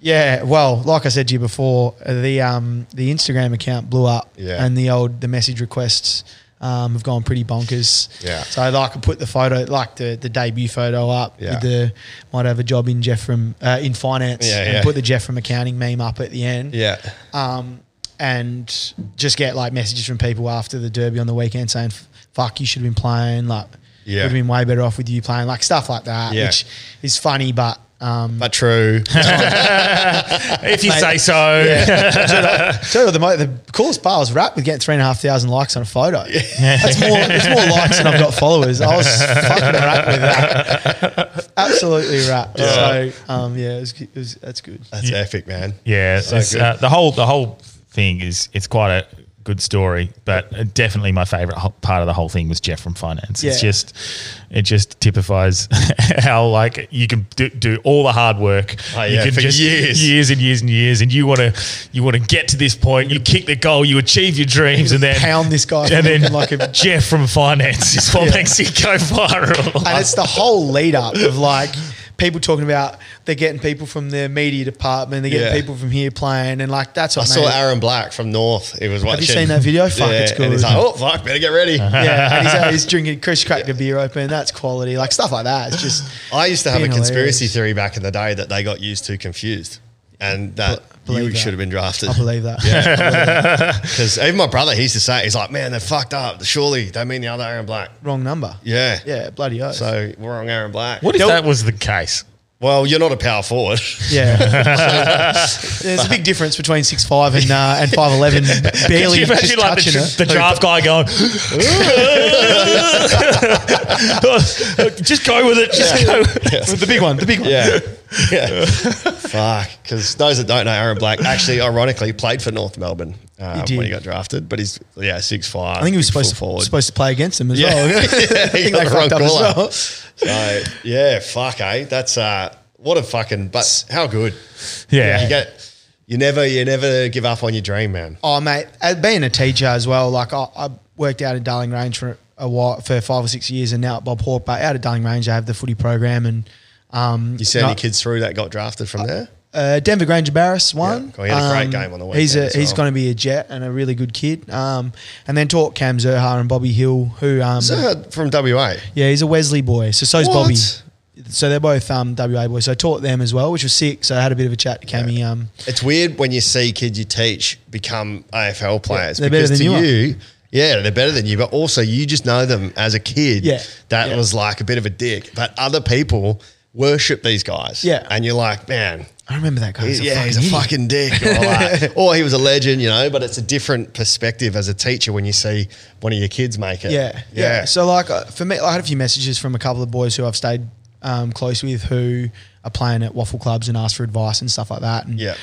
[SPEAKER 3] Yeah, well, like I said to you before, the um, the Instagram account blew up,
[SPEAKER 2] Yeah.
[SPEAKER 3] and the old the message requests um, have gone pretty bonkers.
[SPEAKER 2] Yeah.
[SPEAKER 3] So like I put the photo, like the, the debut photo up
[SPEAKER 2] Yeah.
[SPEAKER 3] with the might have a job in Jeff from uh, in finance,
[SPEAKER 2] Yeah,
[SPEAKER 3] and
[SPEAKER 2] yeah.
[SPEAKER 3] put the Jeff from accounting meme up at the end.
[SPEAKER 2] Yeah.
[SPEAKER 3] Um, and just get like messages from people after the derby on the weekend saying, "Fuck, you should have been playing." Like,
[SPEAKER 2] Yeah.
[SPEAKER 3] would have been way better off with you playing. Like stuff like that,
[SPEAKER 2] Yeah.
[SPEAKER 3] which is funny, but. Um,
[SPEAKER 2] But true.
[SPEAKER 1] if you say so,
[SPEAKER 3] Tell you what, the, mo- the coolest part was rap with getting three and a half thousand likes on a photo. That's more. It's more likes than I've got followers. I was fucking rap with that. Absolutely rap. So um, yeah, it was, it was, that's good.
[SPEAKER 2] That's epic, man.
[SPEAKER 1] yeah, it's,
[SPEAKER 2] good.
[SPEAKER 1] uh, the whole the whole thing is it's quite a good story, but uh, definitely my favorite ho- part of the whole thing was Jeff from finance. It's
[SPEAKER 3] Yeah.
[SPEAKER 1] just it just typifies how like you can do, do all the hard work,
[SPEAKER 2] Oh,
[SPEAKER 1] you
[SPEAKER 2] yeah,
[SPEAKER 1] can
[SPEAKER 2] for years.
[SPEAKER 1] years and years and years, and you want to you want to get to this point, you kick the goal, you achieve your dreams, and then
[SPEAKER 3] Pound this guy
[SPEAKER 1] and then
[SPEAKER 3] like a.
[SPEAKER 1] Jeff from finance is what makes it go viral.
[SPEAKER 3] And it's the whole lead up of like people talking about they're getting people from the media department, they're getting
[SPEAKER 2] Yeah.
[SPEAKER 3] people from here playing, and like that's
[SPEAKER 2] I
[SPEAKER 3] what
[SPEAKER 2] saw
[SPEAKER 3] made it-
[SPEAKER 2] Aaron Black from North. He was watching.
[SPEAKER 3] seen that video? Fuck, it's
[SPEAKER 2] And he's
[SPEAKER 3] good.
[SPEAKER 2] like, oh, fuck, better get ready.
[SPEAKER 3] Yeah, and he's, uh, he's drinking. Chris cracked a beer open. That's quality. Like stuff like that. It's just.
[SPEAKER 2] I used to have a
[SPEAKER 3] Being
[SPEAKER 2] conspiracy
[SPEAKER 3] hilarious.
[SPEAKER 2] theory back in the day that they got used to confused and that
[SPEAKER 3] Be- believe
[SPEAKER 2] you
[SPEAKER 3] that.
[SPEAKER 2] should have been drafted.
[SPEAKER 3] I believe that.
[SPEAKER 2] Because even my brother, he used to say, it. he's like, man, they're fucked up. Surely they mean the other Aaron Black.
[SPEAKER 3] Wrong number.
[SPEAKER 2] Yeah.
[SPEAKER 3] Yeah, bloody oath.
[SPEAKER 2] So we're on Aaron Black.
[SPEAKER 1] What if
[SPEAKER 3] Don't-
[SPEAKER 1] that was the case?
[SPEAKER 2] Well, you're not a power forward.
[SPEAKER 3] Yeah. There's a big difference between six five and uh, and 5'11,
[SPEAKER 1] Could
[SPEAKER 3] barely
[SPEAKER 1] you
[SPEAKER 3] just
[SPEAKER 1] imagine like
[SPEAKER 3] touching
[SPEAKER 1] the,
[SPEAKER 3] it.
[SPEAKER 1] the draft guy going, just go with it, just go. With it.
[SPEAKER 3] The big one, the big one.
[SPEAKER 2] Yeah. yeah. Fuck. Because those that don't know, Aaron Black actually, ironically, played for North Melbourne um,
[SPEAKER 3] did.
[SPEAKER 2] when he got drafted. But he's, yeah, six five.
[SPEAKER 3] I think he was supposed to, supposed to play against him as
[SPEAKER 2] Yeah.
[SPEAKER 3] well.
[SPEAKER 2] Yeah,
[SPEAKER 3] I
[SPEAKER 2] he
[SPEAKER 3] think
[SPEAKER 2] got
[SPEAKER 3] they
[SPEAKER 2] the
[SPEAKER 3] fucked up
[SPEAKER 2] wrong
[SPEAKER 3] as
[SPEAKER 2] colour.
[SPEAKER 3] well.
[SPEAKER 2] So, yeah, fuck, eh? That's uh, what a fucking, but how good.
[SPEAKER 1] Yeah.
[SPEAKER 2] You get, you never, you never give up on your dream, man.
[SPEAKER 3] Oh, mate, uh, being a teacher as well, like I, I worked out in Darling Range for a while, for five or six years, and now at Bob Hawke, but out of Darling Range, I have the footy program and um,
[SPEAKER 2] You see
[SPEAKER 3] no-
[SPEAKER 2] any kids through that got drafted from there?
[SPEAKER 3] Uh, Denver Granger Barris won. Um,
[SPEAKER 2] Yeah, he had a great game on the
[SPEAKER 3] He's a,
[SPEAKER 2] weekend as
[SPEAKER 3] he's
[SPEAKER 2] well.
[SPEAKER 3] going to be a jet and a really good kid. Um, and then taught Cam Zerha and Bobby Hill, who um,
[SPEAKER 2] So, Uh, from WA.
[SPEAKER 3] yeah, he's a Wesley boy. So so's
[SPEAKER 2] What?
[SPEAKER 3] Bobby. So they're both um, WA boys. So I taught them as well, which was sick. So I had a bit of a chat to Cammy. Um,
[SPEAKER 2] It's weird when you see kids you teach become AFL players.
[SPEAKER 3] they're better
[SPEAKER 2] because
[SPEAKER 3] than
[SPEAKER 2] to
[SPEAKER 3] you are.
[SPEAKER 2] yeah, they're better than you, but also you just know them as a kid.
[SPEAKER 3] Yeah.
[SPEAKER 2] That
[SPEAKER 3] Yeah.
[SPEAKER 2] was like a bit of a dick, but other people worship these guys.
[SPEAKER 3] Yeah.
[SPEAKER 2] And you're like, man,
[SPEAKER 3] I remember that guy.
[SPEAKER 2] he's,
[SPEAKER 3] He's
[SPEAKER 2] yeah, he's a
[SPEAKER 3] idiot.
[SPEAKER 2] fucking dick. Or, like, or he was a legend, you know, but it's a different perspective as a teacher when you see one of your kids make it.
[SPEAKER 3] Yeah, yeah.
[SPEAKER 2] Yeah.
[SPEAKER 3] So like uh, for me, I had a few messages from a couple of boys who I've stayed um, close with who are playing at waffle clubs and asked for advice and stuff like that. And
[SPEAKER 2] yeah.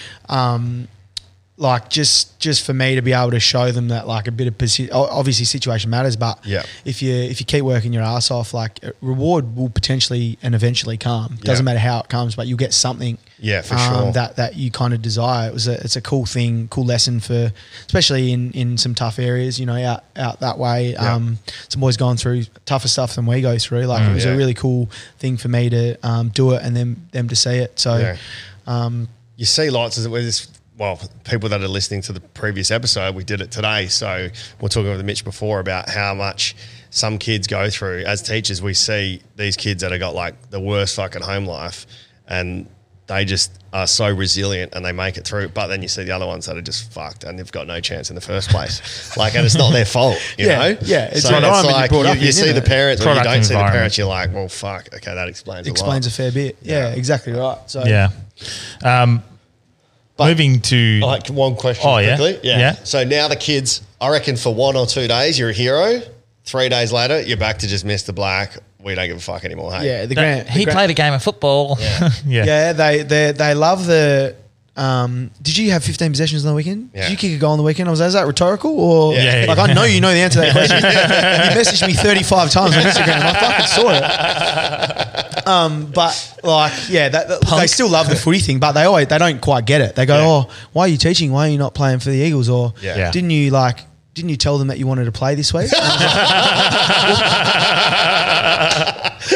[SPEAKER 3] like just just for me to be able to show them that like a bit of persi- o- obviously situation matters, but
[SPEAKER 2] Yeah.
[SPEAKER 3] if you if you keep working your ass off, like reward will potentially and eventually come. Doesn't
[SPEAKER 2] Yeah.
[SPEAKER 3] matter how it comes, but you'll get something. um,
[SPEAKER 2] Yeah, for sure.
[SPEAKER 3] That that you kind of desire. It was a it's a cool thing, cool lesson for especially in in some tough areas. You know, out out that way. Um, some boys going through tougher stuff than we go through. Like it was
[SPEAKER 2] Mm, yeah.
[SPEAKER 3] a really cool thing for me to um, do it and them them to see it. So.
[SPEAKER 2] Yeah. um, you see lots of with this. Well, people that are listening to the previous episode, we did it today. So we're talking with Mitch before about how much some kids go through. As teachers, we see these kids that have got like the worst fucking home life, and they just are so resilient and they make it through. But then you see the other ones that are just fucked and they've got no chance in the first place. like, and it's not their fault, you
[SPEAKER 3] Yeah,
[SPEAKER 2] know.
[SPEAKER 3] yeah. It's
[SPEAKER 2] so
[SPEAKER 3] the
[SPEAKER 2] it's
[SPEAKER 3] environment you're
[SPEAKER 2] like you,
[SPEAKER 3] brought up
[SPEAKER 2] you
[SPEAKER 3] in,
[SPEAKER 2] see
[SPEAKER 3] isn't
[SPEAKER 2] the
[SPEAKER 3] it?
[SPEAKER 2] parents when you
[SPEAKER 1] Product
[SPEAKER 2] don't see the
[SPEAKER 1] environment.
[SPEAKER 2] parents, you're like, well, fuck. Okay, that explains
[SPEAKER 3] Explains
[SPEAKER 2] a
[SPEAKER 3] a
[SPEAKER 2] lot.
[SPEAKER 3] fair bit. Yeah,
[SPEAKER 2] Yeah.
[SPEAKER 3] exactly right. So
[SPEAKER 1] Yeah. Um, moving to
[SPEAKER 2] like one question
[SPEAKER 1] Oh, yeah?
[SPEAKER 2] quickly.
[SPEAKER 1] Yeah.
[SPEAKER 2] So now the kids I reckon for one or two days, you're a hero. Three days later, you're back to just Mr. Black. We don't give a fuck anymore. Hey?
[SPEAKER 3] Yeah, the grant.
[SPEAKER 8] he played a game of football.
[SPEAKER 1] Yeah.
[SPEAKER 3] Yeah, they they they love the. Um, did you have 15 possessions on the weekend?
[SPEAKER 2] Yeah.
[SPEAKER 3] Did you kick a goal on the weekend? I was like, is that rhetorical or
[SPEAKER 2] Yeah,
[SPEAKER 1] yeah,
[SPEAKER 3] like I know you know the answer to that question. you messaged me 35 times on Instagram. I fucking saw it. Um, but like, yeah, that, that- they still love the footy thing, but they always they don't quite get it. They go,
[SPEAKER 2] Yeah.
[SPEAKER 3] oh, why are you teaching? Why are you not playing for the Eagles? Or
[SPEAKER 2] Yeah. Yeah.
[SPEAKER 3] didn't you like? Didn't you tell them that you wanted to play this week? And I was like,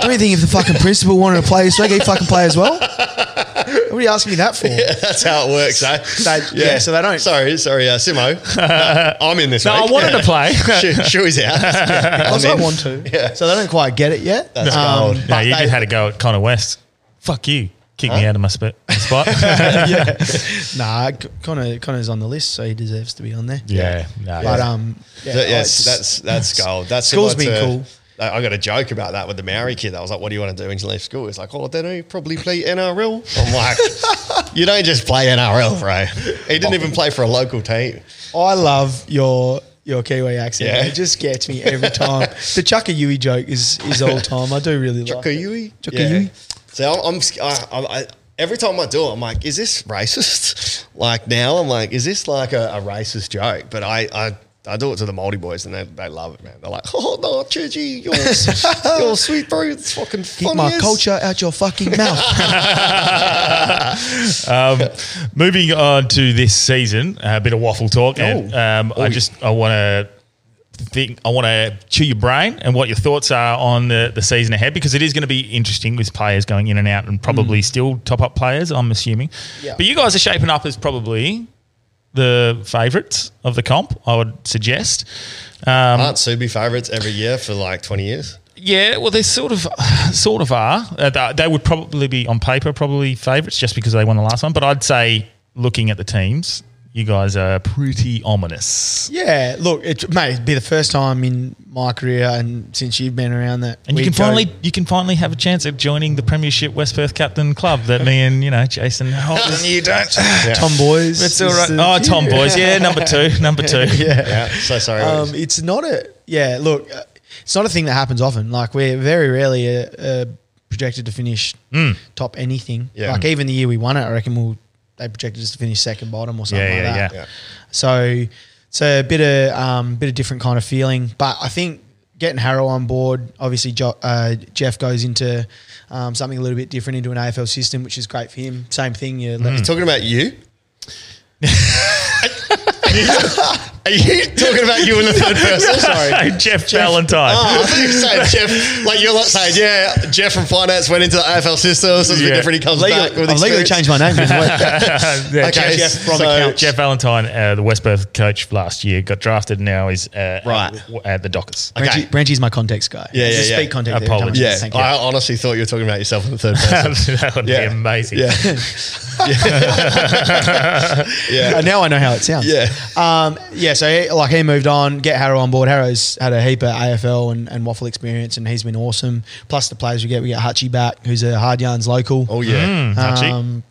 [SPEAKER 3] Don't you think if the fucking principal wanted to play this week, he'd fucking play as well? What are you asking me that for?
[SPEAKER 2] That's how it works, eh?
[SPEAKER 3] They- yeah, so they don't-
[SPEAKER 2] Sorry, sorry, uh, Simo. No, I'm in this.
[SPEAKER 1] No,
[SPEAKER 2] week.
[SPEAKER 1] I wanted to play.
[SPEAKER 2] Shoe- Shoey's out.
[SPEAKER 3] I
[SPEAKER 2] I'm
[SPEAKER 3] was like,
[SPEAKER 2] in.
[SPEAKER 3] want to. So they don't quite get it yet. Um,
[SPEAKER 2] That's
[SPEAKER 8] Um,
[SPEAKER 2] gold.
[SPEAKER 1] No,
[SPEAKER 3] but
[SPEAKER 1] you
[SPEAKER 3] they-
[SPEAKER 1] just had a go at Connor West. Fuck you. Kick me out of my spot. spot.
[SPEAKER 3] Nah, C- Connor Connor's on the list, so he deserves to be on there.
[SPEAKER 1] yeah. No,
[SPEAKER 3] But um, yeah,
[SPEAKER 2] Th- yes,
[SPEAKER 3] it's-
[SPEAKER 2] that's that's gold. That's
[SPEAKER 3] School's
[SPEAKER 2] similar
[SPEAKER 3] been
[SPEAKER 2] to-
[SPEAKER 3] cool.
[SPEAKER 2] I I got a joke about that with the Maori kid. I was like, "What do you want to do when you leave school?" He's like, "Oh, then I probably play NRL." I'm like, "You don't just play NRL, bro." He didn't even play for a local team.
[SPEAKER 3] I love your your Kiwi accent.
[SPEAKER 2] Yeah.
[SPEAKER 3] It just gets me every time. the Chucka Yui joke is is all time. I do really like it.
[SPEAKER 2] Chukuyui.
[SPEAKER 3] Chukuyui.
[SPEAKER 2] So I'm, I'm sc- I, I, I, every time I do it, I'm like, "Is this racist?" like now, I'm like, "Is this like a, a racist joke?" But I. I I do it to the Maldi boys and they, they love it, man. They're like, oh, no, Chuji, you're, s- you're sweet, bro. It's fucking
[SPEAKER 3] Keep
[SPEAKER 2] funny.
[SPEAKER 3] my
[SPEAKER 2] as-"
[SPEAKER 3] culture out your fucking mouth.
[SPEAKER 1] um, moving on to this season, a bit of waffle talk, and um, I just I want to think I want to chew your brain and what your thoughts are on the, the season ahead because it is going to be interesting with players going in and out and probably still top up players. I'm assuming,
[SPEAKER 3] Yeah.
[SPEAKER 1] but you guys are shaping up as probably the favourites of the comp. I would suggest. Um,
[SPEAKER 2] Aren't Subi favourites every year for like 20 years?
[SPEAKER 1] Yeah, well, they sort of, sort of are. Uh, they- They would probably be on paper probably favourites just because they won the last one. But I'd say, looking at the teams, you guys are pretty ominous.
[SPEAKER 3] yeah, look, it may be the first time in my career and since you've been around that.
[SPEAKER 1] And you
[SPEAKER 3] we
[SPEAKER 1] can
[SPEAKER 3] go-
[SPEAKER 1] finally, you can finally have a chance at joining the Premiership West Perth captain club that me and you know Jason. Oh,
[SPEAKER 7] You don't.
[SPEAKER 3] Tomboys.
[SPEAKER 1] it's all right. Oh, Tom boys, yeah, number two, number two.
[SPEAKER 3] yeah.
[SPEAKER 2] Yeah. So sorry.
[SPEAKER 3] Um, it's not a yeah. Look, uh, it's not a thing that happens often. Like we're very rarely uh, uh, projected to finish
[SPEAKER 1] Hmm.
[SPEAKER 3] top anything.
[SPEAKER 2] Yeah.
[SPEAKER 3] Like even the year we won it, I reckon we'll, they projected us to finish second bottom or something
[SPEAKER 1] Yeah,
[SPEAKER 3] like
[SPEAKER 1] yeah,
[SPEAKER 3] that.
[SPEAKER 1] yeah.
[SPEAKER 2] Yeah.
[SPEAKER 3] So it's a bit of um, bit of different kind of feeling. But I think getting Harrow on board, obviously jo- uh, Jeff goes into um, something a little bit different into an AFL system, which is great for him. Same thing. You
[SPEAKER 1] Hmm.
[SPEAKER 3] let-
[SPEAKER 2] talking about you? Are you talking about you in the third person? Sorry.
[SPEAKER 1] Hey, Jeff, Valentine.
[SPEAKER 2] Oh, I thought you were saying Jeff. Like you're like saying, yeah, Jeff from finance went into the AFL system, so it's a bit
[SPEAKER 1] Yeah.
[SPEAKER 2] different. He comes back
[SPEAKER 3] Legally,
[SPEAKER 2] with
[SPEAKER 3] I've legally
[SPEAKER 2] experience.
[SPEAKER 3] changed my name. for the week.
[SPEAKER 1] Yeah,
[SPEAKER 2] Okay,
[SPEAKER 1] Jeff,
[SPEAKER 2] from the couch.
[SPEAKER 1] Jeff Valentine, uh, the West Perth coach last year, got drafted. Now he's uh,
[SPEAKER 2] Right.
[SPEAKER 1] at, at the Dockers.
[SPEAKER 2] Okay.
[SPEAKER 3] Branchy- Branchy's my context guy.
[SPEAKER 2] Yeah,
[SPEAKER 3] He's
[SPEAKER 2] yeah,
[SPEAKER 3] a
[SPEAKER 2] yeah.
[SPEAKER 3] Speak contact. every
[SPEAKER 1] Apologies.
[SPEAKER 3] time I-
[SPEAKER 2] Yeah,
[SPEAKER 3] Thank you.
[SPEAKER 2] I honestly thought you were talking about yourself in the third person.
[SPEAKER 1] that would
[SPEAKER 2] Yeah.
[SPEAKER 1] be amazing.
[SPEAKER 2] yeah,
[SPEAKER 3] Uh, now I know how it sounds.
[SPEAKER 2] yeah,
[SPEAKER 3] Um, yeah. So he, like he moved on, get Harrow on board. Harrow's had a heap of AFL and, and waffle experience, and he's been awesome. Plus the players we get, we get Hutchie back, who's a hard yarns local.
[SPEAKER 2] oh yeah.
[SPEAKER 1] Hmm, Archie.
[SPEAKER 3] Um,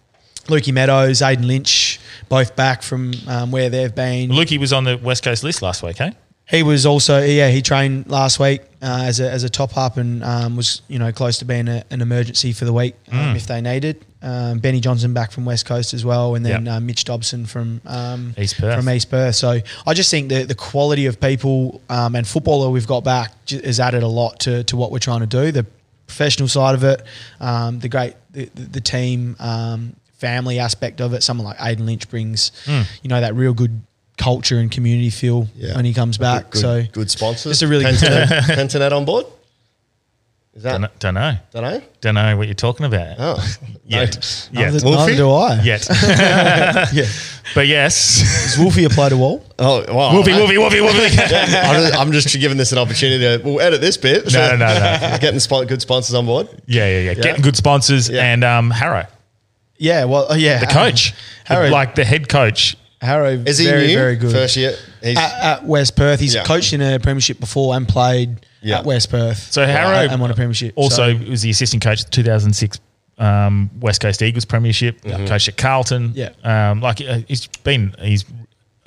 [SPEAKER 3] Lukey Meadows, Aiden Lynch, both back from um, where they've been.
[SPEAKER 1] Lukey was on the West Coast list last week, eh?
[SPEAKER 3] He was also yeah he trained last week uh, as a as a top up and um, was you know close to being a, an emergency for the week um,
[SPEAKER 1] Mm.
[SPEAKER 3] if they needed. Um, Benny Johnson back from West Coast as well, and then
[SPEAKER 1] Yep.
[SPEAKER 3] uh, Mitch Dobson from um,
[SPEAKER 1] East Perth.
[SPEAKER 3] From East Perth. So I just think the the quality of people um, and footballer we've got back j- has added a lot to to what we're trying to do. The professional side of it, um, the great the, the the team um, family aspect of it. Someone like Aiden Lynch brings
[SPEAKER 1] Mm.
[SPEAKER 3] you know that real good culture and community feel
[SPEAKER 2] Yeah.
[SPEAKER 3] when he comes back.
[SPEAKER 2] Good,
[SPEAKER 3] so
[SPEAKER 2] good sponsors.
[SPEAKER 3] It's a really good
[SPEAKER 2] Pentanet, Pentanet on board. Is that
[SPEAKER 1] Don't, don't know.
[SPEAKER 2] don't know?
[SPEAKER 1] Don't know what you're talking about.
[SPEAKER 2] Oh,
[SPEAKER 1] Yet.
[SPEAKER 2] No.
[SPEAKER 1] Yet.
[SPEAKER 3] Neither, neither
[SPEAKER 2] Wolfie?
[SPEAKER 3] do I.
[SPEAKER 1] Yet.
[SPEAKER 3] Yeah.
[SPEAKER 1] but yes.
[SPEAKER 3] Does Wolfie apply to Wall?
[SPEAKER 2] Oh, wow.
[SPEAKER 1] Whoopee, whoopee, whoopee, whoopee.
[SPEAKER 2] I'm just, I'm just giving this an opportunity to we'll edit this bit.
[SPEAKER 1] No, no, no,
[SPEAKER 2] Getting spon- good sponsors on board.
[SPEAKER 1] Yeah, yeah, yeah. Getting good sponsors
[SPEAKER 2] Yeah.
[SPEAKER 1] and um, Harrow,
[SPEAKER 3] Yeah. Well. oh, Yeah.
[SPEAKER 1] the coach.
[SPEAKER 3] Harrow-
[SPEAKER 1] Like the head coach.
[SPEAKER 3] Harrow.
[SPEAKER 2] Is he
[SPEAKER 3] very
[SPEAKER 2] new?
[SPEAKER 3] very good? Uh,
[SPEAKER 2] First year. He's,
[SPEAKER 3] at, at West Perth. He's
[SPEAKER 2] Yeah.
[SPEAKER 3] coached in a premiership before and played
[SPEAKER 2] Yeah.
[SPEAKER 3] at West Perth.
[SPEAKER 1] So Harrow
[SPEAKER 3] and won a premiership.
[SPEAKER 1] Also
[SPEAKER 3] So,
[SPEAKER 1] was the assistant coach of the 2006 um, West Coast Eagles Premiership. Coached at Uh, Carlton.
[SPEAKER 3] Yeah.
[SPEAKER 1] Um, like uh, he's been he's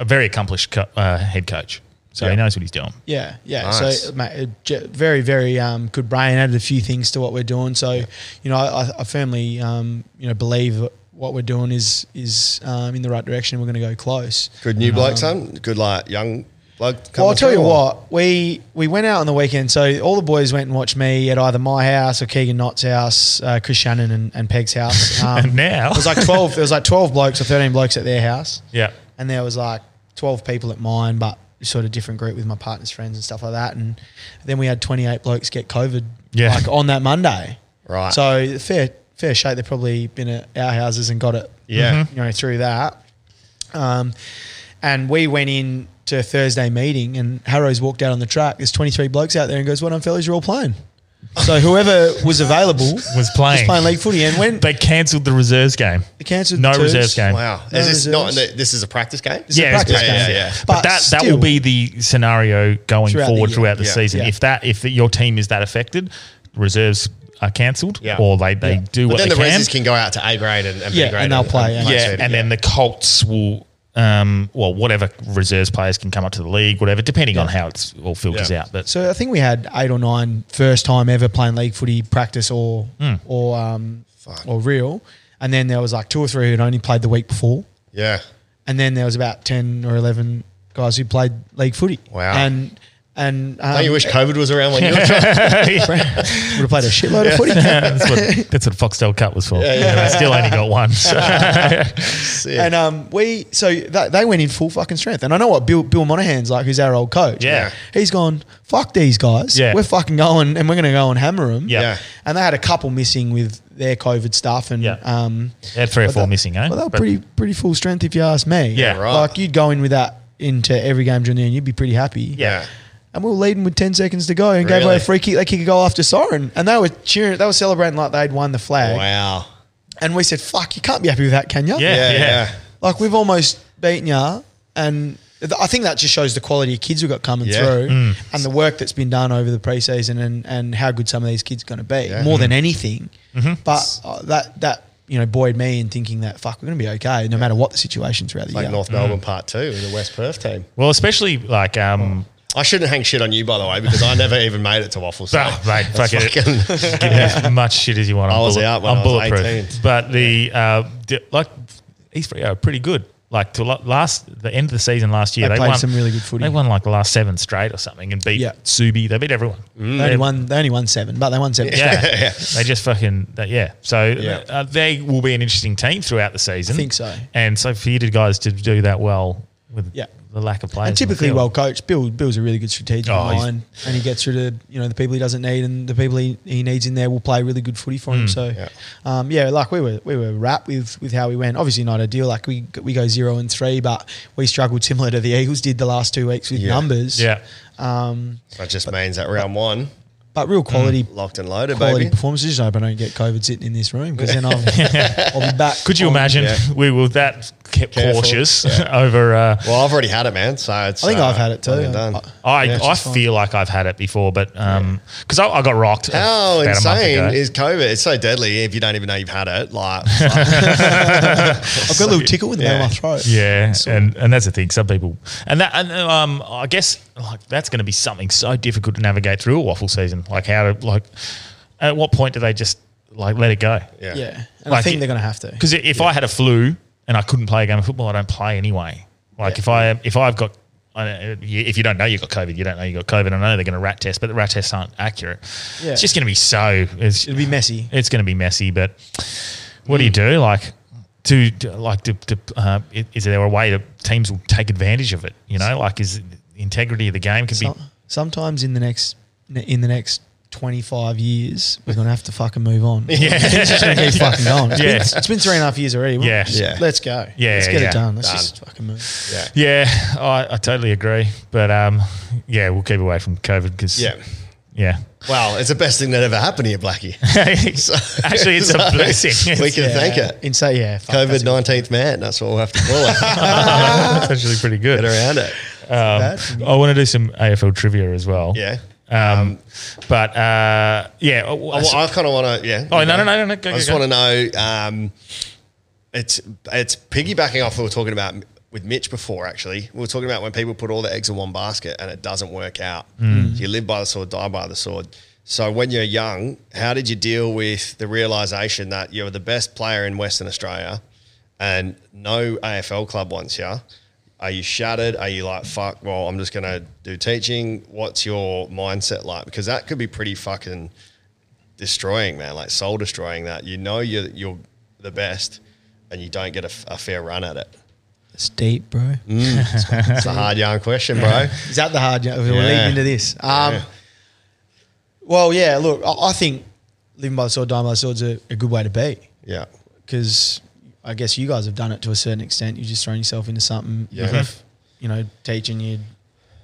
[SPEAKER 1] a very accomplished co- uh, head coach, so he knows what he's doing.
[SPEAKER 3] Yeah, yeah.
[SPEAKER 2] Nice.
[SPEAKER 3] So, mate, a ge- very, very um, good brain. Added a few things to what we're doing. So, you know, I, I firmly, um, you know, believe what we're doing is is um, in the right direction. We're going to go close.
[SPEAKER 2] Good new bloke, son. Good like young bloke.
[SPEAKER 3] um, Well, I'll tell you
[SPEAKER 2] coming through, or-
[SPEAKER 3] what. We we went out on the weekend, so all the boys went and watched me at either my house or Keegan Knott's house, uh, Chris Shannon and, and Peg's house. Um,
[SPEAKER 1] And now-
[SPEAKER 3] it was like twelve. There was like twelve blokes or thirteen blokes at their house.
[SPEAKER 1] Yeah.
[SPEAKER 3] and there was like 12 people at mine, but sort of different group with my partner's friends and stuff like that. And then we had 28 blokes get COVID
[SPEAKER 1] Yeah.
[SPEAKER 3] like on that Monday.
[SPEAKER 2] Right.
[SPEAKER 3] So fair, fair shake. They've probably been at our houses and got it,
[SPEAKER 2] Yeah.
[SPEAKER 3] you know, through that. Um, and we went in to a Thursday meeting and Harrow's walked out on the track. There's 23 blokes out there and goes, well done fellas, you're all playing. So whoever was available
[SPEAKER 1] Was playing.
[SPEAKER 3] playing league footy. And when
[SPEAKER 1] They cancelled the reserves game.
[SPEAKER 3] They cancelled
[SPEAKER 1] no
[SPEAKER 3] the twos.
[SPEAKER 1] reserves game.
[SPEAKER 2] Wow. Is
[SPEAKER 3] No
[SPEAKER 2] this not?
[SPEAKER 3] reserves.
[SPEAKER 2] This is a practice game.
[SPEAKER 3] a
[SPEAKER 1] Yeah, it's
[SPEAKER 3] practice
[SPEAKER 1] practice
[SPEAKER 2] game.
[SPEAKER 3] game.
[SPEAKER 2] Yeah, yeah, yeah.
[SPEAKER 1] But, that that will
[SPEAKER 3] still-
[SPEAKER 1] be the scenario going
[SPEAKER 3] Throughout the
[SPEAKER 1] forward
[SPEAKER 3] year.
[SPEAKER 1] throughout the
[SPEAKER 2] Yeah.
[SPEAKER 1] season.
[SPEAKER 3] Yeah.
[SPEAKER 1] If that if your team is that affected, reserves are cancelled
[SPEAKER 2] Yeah.
[SPEAKER 1] or they, they
[SPEAKER 3] Yeah.
[SPEAKER 1] do
[SPEAKER 2] But
[SPEAKER 1] what
[SPEAKER 2] then
[SPEAKER 1] they
[SPEAKER 2] the
[SPEAKER 1] can.
[SPEAKER 2] Razzies can go out to A grade and, and
[SPEAKER 3] Yeah,
[SPEAKER 2] B grade,
[SPEAKER 3] and they'll play, yeah.
[SPEAKER 1] yeah, and then the Colts will, um, well, whatever reserves players can come up to the league, whatever, depending on how it's all filters
[SPEAKER 2] Yeah.
[SPEAKER 1] out. But
[SPEAKER 3] So I think we had eight or nine first time ever playing league footy practice or
[SPEAKER 1] Hmm.
[SPEAKER 3] or um, or real, and then there was like two or three who'd only played the week before,
[SPEAKER 2] yeah,
[SPEAKER 3] and then there was about ten or eleven guys who played league footy.
[SPEAKER 2] Wow.
[SPEAKER 3] And and um,
[SPEAKER 2] Don't you wish COVID was around when you were trying?
[SPEAKER 3] would have played a shitload of footy.
[SPEAKER 1] that's what that's what Foxtel Cup was for.
[SPEAKER 2] yeah.
[SPEAKER 1] And I still only got one. So.
[SPEAKER 2] Sick.
[SPEAKER 3] And um, we so that, they went in full fucking strength, and I know what Bill Bill Monahan's like, who's our old coach.
[SPEAKER 1] Yeah.
[SPEAKER 3] he's gone. Fuck these guys.
[SPEAKER 1] Yeah.
[SPEAKER 3] we're fucking going, and we're gonna go and hammer them.
[SPEAKER 1] Yeah. Yeah.
[SPEAKER 3] and they had a couple missing with their COVID stuff, and
[SPEAKER 1] Yeah.
[SPEAKER 3] um,
[SPEAKER 1] They had three or
[SPEAKER 3] but
[SPEAKER 1] four
[SPEAKER 3] they-
[SPEAKER 1] missing, eh?
[SPEAKER 3] Well, they were
[SPEAKER 1] But-
[SPEAKER 3] pretty pretty full strength, if you ask me.
[SPEAKER 1] Yeah, right.
[SPEAKER 3] Like you'd go in with that into every game during the year, and you'd be pretty happy.
[SPEAKER 2] yeah.
[SPEAKER 3] And we were leading with 10 seconds to go and gave
[SPEAKER 2] Really?
[SPEAKER 3] away a free kick. They kick a goal after siren. And they were cheering. They were celebrating like they'd won the flag.
[SPEAKER 2] Wow.
[SPEAKER 3] And we said, fuck, you can't be happy with that, can you?
[SPEAKER 1] Yeah,
[SPEAKER 2] Yeah, yeah.
[SPEAKER 1] yeah.
[SPEAKER 3] Like we've almost beaten ya, and th- I think that just shows the quality of kids we've got coming
[SPEAKER 2] Yeah. Mm.
[SPEAKER 3] through, and the work that's been done over the preseason, and and how good some of these kids are going to be, more than
[SPEAKER 2] Mm-hmm.
[SPEAKER 3] anything. But uh, that that you know buoyed me in thinking that fuck, we're going to be okay, no matter what the situation throughout the
[SPEAKER 2] Like
[SPEAKER 3] year.
[SPEAKER 2] North Melbourne Part Two with the West Perth team.
[SPEAKER 1] Well, especially like
[SPEAKER 3] Oh.
[SPEAKER 1] um,
[SPEAKER 2] I shouldn't hang shit on you, by the way, because I never even made it to Waffle. So
[SPEAKER 1] Oh, mate,
[SPEAKER 2] that's
[SPEAKER 1] fuck it.
[SPEAKER 2] fucking-
[SPEAKER 1] give me as much shit as you want.
[SPEAKER 2] I
[SPEAKER 1] I'm
[SPEAKER 2] was
[SPEAKER 1] bullet-
[SPEAKER 2] out when
[SPEAKER 1] I'm
[SPEAKER 2] I was
[SPEAKER 1] bulletproof.
[SPEAKER 2] 18.
[SPEAKER 1] But the uh, di- like East Freo are pretty good. Like to la- last the end of the season last year,
[SPEAKER 3] They
[SPEAKER 1] they,
[SPEAKER 3] played
[SPEAKER 1] won
[SPEAKER 3] some really good footy.
[SPEAKER 1] They won like the last seven straight or something, and beat
[SPEAKER 3] Yeah.
[SPEAKER 1] Subi. They beat everyone.
[SPEAKER 2] Mm.
[SPEAKER 3] They only won. They only won seven, but they won seven.
[SPEAKER 1] Yeah. they just fucking that, yeah. So
[SPEAKER 2] Yeah.
[SPEAKER 1] Uh, they will be an interesting team throughout the season.
[SPEAKER 3] I think so.
[SPEAKER 1] And so for you to guys to do that well with
[SPEAKER 3] Yeah.
[SPEAKER 1] the lack of players,
[SPEAKER 3] And
[SPEAKER 1] on the
[SPEAKER 3] typically
[SPEAKER 1] field.
[SPEAKER 3] well coached. Bill Bill's a really good strategic
[SPEAKER 1] Oh, he's-
[SPEAKER 3] mind, and he gets rid of you know the people he doesn't need, and the people he, he needs in there will play really good footy for him.
[SPEAKER 1] Mm,
[SPEAKER 3] so,
[SPEAKER 2] yeah.
[SPEAKER 3] yeah. Um, yeah, like we were we were wrapped with with how we went. Obviously not ideal. Like we we go zero and three, but we struggled similar to the Eagles did the last two weeks with
[SPEAKER 2] Yeah.
[SPEAKER 3] numbers.
[SPEAKER 1] yeah.
[SPEAKER 2] That just means that round one,
[SPEAKER 3] But
[SPEAKER 1] Mm.
[SPEAKER 3] real quality.
[SPEAKER 2] locked and loaded,
[SPEAKER 3] Quality
[SPEAKER 2] baby.
[SPEAKER 3] performances. Just hope I don't get COVID sitting in this room because then I'll, I'll be back.
[SPEAKER 1] Could you
[SPEAKER 3] on-
[SPEAKER 1] imagine
[SPEAKER 2] Yeah.
[SPEAKER 1] we were that kept
[SPEAKER 2] Careful.
[SPEAKER 1] cautious over? Uh,
[SPEAKER 2] Well, I've already had it, man. So it's,
[SPEAKER 3] I think
[SPEAKER 2] uh,
[SPEAKER 3] I've had it too.
[SPEAKER 2] fucking Done.
[SPEAKER 1] I,
[SPEAKER 3] Yeah, it's
[SPEAKER 1] I
[SPEAKER 3] just fine.
[SPEAKER 1] feel like I've had it before, but because I, I got rocked.
[SPEAKER 2] How
[SPEAKER 3] Oh,
[SPEAKER 1] about a month ago.
[SPEAKER 2] insane is COVID? It's so deadly if you don't even know you've had it. Like,
[SPEAKER 3] I've got a little tickle in the
[SPEAKER 2] Yeah.
[SPEAKER 3] middle of my throat.
[SPEAKER 1] Yeah, and, and that's the thing. Some people and that and um, I guess like that's going to be something so difficult to navigate through a waffle season. Like how to like at what point do they just like let it go?
[SPEAKER 2] yeah.
[SPEAKER 3] Yeah, and I
[SPEAKER 1] Like
[SPEAKER 3] think
[SPEAKER 1] it-
[SPEAKER 3] they're going to have to.
[SPEAKER 1] Because if I had a flu and I couldn't play a game of football, I don't play anyway. Like if I if I've got I don't- you- if you don't know you've got COVID, you don't know you've got COVID. I know they're going to rat test, but the rat tests aren't accurate.
[SPEAKER 3] Yeah.
[SPEAKER 1] It's just going to be so. It's,
[SPEAKER 3] It'll be messy.
[SPEAKER 1] it's going to be messy. But what do you do? Like, do, do- like do, do, uh, i- is there a way that teams will take advantage of it? You know, like is integrity of the game can be.
[SPEAKER 3] Some- sometimes in the next in the next 25 years we're gonna have to fucking move on yeah it's just gonna keep fucking going It's been-
[SPEAKER 1] Yeah.
[SPEAKER 3] it's been three and a half years already
[SPEAKER 1] Yeah.
[SPEAKER 3] Just-
[SPEAKER 2] Yeah.
[SPEAKER 3] let's go
[SPEAKER 1] Yeah,
[SPEAKER 3] let's get
[SPEAKER 1] yeah.
[SPEAKER 3] it done let's
[SPEAKER 2] Done.
[SPEAKER 3] just fucking move
[SPEAKER 2] Yeah.
[SPEAKER 1] Yeah, I, I totally agree. But um, yeah, we'll keep away from COVID because
[SPEAKER 2] Yeah.
[SPEAKER 1] yeah.
[SPEAKER 2] Well, it's the best thing that ever happened to you, Blackie.
[SPEAKER 1] Actually, it's a
[SPEAKER 2] So,
[SPEAKER 1] blessing.
[SPEAKER 2] we can thank
[SPEAKER 3] Yeah.
[SPEAKER 2] it.
[SPEAKER 3] and so yeah fuck,
[SPEAKER 2] COVID
[SPEAKER 3] that's-
[SPEAKER 2] 19th man. That's what we'll have to call it.
[SPEAKER 1] It's actually pretty good.
[SPEAKER 2] Get around it.
[SPEAKER 1] Um, I want to do some AFL trivia as well.
[SPEAKER 2] Yeah.
[SPEAKER 1] Um, but uh, yeah. Oh,
[SPEAKER 2] I, well, I kind of want to, yeah.
[SPEAKER 1] Oh, no, no, no, no, no, go,
[SPEAKER 2] I
[SPEAKER 1] go,
[SPEAKER 2] just
[SPEAKER 1] go.
[SPEAKER 2] want to know um, it's, it's piggybacking off what we were talking about with Mitch before, actually. We were talking about when people put all their eggs in one basket and it doesn't work out.
[SPEAKER 1] Hmm.
[SPEAKER 2] So you live by the sword, die by the sword. So when you're young, how did you deal with the realization that you're the best player in Western Australia and no AFL club wants you? Are you shattered? Are you like, fuck, well, I'm just going to do teaching? What's your mindset like? Because that could be pretty fucking destroying, man, like soul destroying that. You know you're, you're the best and you don't get a, f- a fair run at it.
[SPEAKER 3] It's deep, bro.
[SPEAKER 2] Mm. It's a hard yarn question, bro.
[SPEAKER 3] Is that the hard? We're leading into this. Um,
[SPEAKER 2] Yeah.
[SPEAKER 3] Well, yeah. Look, I, I think living by the sword, dying by the sword is a, a good way to be
[SPEAKER 2] Yeah.
[SPEAKER 3] because I guess you guys have done it to a certain extent. You've just thrown yourself into something.
[SPEAKER 2] Yeah.
[SPEAKER 3] whether if, You know, teaching you.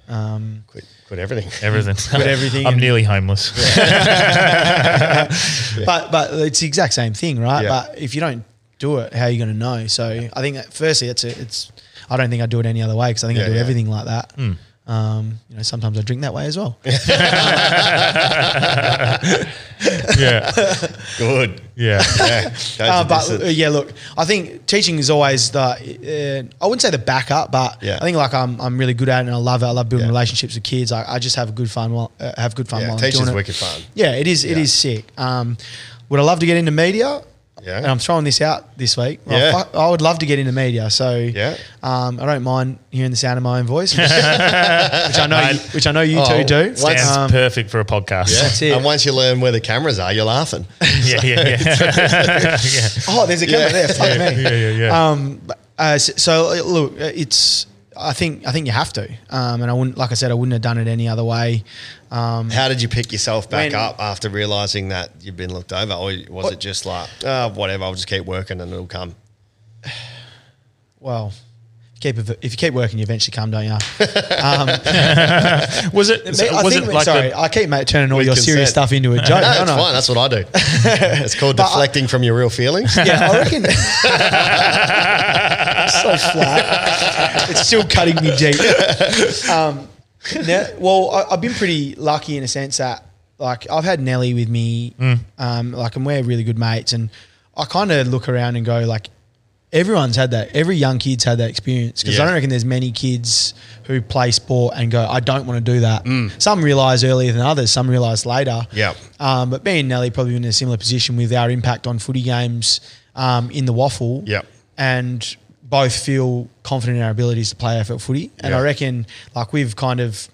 [SPEAKER 3] Um,
[SPEAKER 2] Quit, quit everything.
[SPEAKER 1] Everything.
[SPEAKER 3] Quit everything
[SPEAKER 1] I'm
[SPEAKER 3] and-
[SPEAKER 1] nearly homeless.
[SPEAKER 3] But but it's the exact same thing, right?
[SPEAKER 2] Yeah.
[SPEAKER 3] But if you don't do it, how are you going to know? So I think that firstly, it's a, it's. I don't think I do it any other way because I think I
[SPEAKER 2] Yeah,
[SPEAKER 3] do
[SPEAKER 2] yeah. Hmm.
[SPEAKER 3] everything like that. Um, you know, sometimes I drink that way as well.
[SPEAKER 1] Yeah.
[SPEAKER 2] Good.
[SPEAKER 1] Yeah.
[SPEAKER 2] Yeah.
[SPEAKER 3] Uh,
[SPEAKER 2] Goes the
[SPEAKER 3] but uh,
[SPEAKER 2] distance.
[SPEAKER 3] yeah, look, I think teaching is always the uh, I wouldn't say the backup, but
[SPEAKER 2] Yeah.
[SPEAKER 3] I think like I'm, I'm really good at it and I love it. I love building
[SPEAKER 2] Yeah.
[SPEAKER 3] relationships with kids. I, I just have a good fun while uh, have good fun
[SPEAKER 2] Yeah,
[SPEAKER 3] while
[SPEAKER 2] teaching's
[SPEAKER 3] I'm doing it.
[SPEAKER 2] wicked fun.
[SPEAKER 3] Yeah, it is. It
[SPEAKER 2] Yeah.
[SPEAKER 3] is sick. Um, would I love to get into media?
[SPEAKER 2] Yeah.
[SPEAKER 3] And I'm throwing this out this week. Well,
[SPEAKER 2] Yeah.
[SPEAKER 3] fuck, I would love to get into media. So
[SPEAKER 2] Yeah.
[SPEAKER 3] um, I don't mind hearing the sound of my own voice, which, which I know, you, which I know you
[SPEAKER 2] Oh,
[SPEAKER 3] two do.
[SPEAKER 2] what's-
[SPEAKER 1] Sounds
[SPEAKER 3] Um,
[SPEAKER 1] perfect for a podcast.
[SPEAKER 2] Yeah.
[SPEAKER 3] that's it.
[SPEAKER 2] And once you learn where the cameras are, you're laughing.
[SPEAKER 1] Yeah. Yeah. Yeah. yeah.
[SPEAKER 3] oh, there's a camera there. Fuck me.
[SPEAKER 1] Yeah. Yeah. yeah.
[SPEAKER 3] Um, but, uh, so, so uh, look, uh, it's. I think I think you have to, um, and I wouldn't. Like I said, I wouldn't have done it any other way. Um,
[SPEAKER 2] How did you pick yourself back
[SPEAKER 3] When-
[SPEAKER 2] up after realizing that you've been looked over? Or was it just like, oh, whatever, I'll just keep working and it'll come?
[SPEAKER 3] well, keep if you keep working, you eventually come, don't you?
[SPEAKER 1] was it?
[SPEAKER 3] Mate, I
[SPEAKER 1] was
[SPEAKER 3] think,
[SPEAKER 1] it like
[SPEAKER 3] sorry,
[SPEAKER 1] the,
[SPEAKER 3] I keep mate, turning all
[SPEAKER 2] With
[SPEAKER 3] your serious
[SPEAKER 2] consent.
[SPEAKER 3] stuff into a
[SPEAKER 2] no,
[SPEAKER 3] joke. don't
[SPEAKER 2] it's
[SPEAKER 3] I?
[SPEAKER 2] fine. That's what I do. it's called
[SPEAKER 3] But I-
[SPEAKER 2] deflecting from your real feelings.
[SPEAKER 3] Yeah, I reckon. so flat. It's still cutting me deep. Um, no- well, I, I've been pretty lucky in a sense that, like, I've had Nelly with me,
[SPEAKER 2] Mm.
[SPEAKER 3] um, like, and we're really good mates. And I kind of look around and go, like, everyone's had that. Every young kid's had that experience because
[SPEAKER 2] Yeah.
[SPEAKER 3] I don't reckon there's many kids who play sport and go, I don't want to do that. Some realize earlier than others. Some realize later.
[SPEAKER 2] Mm. Yep.
[SPEAKER 3] Um, but me and Nelly probably in a similar position with our impact on footy games um, in the waffle.
[SPEAKER 2] Yep.
[SPEAKER 3] And both feel confident in our abilities to play AFL footy. And I
[SPEAKER 2] Yeah.
[SPEAKER 3] reckon like we've kind of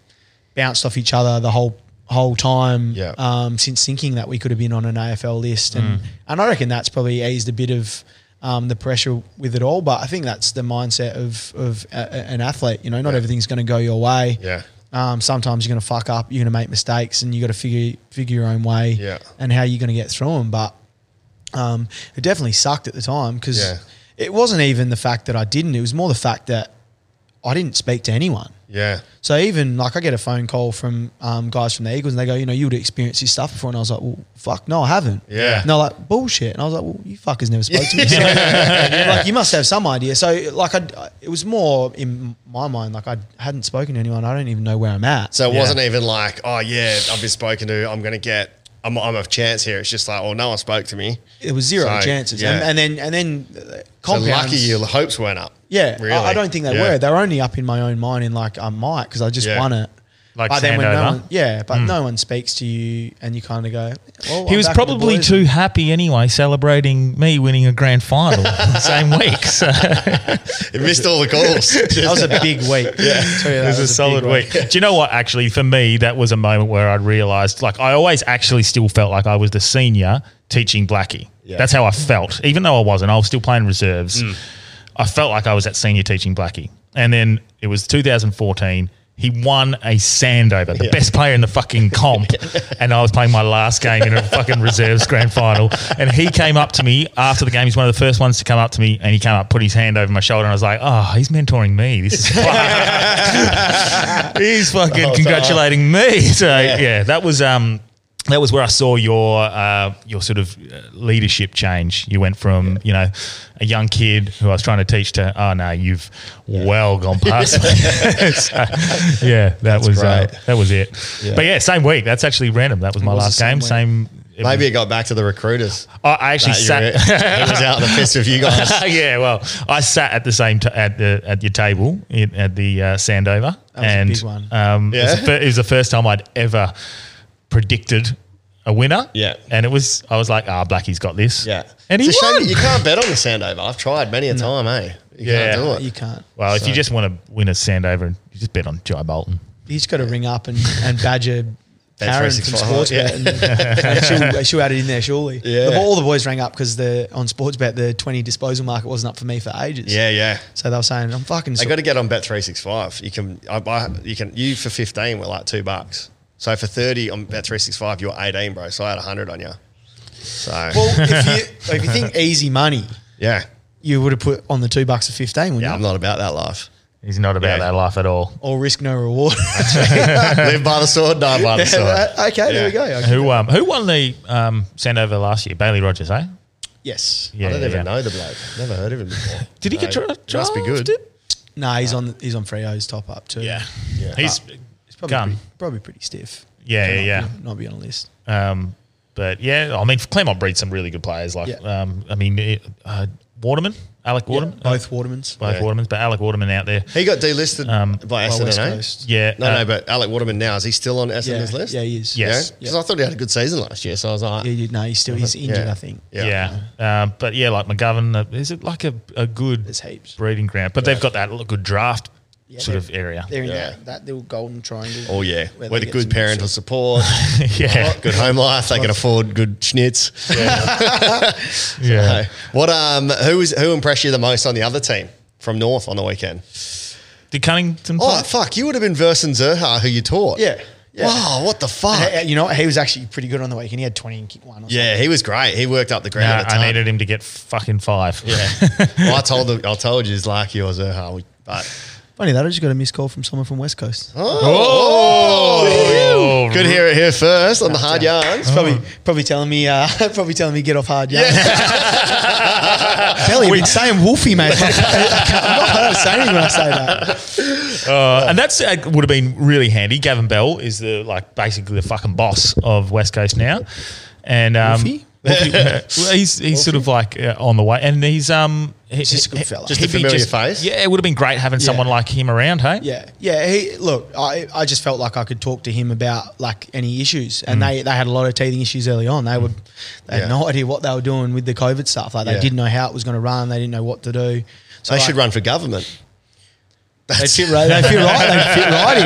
[SPEAKER 3] bounced off each other the whole whole time
[SPEAKER 2] Yeah. Mm.
[SPEAKER 3] um, since thinking that we could have been on an AFL list. And and I reckon that's probably eased a bit of um, the pressure with it all. But I think that's the mindset of of a, a- an athlete. You know, not everything's going to go your way.
[SPEAKER 2] Yeah.
[SPEAKER 3] Um, sometimes you're going to fuck up. You're going to make mistakes, and you got to figure figure your own way.
[SPEAKER 2] Yeah.
[SPEAKER 3] And how you're going to get through them. But um, it definitely sucked at the time because
[SPEAKER 2] Yeah.
[SPEAKER 3] it wasn't even the fact that I didn't. It was more the fact that I didn't speak to anyone.
[SPEAKER 2] Yeah.
[SPEAKER 3] So even like I get a phone call from um, guys from the Eagles and they go, you know, you would experience this stuff before, and I was like, well, fuck, no, I haven't.
[SPEAKER 2] Yeah.
[SPEAKER 3] And they're like, bullshit, and I was like, well, you fuckers never spoke to me. So, like you must have some idea. So like I, it was more in my mind like I hadn't spoken to anyone. I don't even know where I'm at.
[SPEAKER 2] So it
[SPEAKER 1] Yeah.
[SPEAKER 2] wasn't even like, oh, yeah, I've been spoken to. I'm going to get, I'm, I'm a chance here. It's just like, oh, no one spoke to me.
[SPEAKER 3] it was zero
[SPEAKER 2] So,
[SPEAKER 3] chances.
[SPEAKER 2] yeah.
[SPEAKER 3] And, and then and then uh,
[SPEAKER 2] So
[SPEAKER 3] compounds.
[SPEAKER 2] lucky your hopes weren't up.
[SPEAKER 3] Yeah, I-
[SPEAKER 2] Really.
[SPEAKER 3] I, don't think they
[SPEAKER 2] Yeah.
[SPEAKER 3] were. They were only up in my own mind, and like I might because I just
[SPEAKER 2] Yeah. Hmm.
[SPEAKER 3] won it.
[SPEAKER 1] Like
[SPEAKER 3] no
[SPEAKER 1] Sandover?
[SPEAKER 3] one, yeah, but no one speaks to you, and you kind of go. Well,
[SPEAKER 1] he
[SPEAKER 3] I'm
[SPEAKER 1] was
[SPEAKER 3] back with the
[SPEAKER 1] probably
[SPEAKER 3] boys.
[SPEAKER 1] too happy anyway, celebrating me winning a grand final the same week. So
[SPEAKER 2] It missed all the calls.
[SPEAKER 3] That was a big week. yeah, it
[SPEAKER 1] it was a solid week. Do you know what? Actually, for me, that was a moment where I realized, like, I always actually still felt like I was the senior teaching Blackie.
[SPEAKER 2] Yeah.
[SPEAKER 1] That's how I felt, even though I wasn't. I was still playing reserves. I felt like I was that senior teaching Blackie. And then it was 2014. He won a Sandover, the best player in the fucking comp. And I was playing my last game in a fucking reserves grand final. And he came up to me after the game. He's one of the first ones to come up to me. And he came up, put his hand over my shoulder. And I was like, oh, he's mentoring me. This is fucked." he's fucking congratulating me. So, yeah. that was. um. That was where I saw your uh, your sort of uh, leadership change. You went from you know a young kid who I was trying to teach to oh no, you've well gone past. me. So, yeah, that was uh,
[SPEAKER 2] great.
[SPEAKER 1] that was it. But yeah, same week. That's actually random. That was my
[SPEAKER 3] was
[SPEAKER 1] last game.
[SPEAKER 3] the same week.
[SPEAKER 1] Same it
[SPEAKER 2] Maybe it got back to the
[SPEAKER 1] was-
[SPEAKER 2] recruiters.
[SPEAKER 1] I, I actually
[SPEAKER 2] That
[SPEAKER 1] sat.
[SPEAKER 2] you're- it was out in the fist with you guys.
[SPEAKER 1] yeah, well, I sat at the same t- at the at your table in, at the uh, Sandover,
[SPEAKER 3] was a
[SPEAKER 1] and
[SPEAKER 3] big one.
[SPEAKER 1] Um, it, was the
[SPEAKER 2] Yeah.
[SPEAKER 1] fir- it was the first time I'd ever predicted a winner.
[SPEAKER 2] Yeah.
[SPEAKER 1] and it was I was like, ah, Blackie's got this.
[SPEAKER 2] Yeah.
[SPEAKER 1] and he
[SPEAKER 2] it's a shame
[SPEAKER 1] won.
[SPEAKER 2] that you can't bet on the Sandover. I've tried many a time, eh? You
[SPEAKER 1] Yeah.
[SPEAKER 2] can't do
[SPEAKER 3] You
[SPEAKER 2] it.
[SPEAKER 3] can't.
[SPEAKER 1] well, if you just want to win a Sandover, you just bet on Jai Bolton.
[SPEAKER 3] You just got to ring up and, and badger Karen from
[SPEAKER 2] 365,
[SPEAKER 3] Sportsbet.
[SPEAKER 2] yeah.
[SPEAKER 3] And, and she'll, she'll add it in there, surely.
[SPEAKER 2] Yeah.
[SPEAKER 3] The- all the boys rang up because the on Sportsbet, the 20 disposal market wasn't up for me for ages.
[SPEAKER 2] Yeah, yeah.
[SPEAKER 3] So they were saying, I'm fucking
[SPEAKER 2] They
[SPEAKER 3] so-
[SPEAKER 2] got to get on Bet three six five. You can, I, I, you can, you for fifteen were like two bucks. So for thirty on Bet three six five, you were eighteen, bro. So I had hundred on you. So
[SPEAKER 3] Well, if you, if you think easy money,
[SPEAKER 2] yeah,
[SPEAKER 3] you would have put on the two bucks of 15, wouldn't
[SPEAKER 2] yeah.
[SPEAKER 3] you?
[SPEAKER 2] I'm not about that life.
[SPEAKER 1] He's not about
[SPEAKER 2] Yeah.
[SPEAKER 1] that life at all.
[SPEAKER 3] Or risk no reward.
[SPEAKER 2] Live by the sword, die by the sword.
[SPEAKER 3] okay, there we go.
[SPEAKER 2] Yeah.
[SPEAKER 3] Okay.
[SPEAKER 1] Who um who won the um Sandover last year? Bailey Rogers, eh?
[SPEAKER 3] Yes.
[SPEAKER 1] Yeah,
[SPEAKER 2] I don't even
[SPEAKER 1] yeah.
[SPEAKER 2] know the bloke. Never heard of him before.
[SPEAKER 1] Did he
[SPEAKER 2] No,
[SPEAKER 1] get tra-
[SPEAKER 2] he Must be good.
[SPEAKER 1] drafted?
[SPEAKER 3] No, he's on he's on Freo's top up too.
[SPEAKER 1] Yeah,
[SPEAKER 2] Yeah.
[SPEAKER 1] he's
[SPEAKER 3] He's probably
[SPEAKER 1] gone.
[SPEAKER 3] pretty, probably pretty stiff.
[SPEAKER 1] Yeah, yeah,
[SPEAKER 3] Not-
[SPEAKER 1] yeah.
[SPEAKER 3] Not, be on a list.
[SPEAKER 1] Um, but yeah, I mean, Claremont breeds some really good players. Like,
[SPEAKER 3] Yeah.
[SPEAKER 1] um, I mean, it- uh, Waterman, Alec Waterman, uh,
[SPEAKER 3] Both Watermans.
[SPEAKER 1] both
[SPEAKER 2] Yeah.
[SPEAKER 1] Watermans, but Alec Waterman out there.
[SPEAKER 2] He got delisted by
[SPEAKER 3] Well, West
[SPEAKER 2] Essendon.
[SPEAKER 3] Coast.
[SPEAKER 2] eh?
[SPEAKER 1] Yeah,
[SPEAKER 2] No,
[SPEAKER 1] uh,
[SPEAKER 2] no, but Alec Waterman now is he still on
[SPEAKER 3] Yeah,
[SPEAKER 2] Essendon's list?
[SPEAKER 3] yeah, he is.
[SPEAKER 1] Yes.
[SPEAKER 2] Because I thought he had a good season last year, so I was like,
[SPEAKER 3] He did. No, he's still he's injured. I think.
[SPEAKER 1] yeah. Um, but yeah, like McGovern, uh, is it like a, a good
[SPEAKER 3] There's heaps.
[SPEAKER 1] breeding ground? But they've got that little good draft
[SPEAKER 3] Yeah,
[SPEAKER 1] sort of
[SPEAKER 3] they're-
[SPEAKER 1] area.
[SPEAKER 3] They're in
[SPEAKER 2] Yeah.
[SPEAKER 3] that, that little golden triangle.
[SPEAKER 2] Oh yeah,
[SPEAKER 3] where
[SPEAKER 2] where, the
[SPEAKER 3] they get
[SPEAKER 2] good
[SPEAKER 3] some
[SPEAKER 2] parental support,
[SPEAKER 1] yeah,
[SPEAKER 2] good home life, they can afford good schnitz.
[SPEAKER 1] yeah.
[SPEAKER 2] What um, who was who impressed you the most on the other team from North on the weekend?
[SPEAKER 1] Did Cunnington?
[SPEAKER 2] Oh
[SPEAKER 1] play?
[SPEAKER 2] fuck, you would have been Versen Zerha, who you taught.
[SPEAKER 3] Yeah, yeah.
[SPEAKER 2] Wow, what the fuck?
[SPEAKER 3] Uh, You know, what? he was actually pretty good on the weekend. He had 20 and kick one. Or
[SPEAKER 2] Yeah, he was great. He worked up the
[SPEAKER 1] No,
[SPEAKER 2] ground. at a
[SPEAKER 1] I
[SPEAKER 2] ton.
[SPEAKER 1] needed him to get fucking five.
[SPEAKER 2] Yeah, well, I told the, I told you, Zlaki or Zerha, we- but
[SPEAKER 3] something. Funny that I just got a missed call from someone from West Coast.
[SPEAKER 1] Oh,
[SPEAKER 2] good hear it here first on the hard yarns.
[SPEAKER 3] He's probably probably telling me uh, probably telling me get off hard. Yeah. Belly, been saying Wolfie, mate. I can't- I'm not allowed to say anything when I say that.
[SPEAKER 1] Uh, and that's uh, would have been really handy. Gavin Bell is the like basically the fucking boss of West Coast now, and um,
[SPEAKER 3] Wolfie?
[SPEAKER 1] Wolfie- well, he's he's sort of like uh, on the way, and he's um he-
[SPEAKER 3] just a good
[SPEAKER 1] he-
[SPEAKER 3] fella.
[SPEAKER 2] Just a
[SPEAKER 1] he'd be
[SPEAKER 2] familiar face.
[SPEAKER 1] Yeah, it would have been great having someone like him around. Hey,
[SPEAKER 3] Yeah, yeah. He, look, I, I just felt like I could talk to him about like any issues, and they, they had a lot of teething issues early on. They would they
[SPEAKER 2] Mm. Yeah.
[SPEAKER 3] had no idea what they were doing with the COVID stuff. Like they
[SPEAKER 2] Yeah.
[SPEAKER 3] didn't know how it was going to run. They didn't know what to do. So
[SPEAKER 2] They should
[SPEAKER 3] like,
[SPEAKER 2] run for government.
[SPEAKER 3] They fit right. They fit right. They fit right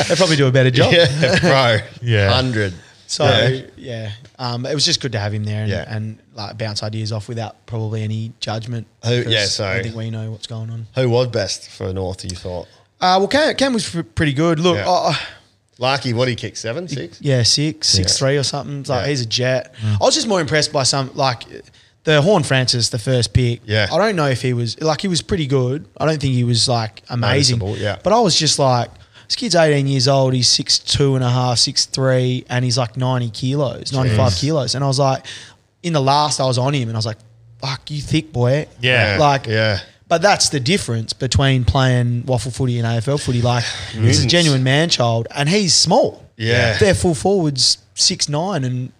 [SPEAKER 3] in. They probably do a better job.
[SPEAKER 2] Yeah, bro.
[SPEAKER 1] Yeah.
[SPEAKER 2] hundred.
[SPEAKER 3] So
[SPEAKER 2] Yeah.
[SPEAKER 3] yeah, Um, it was just good to have him there and,
[SPEAKER 2] Yeah.
[SPEAKER 3] and like bounce ideas off without probably any judgment.
[SPEAKER 2] Who-
[SPEAKER 3] because
[SPEAKER 2] yeah, so-
[SPEAKER 3] I think we know what's going on.
[SPEAKER 2] Who was best for North? You thought
[SPEAKER 3] Uh, well, Cam, Cam was pr- pretty good. Look,
[SPEAKER 2] Yeah.
[SPEAKER 3] uh,
[SPEAKER 2] Larky? What he kicked seven, six?
[SPEAKER 3] Yeah, six, six three or something. It's Like
[SPEAKER 2] Yeah. Mm.
[SPEAKER 3] he's a jet. I was just more impressed by some like the Horn Francis, the first pick.
[SPEAKER 2] Yeah.
[SPEAKER 3] I don't know if he was like he was pretty good. I don't think he was like amazing.
[SPEAKER 2] Noticeable, yeah.
[SPEAKER 3] But I was just like, this kid's eighteen years old. He's six two and a half, six three, and he's like ninety kilos, ninety five kilos. And I was like, in the last, I was on him, and I was like, fuck you, thick boy.
[SPEAKER 1] Yeah.
[SPEAKER 3] Like
[SPEAKER 2] yeah.
[SPEAKER 3] But that's the difference between playing waffle footy and AFL footy. Like he's a
[SPEAKER 2] Mutants.
[SPEAKER 3] genuine man child, and he's small.
[SPEAKER 2] Yeah.
[SPEAKER 3] their full forwards six nine and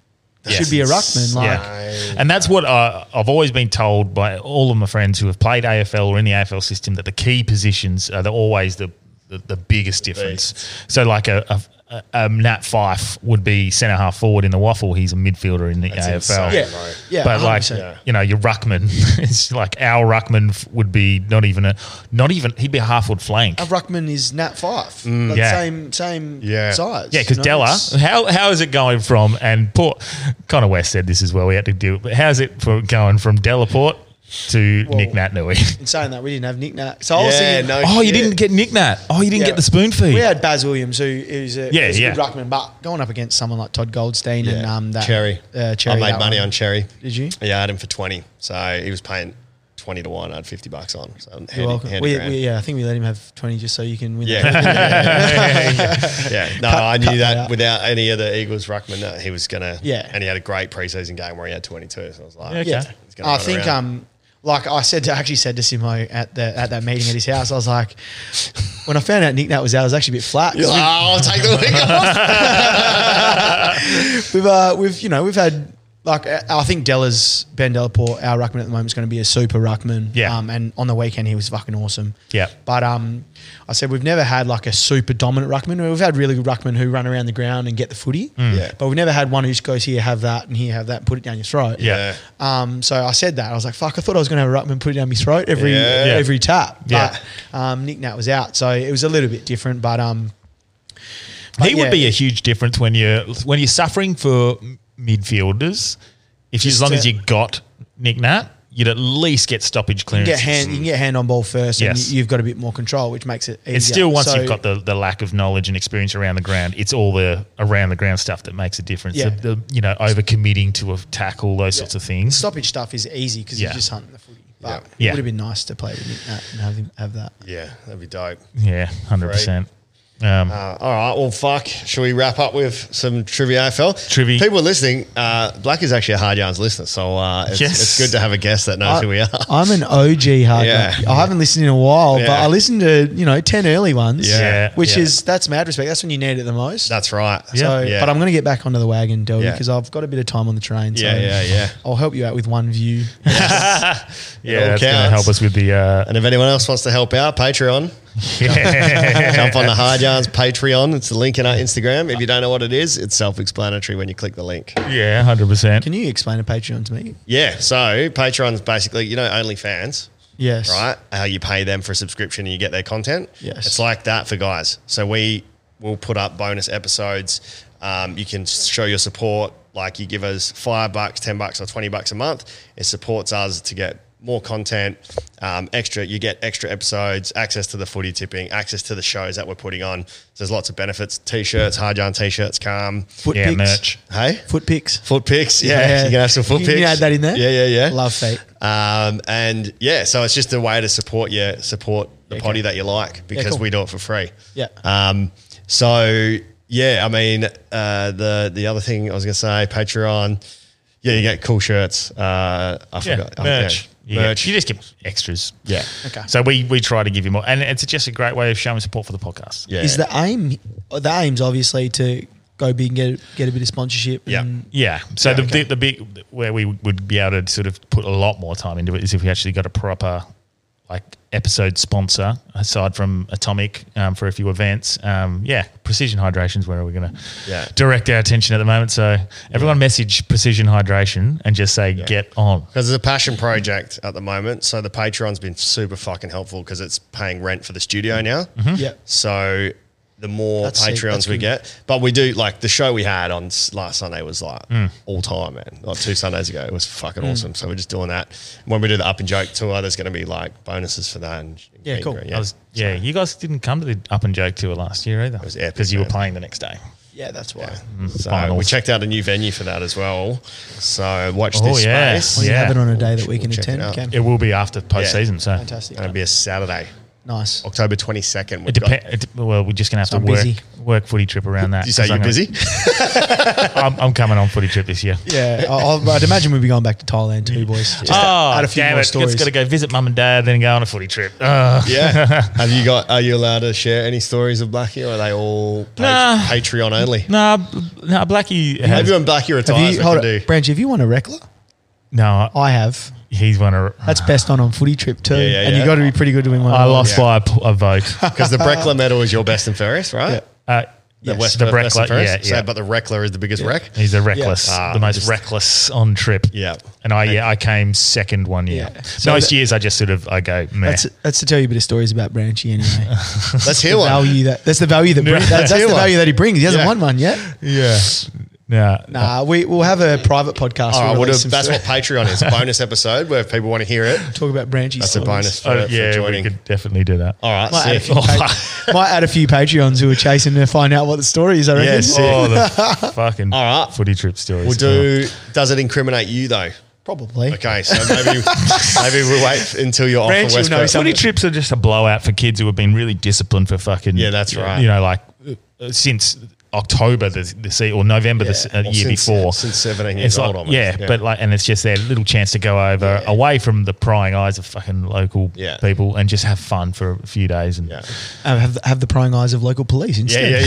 [SPEAKER 3] should be a ruckman. Like
[SPEAKER 1] Yeah. And that's what I, I've always been told by all of my friends who have played AFL or in the AFL system that the key positions are the, always the, the, the biggest difference. So, like a, a, a- a Nat Fife would be centre half forward in the waffle, he's a midfielder in the AFL.
[SPEAKER 2] insane,
[SPEAKER 3] Yeah. right. Yeah,
[SPEAKER 1] But like
[SPEAKER 3] 100%.
[SPEAKER 1] you know, your ruckman is like our ruckman f- would be not even a not even he'd be a halfward flank.
[SPEAKER 3] a ruckman is Nat Five, like
[SPEAKER 1] Yeah.
[SPEAKER 3] same same
[SPEAKER 2] Mm. Yeah.
[SPEAKER 3] size.
[SPEAKER 1] Yeah, because
[SPEAKER 3] you know,
[SPEAKER 1] Della,
[SPEAKER 3] it's-
[SPEAKER 1] how how is it going from and Port? Connor West said this as well. We had to do, but how's it for going from Delaport to
[SPEAKER 3] Well-
[SPEAKER 1] Nick Natnui?
[SPEAKER 3] In saying that, we didn't have Nick Nat. So I was
[SPEAKER 2] Yeah,
[SPEAKER 3] thinking,
[SPEAKER 2] no
[SPEAKER 1] oh, you
[SPEAKER 2] shit.
[SPEAKER 1] didn't get Nick Nat. Oh, you didn't
[SPEAKER 3] Yeah.
[SPEAKER 1] get the spoon feed.
[SPEAKER 3] We had Baz Williams, who is a,
[SPEAKER 1] Yeah,
[SPEAKER 3] was a
[SPEAKER 1] yeah.
[SPEAKER 3] good ruckman, but going up against someone like Todd Goldstein and um, that
[SPEAKER 2] Cherry.
[SPEAKER 3] uh, Cherry.
[SPEAKER 2] I
[SPEAKER 3] that
[SPEAKER 2] made money
[SPEAKER 3] one.
[SPEAKER 2] on Cherry.
[SPEAKER 3] Did you?
[SPEAKER 2] Yeah, I had him for 20. So he was paying 20 to 1. I had 50 bucks on. So handy,
[SPEAKER 3] You're welcome.
[SPEAKER 2] handy
[SPEAKER 3] We,
[SPEAKER 2] grand.
[SPEAKER 3] we, yeah, I think we let him have twenty just so you can win.
[SPEAKER 2] Yeah.
[SPEAKER 3] that.
[SPEAKER 2] yeah. No, I
[SPEAKER 3] cut
[SPEAKER 2] knew
[SPEAKER 3] that
[SPEAKER 2] that
[SPEAKER 3] out.
[SPEAKER 2] without any of the Eagles ruckman that he was going to.
[SPEAKER 3] Yeah.
[SPEAKER 2] And he had a great preseason game where he had 22. So I was like,
[SPEAKER 1] Yeah, okay.
[SPEAKER 2] yeah.
[SPEAKER 1] Yeah.
[SPEAKER 2] he's gonna
[SPEAKER 3] I
[SPEAKER 2] run
[SPEAKER 3] think
[SPEAKER 2] around.
[SPEAKER 3] um, like I said, to, I actually said to Simo at the at that meeting at his house, I was like, when I found out Nick Nat was out, I was actually a bit flat.
[SPEAKER 2] You're like, oh, I'll take the week off.
[SPEAKER 3] We've uh, we've you know we've had like uh, I think Della's Ben Delaport, our ruckman at the moment is going to be a super ruckman.
[SPEAKER 1] Yeah.
[SPEAKER 3] Um, and on the weekend he was fucking awesome.
[SPEAKER 1] Yeah.
[SPEAKER 3] But um, I said we've never had like a super dominant ruckman. We've had really good ruckmen who run around the ground and get the footy.
[SPEAKER 2] Yeah.
[SPEAKER 3] But we've never had one who just goes here have that and here have that and put it down your throat.
[SPEAKER 1] Yeah.
[SPEAKER 3] Um, so I said that I was like, "Fuck!" I thought I was going to have a ruckman put it down my throat every
[SPEAKER 2] Yeah.
[SPEAKER 1] Yeah.
[SPEAKER 3] every tap.
[SPEAKER 1] Yeah.
[SPEAKER 3] But um, Nick Nat was out, so it was a little bit different. But um,
[SPEAKER 1] He
[SPEAKER 3] But uh, yeah.
[SPEAKER 1] would be a huge difference when you're when you're suffering for m- midfielders. If you, as long
[SPEAKER 3] to-
[SPEAKER 1] as you got Nick Nat, you'd at least get stoppage clearance.
[SPEAKER 3] get hand, you can get hand on ball first,
[SPEAKER 1] Yes.
[SPEAKER 3] and you- you've got a bit more control, which makes it. Easier.
[SPEAKER 1] It's still once
[SPEAKER 3] So-
[SPEAKER 1] you've got the, the lack of knowledge and experience around the ground, it's all the around the ground stuff that makes a difference.
[SPEAKER 3] Yeah.
[SPEAKER 1] The, the, you know, overcommitting to a tackle, those sorts of things.
[SPEAKER 3] stoppage stuff is easy because
[SPEAKER 1] Yeah.
[SPEAKER 3] you're just hunting the footy. But
[SPEAKER 1] Yeah.
[SPEAKER 3] it would have been nice to play with Nick Nat and have him have that.
[SPEAKER 2] yeah, that'd be dope.
[SPEAKER 1] Yeah, hundred percent. Um,
[SPEAKER 2] Uh, all right, well, fuck. Shall we wrap up with some trivia AFL?
[SPEAKER 1] Trivia.
[SPEAKER 2] People listening, uh, Black is actually a Hard Yarns listener, so uh, it's,
[SPEAKER 1] Yes.
[SPEAKER 2] it's good to have a guest that knows who we are.
[SPEAKER 3] I'm an OG hard.
[SPEAKER 2] Yeah.
[SPEAKER 3] rock. I haven't listened in a while, but
[SPEAKER 2] Yeah.
[SPEAKER 3] I listened to you know ten early ones.
[SPEAKER 1] Yeah.
[SPEAKER 3] which
[SPEAKER 2] Yeah.
[SPEAKER 3] is that's mad respect. That's when you need it the most.
[SPEAKER 2] That's right.
[SPEAKER 3] So,
[SPEAKER 2] Yeah.
[SPEAKER 3] but I'm going to get back onto the wagon, Del,
[SPEAKER 2] Yeah.
[SPEAKER 3] because I've got a bit of time on the train. So
[SPEAKER 2] Yeah, yeah, yeah.
[SPEAKER 3] I'll help you out with one view.
[SPEAKER 1] yeah,
[SPEAKER 2] all
[SPEAKER 1] that's going to
[SPEAKER 2] counts.
[SPEAKER 1] help us with the. Uh,
[SPEAKER 2] And if anyone else wants to help out, Patreon. Jump on the Hard Yarns Patreon. It's the link in our Instagram. If you don't know what it is, it's self-explanatory when you click the link.
[SPEAKER 1] yeah, hundred percent.
[SPEAKER 3] Can you explain a Patreon to me?
[SPEAKER 2] Yeah. So Patreon's basically, you know, OnlyFans.
[SPEAKER 3] Yes.
[SPEAKER 2] right? How you pay them for a subscription and you get their content.
[SPEAKER 3] Yes.
[SPEAKER 2] It's like that for guys. So we will put up bonus episodes. Um, you can show your support. Like you give us five bucks, 10 bucks, or 20 bucks a month. It supports us to get more content, um, extra. You get extra episodes, access to the footy tipping, access to the shows that we're putting on. So there's lots of benefits t shirts, hard yarn t shirts, calm.
[SPEAKER 3] Foot
[SPEAKER 1] Yeah,
[SPEAKER 3] pics.
[SPEAKER 1] merch.
[SPEAKER 2] Hey?
[SPEAKER 3] Foot pics.
[SPEAKER 2] Foot pics, yeah.
[SPEAKER 3] Yeah.
[SPEAKER 2] You can have some foot
[SPEAKER 3] You
[SPEAKER 2] pics.
[SPEAKER 3] can add that in there?
[SPEAKER 2] Yeah, yeah, yeah.
[SPEAKER 3] Love feet.
[SPEAKER 2] Um, and yeah, so it's just a way to support your support the potty that you like because
[SPEAKER 3] cool.
[SPEAKER 2] we do it for free.
[SPEAKER 3] Yeah.
[SPEAKER 2] Um, so yeah, I mean uh, the the other thing I was gonna say, Patreon. Yeah, you get cool shirts. Uh, I
[SPEAKER 1] Yeah,
[SPEAKER 2] forgot. I
[SPEAKER 1] merch.
[SPEAKER 2] forgot.
[SPEAKER 1] You get-
[SPEAKER 2] Merch.
[SPEAKER 1] You just get extras.
[SPEAKER 2] yeah.
[SPEAKER 3] Okay.
[SPEAKER 1] So we we try to give you more, and it's just a great way of showing support for the podcast.
[SPEAKER 2] Yeah.
[SPEAKER 3] Is the aim? The aim's obviously to go big and get get a bit of sponsorship.
[SPEAKER 2] Yeah.
[SPEAKER 3] And
[SPEAKER 1] Yeah. So the, the the big where we would be able to sort of put a lot more time into it is if we actually got a proper like episode sponsor aside from Atomic um, for a few events. Um, yeah, Precision Hydration's where we're going to
[SPEAKER 2] Yeah.
[SPEAKER 1] direct our attention at the moment. So everyone message Precision Hydration and just say get on.
[SPEAKER 2] Because it's a passion project at the moment, so the Patreon's been super fucking helpful because it's paying rent for the studio now.
[SPEAKER 1] Mm-hmm.
[SPEAKER 3] Yeah.
[SPEAKER 2] So the more
[SPEAKER 3] That's sick.
[SPEAKER 2] Patreons
[SPEAKER 3] That's
[SPEAKER 2] we
[SPEAKER 3] good.
[SPEAKER 2] get, but we do like the show we had on s- last Sunday was like
[SPEAKER 1] Mm.
[SPEAKER 2] all time, man. Like two Sundays ago, it was fucking awesome. So we're just doing that. When we do the up and joke tour, there's going to be like bonuses for that. And
[SPEAKER 3] Yeah, cool.
[SPEAKER 1] I
[SPEAKER 2] Yeah.
[SPEAKER 1] was, yeah, you guys didn't come to the Up and Joke tour last year either. It
[SPEAKER 2] was epic,
[SPEAKER 1] because you were
[SPEAKER 2] man.
[SPEAKER 1] playing the next day.
[SPEAKER 3] Yeah, that's why.
[SPEAKER 2] Mm,
[SPEAKER 1] Mm,
[SPEAKER 2] so
[SPEAKER 1] finals.
[SPEAKER 2] we checked out a new venue for that as well. So watch
[SPEAKER 1] Oh,
[SPEAKER 2] this
[SPEAKER 1] yeah.
[SPEAKER 2] space.
[SPEAKER 3] We
[SPEAKER 1] Yeah.
[SPEAKER 3] have it on a day that we
[SPEAKER 2] We'll
[SPEAKER 3] can
[SPEAKER 2] check it
[SPEAKER 3] attend.
[SPEAKER 2] out.
[SPEAKER 3] Cam.
[SPEAKER 1] It will be after postseason. So
[SPEAKER 3] Fantastic.
[SPEAKER 2] And it'll be a Saturday,
[SPEAKER 3] Nice.
[SPEAKER 2] October 22nd.
[SPEAKER 1] It
[SPEAKER 2] We've got-
[SPEAKER 1] depends. well, we're just gonna have
[SPEAKER 3] So
[SPEAKER 1] to
[SPEAKER 3] I'm
[SPEAKER 1] work
[SPEAKER 3] busy.
[SPEAKER 1] work footy trip around that.
[SPEAKER 2] You say
[SPEAKER 1] 'cause
[SPEAKER 2] you're
[SPEAKER 1] I'm gonna-
[SPEAKER 2] busy?
[SPEAKER 1] I'm, I'm coming on footy trip this year.
[SPEAKER 3] Yeah, I, I'll- I'd imagine we'd be going back to Thailand too, boys. Just
[SPEAKER 2] Oh,
[SPEAKER 3] add a few
[SPEAKER 1] Oh, damn
[SPEAKER 3] more
[SPEAKER 1] it.
[SPEAKER 3] stories.
[SPEAKER 1] It's got to go visit mum and dad, then go on a footy trip. Uh, Ugh.
[SPEAKER 2] Yeah. Have you got? Are you allowed to share any stories of Blackie, or are they all pa-
[SPEAKER 1] Nah.
[SPEAKER 2] Patreon only?
[SPEAKER 1] Nah, b- nah, Blackie has.
[SPEAKER 2] Maybe when Blackie
[SPEAKER 3] have
[SPEAKER 2] retires,
[SPEAKER 3] you,
[SPEAKER 2] we
[SPEAKER 3] hold
[SPEAKER 2] can
[SPEAKER 3] on,
[SPEAKER 2] do.
[SPEAKER 3] Branch, have you won a Reckler?
[SPEAKER 1] No, I,
[SPEAKER 3] I have.
[SPEAKER 1] he's one of.
[SPEAKER 3] That's best on on footy trip too.
[SPEAKER 2] Yeah, yeah,
[SPEAKER 3] and
[SPEAKER 2] yeah.
[SPEAKER 3] you got to be pretty good to win one.
[SPEAKER 1] I lost
[SPEAKER 2] Yeah.
[SPEAKER 1] by a, p- a vote.
[SPEAKER 2] Because the Breckler medal is your best and fairest, right?
[SPEAKER 1] Uh,
[SPEAKER 2] The
[SPEAKER 1] yes,
[SPEAKER 2] West
[SPEAKER 1] the
[SPEAKER 2] the Best and
[SPEAKER 1] Breckler. Yeah,
[SPEAKER 2] fairest.
[SPEAKER 1] yeah.
[SPEAKER 2] So, but the Reckler is the biggest wreck.
[SPEAKER 1] he's the reckless,
[SPEAKER 2] Ah,
[SPEAKER 1] the most
[SPEAKER 2] just-
[SPEAKER 1] reckless on trip.
[SPEAKER 2] Yeah.
[SPEAKER 1] And I, yeah, I came second one year.
[SPEAKER 3] Yeah. So
[SPEAKER 1] Most
[SPEAKER 3] that-
[SPEAKER 1] years, I just sort of, I go, meh.
[SPEAKER 3] That's, that's to tell you a bit of stories about Branchy anyway.
[SPEAKER 2] Let's hear one.
[SPEAKER 3] value that that's the value that br- that's, that's the
[SPEAKER 2] Hear one.
[SPEAKER 3] value that he brings. He hasn't
[SPEAKER 2] Yeah.
[SPEAKER 3] won one yet.
[SPEAKER 1] yeah. Yeah.
[SPEAKER 3] Nah, we we'll have a private podcast.
[SPEAKER 2] All right,
[SPEAKER 3] We'll
[SPEAKER 2] well,
[SPEAKER 3] release
[SPEAKER 2] Oh,
[SPEAKER 3] some
[SPEAKER 2] that's what
[SPEAKER 3] stories.
[SPEAKER 2] Patreon is. Bonus episode where if people want to hear it.
[SPEAKER 3] talk about Branchy.
[SPEAKER 2] That's a
[SPEAKER 3] stories.
[SPEAKER 2] bonus for,
[SPEAKER 1] Oh,
[SPEAKER 2] for
[SPEAKER 1] yeah, we
[SPEAKER 2] joining.
[SPEAKER 1] could definitely do that.
[SPEAKER 2] All right,
[SPEAKER 3] Might add, a
[SPEAKER 2] sick.
[SPEAKER 3] few pa- might add a few Patreons who are chasing to find out what the story is. I reckon.
[SPEAKER 2] Yeah, sick.
[SPEAKER 1] Oh, the fucking
[SPEAKER 2] All right.
[SPEAKER 1] footy trip stories.
[SPEAKER 2] We'll do. Does it incriminate you though?
[SPEAKER 3] probably.
[SPEAKER 2] Okay, so maybe maybe we wait until you're off
[SPEAKER 3] Branch
[SPEAKER 2] for
[SPEAKER 3] will know
[SPEAKER 2] Westbrook.
[SPEAKER 1] Footy
[SPEAKER 3] something.
[SPEAKER 1] trips are just a blowout for kids who have been really disciplined for fucking.
[SPEAKER 2] Yeah, that's right.
[SPEAKER 1] You know, like uh, since October the, the se- or November the se-
[SPEAKER 2] Yeah.
[SPEAKER 1] uh,
[SPEAKER 2] Well,
[SPEAKER 1] year
[SPEAKER 2] since-
[SPEAKER 1] before.
[SPEAKER 2] since 17
[SPEAKER 1] It's
[SPEAKER 2] years
[SPEAKER 1] like-
[SPEAKER 2] old almost.
[SPEAKER 1] Yeah,
[SPEAKER 2] Yeah.
[SPEAKER 1] but like, and it's just their little chance to go over
[SPEAKER 2] Yeah.
[SPEAKER 1] away from the prying eyes of fucking local
[SPEAKER 2] Yeah.
[SPEAKER 1] people and just have fun for a few days and
[SPEAKER 2] Yeah.
[SPEAKER 3] Uh, have, have the prying eyes of local police instead.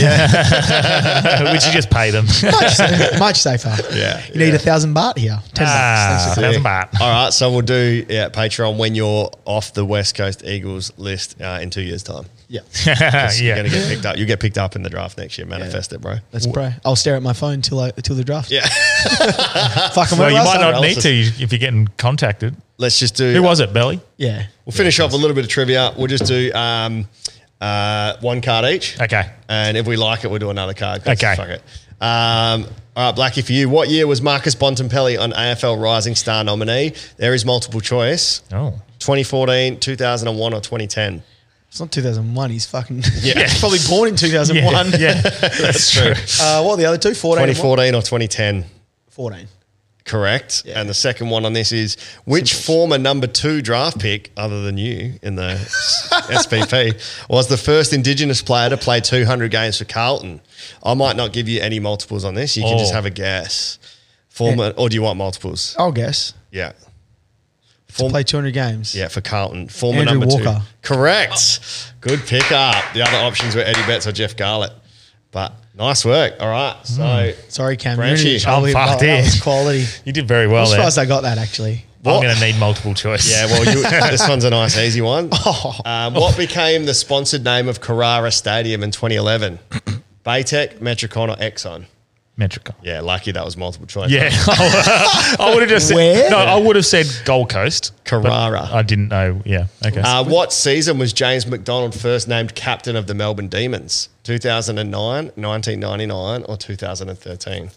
[SPEAKER 2] yeah.
[SPEAKER 1] which you just pay them.
[SPEAKER 3] much, safer, much safer.
[SPEAKER 2] Yeah,
[SPEAKER 3] You need a thousand baht here. Ten
[SPEAKER 1] ah,
[SPEAKER 3] bucks.
[SPEAKER 1] thousand baht.
[SPEAKER 2] All right, so we'll do yeah, Patreon when you're off the West Coast Eagles list uh, in two years' time.
[SPEAKER 3] Yeah.
[SPEAKER 1] Uh, yeah.
[SPEAKER 2] You're gonna get picked up. You get picked up in the draft next year. Manifest it, bro.
[SPEAKER 3] Let's pray. I'll stare at my phone till I till the draft.
[SPEAKER 2] Yeah.
[SPEAKER 3] Fucking
[SPEAKER 1] well, you might not
[SPEAKER 2] Paralysis.
[SPEAKER 1] need to if you're getting contacted.
[SPEAKER 2] Let's just do.
[SPEAKER 1] Who was it, Belly?
[SPEAKER 3] Yeah.
[SPEAKER 2] We'll finish off with a little bit of trivia. We'll just do um, uh, one card each.
[SPEAKER 1] Okay.
[SPEAKER 2] And if we like it, we'll do another card. 'cause
[SPEAKER 1] Okay.
[SPEAKER 2] Fuck it. Um, all right, Blackie, for you, what year was Marcus Bontempelli an AFL Rising Star nominee? There is multiple choice.
[SPEAKER 1] Oh.
[SPEAKER 2] 2014, 2001, or 2010.
[SPEAKER 3] It's not 2001. He's fucking.
[SPEAKER 2] Yeah.
[SPEAKER 3] he's probably born in 2001.
[SPEAKER 1] Yeah.
[SPEAKER 2] That's true.
[SPEAKER 3] Uh, what are the other two? 14. and what?
[SPEAKER 2] 2014 or 2010.
[SPEAKER 3] 14.
[SPEAKER 2] Correct. And the second one on this is which former number two draft pick, other than you in the SPP, was the first Indigenous player to play 200 games for Carlton? I might not give you any multiples on this. You can just
[SPEAKER 1] Oh.
[SPEAKER 2] have a guess. Former, or do you want multiples?
[SPEAKER 3] I'll guess.
[SPEAKER 2] Yeah.
[SPEAKER 3] Oh. To
[SPEAKER 2] Form-
[SPEAKER 3] play 200 games.
[SPEAKER 2] yeah, for Carlton. Former
[SPEAKER 3] Andrew
[SPEAKER 2] number
[SPEAKER 3] Walker.
[SPEAKER 2] two. Correct. Good pick up. The other options were Eddie Betts or Jeff Garlett. But nice work. All right.
[SPEAKER 3] Hmm.
[SPEAKER 2] So.
[SPEAKER 3] Sorry, Cam. You're in
[SPEAKER 2] Branchie.
[SPEAKER 3] trouble.
[SPEAKER 1] Oh, fuck,
[SPEAKER 3] Wow, that
[SPEAKER 1] dear.
[SPEAKER 3] was quality.
[SPEAKER 1] You did very well
[SPEAKER 3] I'm
[SPEAKER 1] there.
[SPEAKER 3] surprised I got that actually.
[SPEAKER 1] I'm going to need multiple choice.
[SPEAKER 2] Yeah, well, you, this one's a nice easy one.
[SPEAKER 1] Oh.
[SPEAKER 2] Um, what became the sponsored name of Carrara Stadium in 2011? Baytech, Metricon, or Exxon?
[SPEAKER 1] Metrica.
[SPEAKER 2] Yeah, lucky that was multiple choice.
[SPEAKER 1] Yeah. I would have just said,
[SPEAKER 3] Where?
[SPEAKER 1] No, I would have said Gold Coast. but
[SPEAKER 2] Carrara.
[SPEAKER 1] I didn't know. Yeah. Okay.
[SPEAKER 2] Uh, what season was James McDonald first named captain of the Melbourne Demons? 2009, 1999, or 2013?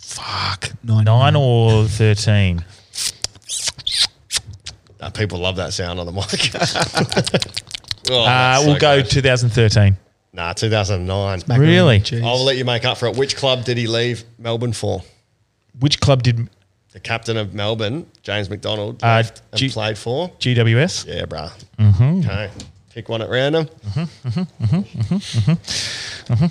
[SPEAKER 1] Fuck.
[SPEAKER 3] Nine.
[SPEAKER 1] Nine or 13.
[SPEAKER 2] Uh, people love that sound on the mic. Oh,
[SPEAKER 1] Uh,
[SPEAKER 2] that's
[SPEAKER 1] we'll
[SPEAKER 2] so
[SPEAKER 1] go
[SPEAKER 2] gross.
[SPEAKER 1] 2013.
[SPEAKER 2] Nah, 2009.
[SPEAKER 3] Macaroni
[SPEAKER 1] Really?
[SPEAKER 3] and cheese.
[SPEAKER 2] I'll let you make up for it. Which club did he leave Melbourne for?
[SPEAKER 1] Which club did
[SPEAKER 2] the captain of Melbourne, James McDonald,
[SPEAKER 1] Uh,
[SPEAKER 2] left and
[SPEAKER 1] G-
[SPEAKER 2] played for.
[SPEAKER 1] GWS?
[SPEAKER 2] Yeah, bruh.
[SPEAKER 1] Mm-hmm.
[SPEAKER 2] Okay. Pick one at random.
[SPEAKER 1] A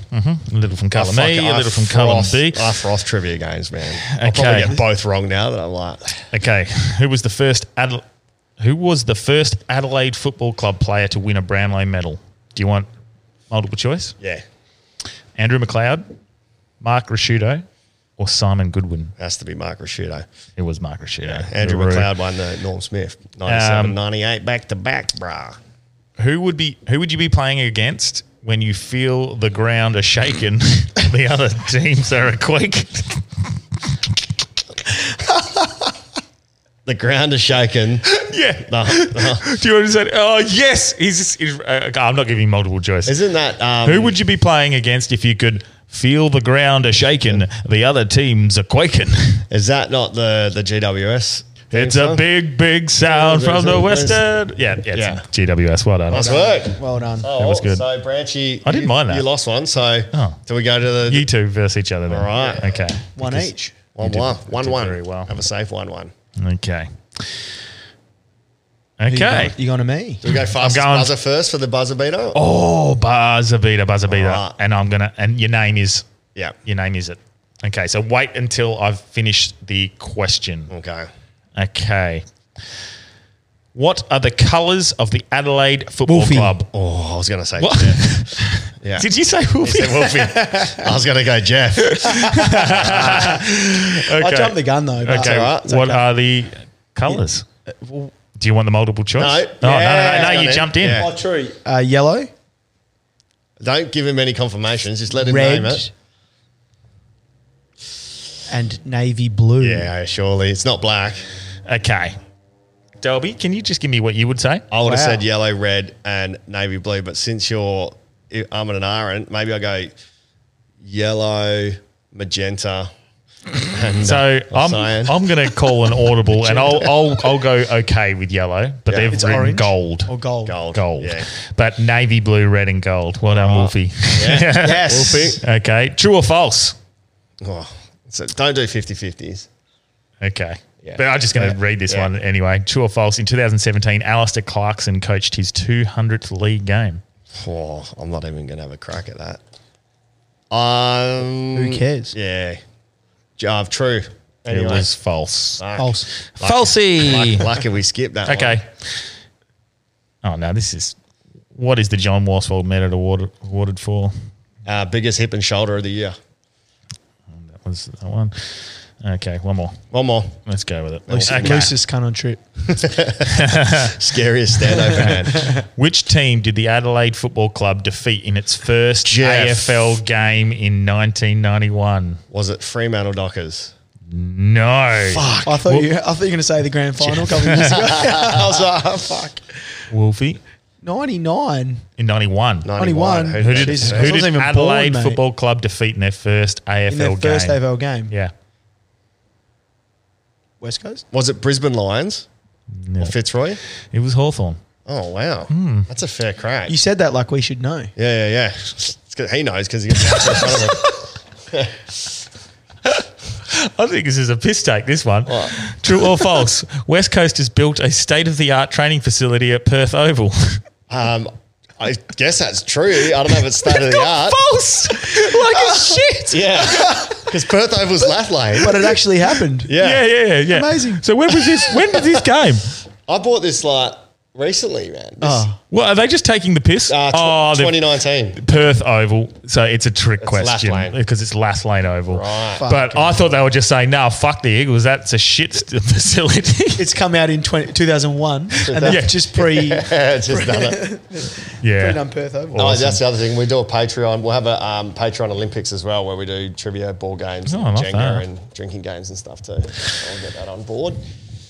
[SPEAKER 1] little from column
[SPEAKER 2] Fuck,
[SPEAKER 1] A, a
[SPEAKER 2] I
[SPEAKER 1] little from column
[SPEAKER 2] froth-
[SPEAKER 1] B.
[SPEAKER 2] I froth trivia games, man. I'll probably
[SPEAKER 1] Okay.
[SPEAKER 2] get both wrong now that I'm like,
[SPEAKER 1] Okay. Who was the first Adela- Who was the first Adelaide Football Club player to win a Brownlow medal? Do you want multiple choice?
[SPEAKER 2] yeah,
[SPEAKER 1] Andrew McLeod, Mark Rashudo, or Simon Goodwin?
[SPEAKER 2] has to be Mark Rashudo.
[SPEAKER 1] It was Mark Rashudo.
[SPEAKER 2] Andrew
[SPEAKER 1] Giroux.
[SPEAKER 2] McLeod won the Norm Smith, 97,
[SPEAKER 1] Um,
[SPEAKER 2] 98, back to back, bruh.
[SPEAKER 1] Who would be who would you be playing against when you feel the ground are shaken? the other teams are a quake.
[SPEAKER 2] The ground is Uh, shaken.
[SPEAKER 1] yeah.
[SPEAKER 2] No, no.
[SPEAKER 1] Do you understand? Oh yes. He's, he's uh, I'm not giving you multiple choice.
[SPEAKER 2] Isn't that um,
[SPEAKER 1] who would you be playing against if you could feel the ground are shaken? The other teams are quaking.
[SPEAKER 2] is that not the the GWS? theme
[SPEAKER 1] It's a
[SPEAKER 2] song?
[SPEAKER 1] big, big sound
[SPEAKER 2] Yeah,
[SPEAKER 1] from the
[SPEAKER 2] there's-
[SPEAKER 1] western. Yeah, yeah,
[SPEAKER 2] Yeah.
[SPEAKER 1] it's GWS. Well done.
[SPEAKER 2] Nice work.
[SPEAKER 3] Well done.
[SPEAKER 2] Oh,
[SPEAKER 1] was good.
[SPEAKER 2] So Branchy,
[SPEAKER 1] I didn't
[SPEAKER 2] you-
[SPEAKER 1] mind that.
[SPEAKER 2] You lost one, so
[SPEAKER 1] Oh.
[SPEAKER 2] do we go to the
[SPEAKER 1] You two versus each other. Then.
[SPEAKER 2] All right.
[SPEAKER 1] Okay.
[SPEAKER 3] One
[SPEAKER 1] Because-
[SPEAKER 3] each.
[SPEAKER 2] One
[SPEAKER 1] did-
[SPEAKER 2] one.
[SPEAKER 1] you
[SPEAKER 2] One
[SPEAKER 1] did
[SPEAKER 2] one.
[SPEAKER 1] very well.
[SPEAKER 2] Have a safe one one.
[SPEAKER 1] Okay.
[SPEAKER 3] You
[SPEAKER 1] Okay.
[SPEAKER 3] going, you going to me?
[SPEAKER 2] Do we go fast
[SPEAKER 1] going-
[SPEAKER 2] buzzer first for the buzzer beater?
[SPEAKER 1] Oh, buzzer beater, buzzer beater.
[SPEAKER 2] Alright.
[SPEAKER 1] And I'm gonna and your name is
[SPEAKER 2] Yeah.
[SPEAKER 1] your name is it. Okay, so wait until I've finished the question.
[SPEAKER 2] Okay.
[SPEAKER 1] Okay. What are the colours of the Adelaide Football
[SPEAKER 3] Wolfie.
[SPEAKER 1] Club?
[SPEAKER 2] Oh, I was gonna say.
[SPEAKER 1] What?
[SPEAKER 2] Jeff. Yeah.
[SPEAKER 1] Did you say Wolfie?
[SPEAKER 2] Said Wolfie. I was gonna go Jeff.
[SPEAKER 1] Okay.
[SPEAKER 3] I jumped the gun though. But
[SPEAKER 1] Okay.
[SPEAKER 2] alright, it's Uh,
[SPEAKER 1] What are the colours? Do you want the multiple choice?
[SPEAKER 2] No.
[SPEAKER 1] Oh, no, no, no, no.
[SPEAKER 2] Yeah, it's
[SPEAKER 1] You
[SPEAKER 2] gone
[SPEAKER 1] jumped in.
[SPEAKER 2] in. Yeah.
[SPEAKER 3] Oh, true. Uh, yellow,
[SPEAKER 2] Don't give him any confirmations. Just let him name
[SPEAKER 3] red,
[SPEAKER 2] it.
[SPEAKER 3] and navy blue.
[SPEAKER 2] Yeah, surely it's not black.
[SPEAKER 1] Okay. Delby, can you just give me what you would say?
[SPEAKER 2] I would have
[SPEAKER 3] Wow.
[SPEAKER 2] said yellow, red, and navy blue. But since you're I'm an aren't, maybe I go yellow, magenta. and,
[SPEAKER 1] So
[SPEAKER 2] uh,
[SPEAKER 1] I'm
[SPEAKER 2] cyan.
[SPEAKER 1] I'm going to call an audible, and I'll I'll I'll go okay with yellow, but
[SPEAKER 2] Yeah.
[SPEAKER 1] they've
[SPEAKER 2] It's
[SPEAKER 1] written
[SPEAKER 3] orange
[SPEAKER 1] gold.
[SPEAKER 3] or gold.
[SPEAKER 2] Gold.
[SPEAKER 1] Gold,
[SPEAKER 2] Yeah. Ah,
[SPEAKER 1] but navy blue, red, and gold. Well done, Wolfie.
[SPEAKER 3] Yes.
[SPEAKER 2] Wolfie.
[SPEAKER 1] okay, true or false?
[SPEAKER 2] Oh, so don't do 50-50s.
[SPEAKER 1] Okay,
[SPEAKER 2] Yeah.
[SPEAKER 1] but I'm just going to read this
[SPEAKER 2] Yeah.
[SPEAKER 1] one anyway. True or false? In 2017, Alistair Clarkson coached his 200th league game.
[SPEAKER 2] Oh, I'm not even going to have a crack at that. Um,
[SPEAKER 3] Who cares?
[SPEAKER 2] Yeah. Uh, true.
[SPEAKER 1] It
[SPEAKER 2] Anyway. Ah,
[SPEAKER 1] was false.
[SPEAKER 3] False.
[SPEAKER 2] Lucky,
[SPEAKER 8] Falsy.
[SPEAKER 2] lucky we skipped that one.
[SPEAKER 1] Okay. Oh no, this is what is the John Wasfold Medal award, awarded for?
[SPEAKER 2] Uh, biggest hip and shoulder of the year.
[SPEAKER 1] That was that one. Okay, one more.
[SPEAKER 2] One more.
[SPEAKER 1] Let's go with it.
[SPEAKER 3] Loosest,
[SPEAKER 1] Okay.
[SPEAKER 3] loosest cunt on trip.
[SPEAKER 2] Scariest standover man.
[SPEAKER 1] Which team did the Adelaide Football Club defeat in its first
[SPEAKER 2] Jeff.
[SPEAKER 1] AFL game in 1991?
[SPEAKER 2] Was it Fremantle Dockers?
[SPEAKER 1] No.
[SPEAKER 3] I thought you. I thought you were going to say the grand final a couple of years ago. I was like, oh, fuck.
[SPEAKER 1] Wolfie.
[SPEAKER 3] Ninety nine.
[SPEAKER 1] In 91.
[SPEAKER 3] Only one.
[SPEAKER 2] Who
[SPEAKER 1] Who did,
[SPEAKER 3] Jesus, I
[SPEAKER 1] who
[SPEAKER 3] wasn't
[SPEAKER 1] did
[SPEAKER 3] even
[SPEAKER 1] Adelaide
[SPEAKER 3] born, mate.
[SPEAKER 1] Football Club defeat in their first AFL
[SPEAKER 3] In their
[SPEAKER 1] game?
[SPEAKER 3] first AFL game.
[SPEAKER 1] Yeah.
[SPEAKER 3] West Coast.
[SPEAKER 2] Was it Brisbane Lions?
[SPEAKER 1] No.
[SPEAKER 2] Or Fitzroy?
[SPEAKER 1] It was Hawthorn.
[SPEAKER 2] Oh, wow. That's a fair crack.
[SPEAKER 3] You said that like we should know.
[SPEAKER 2] yeah, yeah, yeah. It's 'cause He knows because he gets out in front of him.
[SPEAKER 1] I think this is a piss take, this one. True or false? West Coast has built a state of the art training facility at Perth Oval.
[SPEAKER 2] Um, I guess that's true. I don't know if it's state of the art.
[SPEAKER 1] false! like a shit!
[SPEAKER 2] Yeah. Because Perth Oval's Lath Lane.
[SPEAKER 3] But it actually happened.
[SPEAKER 2] Yeah.
[SPEAKER 1] Yeah, yeah, yeah.
[SPEAKER 3] Amazing.
[SPEAKER 1] So when was this? When did this game?
[SPEAKER 2] I bought this like recently, man. This,
[SPEAKER 3] Oh.
[SPEAKER 1] Well, are they just taking the piss?
[SPEAKER 2] uh, tw-
[SPEAKER 1] oh, they've-
[SPEAKER 2] 2019.
[SPEAKER 1] Perth Oval. So it's a trick
[SPEAKER 2] Lath
[SPEAKER 1] question
[SPEAKER 2] Lane.
[SPEAKER 1] because it's Lath Lane Oval.
[SPEAKER 2] Right.
[SPEAKER 1] But I thought they were just saying, "No, fuck the Eagles. That's a shit st- facility."
[SPEAKER 3] It's come out in 20, 2001 and that's
[SPEAKER 1] Yeah.
[SPEAKER 3] just pre
[SPEAKER 2] Just done it.
[SPEAKER 1] yeah.
[SPEAKER 3] done Perth Oval.
[SPEAKER 2] No, that's the other thing. We do a Patreon. We'll have a um, Patreon Olympics as well, where we do trivia, ball games,
[SPEAKER 1] Oh, I
[SPEAKER 2] and
[SPEAKER 1] like
[SPEAKER 2] Jenga,
[SPEAKER 1] that.
[SPEAKER 2] and drinking games and stuff too. So I'll get that on board.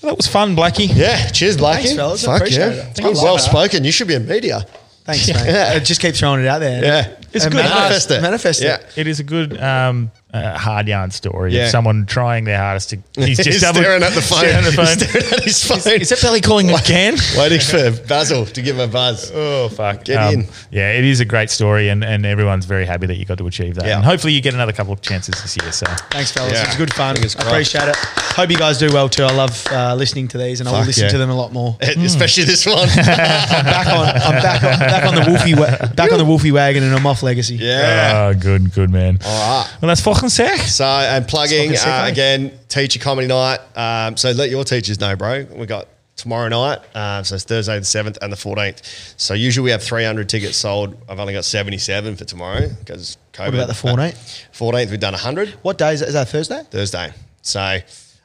[SPEAKER 1] that was fun, Blackie.
[SPEAKER 2] Yeah, cheers, Blackie.
[SPEAKER 3] Thanks, fellas. I appreciate it.
[SPEAKER 2] It's
[SPEAKER 3] I
[SPEAKER 2] been
[SPEAKER 3] like
[SPEAKER 2] well
[SPEAKER 3] that.
[SPEAKER 2] spoken. You should be in media.
[SPEAKER 3] Thanks, mate. I just keep throwing it out there.
[SPEAKER 2] Yeah,
[SPEAKER 1] It's
[SPEAKER 3] And
[SPEAKER 1] good.
[SPEAKER 2] Manifest it.
[SPEAKER 3] Manifest
[SPEAKER 2] Yeah.
[SPEAKER 3] it.
[SPEAKER 1] It is a good um, uh, hard yarn story
[SPEAKER 2] Yeah.
[SPEAKER 1] of someone trying their hardest to. He's just
[SPEAKER 2] He's
[SPEAKER 1] double-
[SPEAKER 2] staring at the phone.
[SPEAKER 1] staring at the phone.
[SPEAKER 2] He's staring at his phone.
[SPEAKER 1] Is that Belly calling again?
[SPEAKER 2] Waiting for Basil to give him a buzz.
[SPEAKER 1] Oh fuck!
[SPEAKER 2] Get in.
[SPEAKER 1] Yeah, it is a great story, and, and everyone's very happy that you got to achieve that.
[SPEAKER 2] Yeah.
[SPEAKER 1] And hopefully, you get another couple of chances this year. So
[SPEAKER 3] Thanks, fellas.
[SPEAKER 2] Yeah.
[SPEAKER 3] It was good fun.
[SPEAKER 2] Fingers
[SPEAKER 3] I appreciate it. Hope you guys do well too. I love uh, listening to these and I will
[SPEAKER 2] Fuck
[SPEAKER 3] listen
[SPEAKER 2] yeah.
[SPEAKER 3] to them a lot more.
[SPEAKER 2] Especially this one.
[SPEAKER 3] I'm back on. I'm back on. Back on the Wolfie. Wa- back on the Wolfie wagon, and I'm off legacy.
[SPEAKER 2] yeah.
[SPEAKER 1] oh, good, good man. All
[SPEAKER 2] right.
[SPEAKER 1] Well, that's fucking sick.
[SPEAKER 2] So, and plugging
[SPEAKER 3] It's fucking sick,
[SPEAKER 2] uh,
[SPEAKER 3] eh?
[SPEAKER 2] again, teacher comedy night. Um, so let your teachers know, bro. We got tomorrow night. Um, so it's Thursday the seventh and the fourteenth. So usually we have three hundred tickets sold. I've only got seventy seven for tomorrow because COVID.
[SPEAKER 3] What about the 14th?
[SPEAKER 2] Fourteenth, we've done hundred
[SPEAKER 3] What day is that? Is that Thursday?
[SPEAKER 2] Thursday. So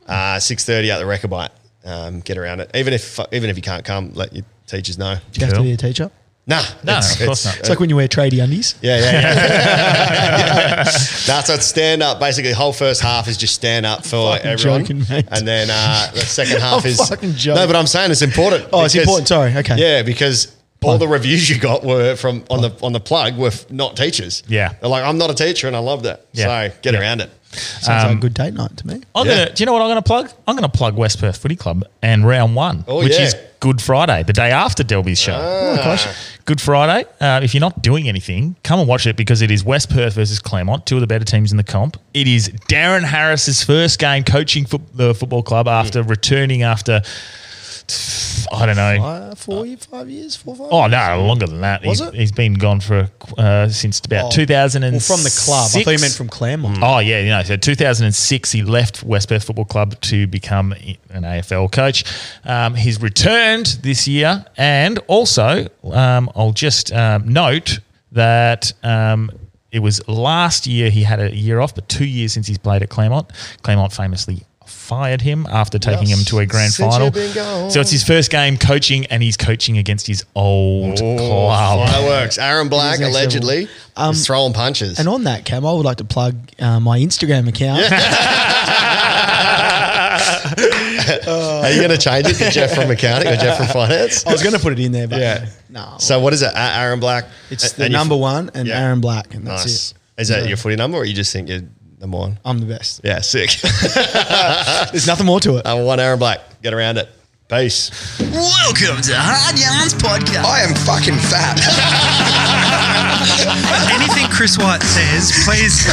[SPEAKER 2] uh, six thirty at the record bite. Um, get around it. Even if even if you can't come, let your teachers know.
[SPEAKER 3] Do you have to
[SPEAKER 1] Cool.
[SPEAKER 3] be a teacher?
[SPEAKER 2] Nah,
[SPEAKER 1] No, of course not.
[SPEAKER 3] It's like when you wear tradie undies.
[SPEAKER 2] Yeah, yeah, yeah. Yeah. That's a stand up. Basically, the whole first half is just stand up for
[SPEAKER 3] fucking
[SPEAKER 2] everyone,
[SPEAKER 3] joking, mate.
[SPEAKER 2] and then uh, the second half
[SPEAKER 3] I'm
[SPEAKER 2] is
[SPEAKER 3] fucking joking.
[SPEAKER 2] no. But I'm saying it's important.
[SPEAKER 3] Oh, it's important. Sorry. Okay.
[SPEAKER 2] Yeah, because all the reviews you got were from on the on the plug were f- not teachers.
[SPEAKER 1] Yeah.
[SPEAKER 2] They're like I'm not a teacher, and I love that.
[SPEAKER 1] Yeah.
[SPEAKER 2] So get
[SPEAKER 1] Yeah.
[SPEAKER 2] around it.
[SPEAKER 3] Sounds
[SPEAKER 2] Um,
[SPEAKER 3] like a good date night to me.
[SPEAKER 1] I'm
[SPEAKER 2] Yeah.
[SPEAKER 1] gonna. Do you know what I'm gonna plug? I'm gonna plug West Perth Footy Club and round one,
[SPEAKER 2] Oh,
[SPEAKER 1] which
[SPEAKER 2] yeah.
[SPEAKER 1] is Good Friday, the day after Delby's show.
[SPEAKER 3] Ah.
[SPEAKER 2] uh,
[SPEAKER 1] Good Friday. Uh, if you're not doing anything, come and watch it because it is West Perth versus Claremont, two of the better teams in the comp. It is Darren Harris's first game coaching fo- the football club
[SPEAKER 3] Hmm.
[SPEAKER 1] after returning after I don't know.
[SPEAKER 3] Uh, four, year- five years, four, five.
[SPEAKER 1] Oh no, longer than that.
[SPEAKER 3] Was
[SPEAKER 1] he's,
[SPEAKER 3] it?
[SPEAKER 1] he's been gone for uh, since about
[SPEAKER 3] Oh.
[SPEAKER 1] 2000 and
[SPEAKER 3] Well, from the club. I thought you meant from Claremont.
[SPEAKER 2] Mm.
[SPEAKER 1] Oh yeah, you know, so 2006 he left West Perth Football Club to become an AFL coach. Um, he's returned this year, and also um, I'll just um, note that um, it was last year he had a year off, but two years since he's played at Claremont. Claremont famously fired him after taking
[SPEAKER 2] Yes,
[SPEAKER 1] him to a grand
[SPEAKER 2] since
[SPEAKER 1] final.
[SPEAKER 2] you've been gone.
[SPEAKER 1] So it's his first game coaching, and he's coaching against his old
[SPEAKER 2] Oh,
[SPEAKER 1] club.
[SPEAKER 2] fireworks. Aaron Black
[SPEAKER 3] next level.
[SPEAKER 2] allegedly
[SPEAKER 3] Um,
[SPEAKER 2] is throwing punches.
[SPEAKER 3] And on that, Cam, I would like to plug uh, my Instagram account.
[SPEAKER 2] Are you going to change it to Jeff from accounting or Jeff from finance?
[SPEAKER 3] I was going to put it in there, but
[SPEAKER 2] Yeah.
[SPEAKER 3] no.
[SPEAKER 2] So what is it? At Aaron Black.
[SPEAKER 3] it's
[SPEAKER 2] A-
[SPEAKER 3] the
[SPEAKER 2] and your-
[SPEAKER 3] number one and
[SPEAKER 2] Yeah.
[SPEAKER 3] Aaron Black, and that's
[SPEAKER 2] Nice.
[SPEAKER 3] it.
[SPEAKER 2] Is that your footy number, or you just think you're number one?
[SPEAKER 3] I'm the best.
[SPEAKER 2] Yeah, sick.
[SPEAKER 3] There's nothing more to it.
[SPEAKER 2] number Uh, one, Aaron Black. Get around it. Peace.
[SPEAKER 4] Welcome to Hard Yarns Podcast. I am fucking fat.
[SPEAKER 5] Anything Chris White says, please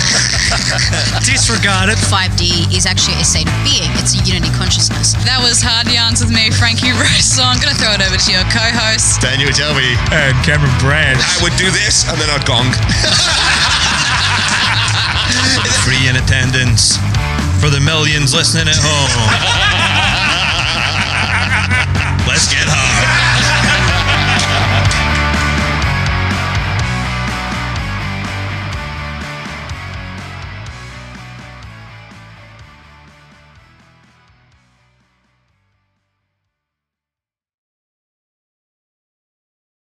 [SPEAKER 5] disregard it.
[SPEAKER 6] 5D is actually a state of being. It's a unity consciousness. That was Hard Yarns with me, Frankie Rose. So I'm going to throw it over to your co-host,
[SPEAKER 2] Daniel Delby.
[SPEAKER 5] And Cameron Brand.
[SPEAKER 7] I would do this and then I'd gong.
[SPEAKER 5] Free in attendance for the millions listening at home.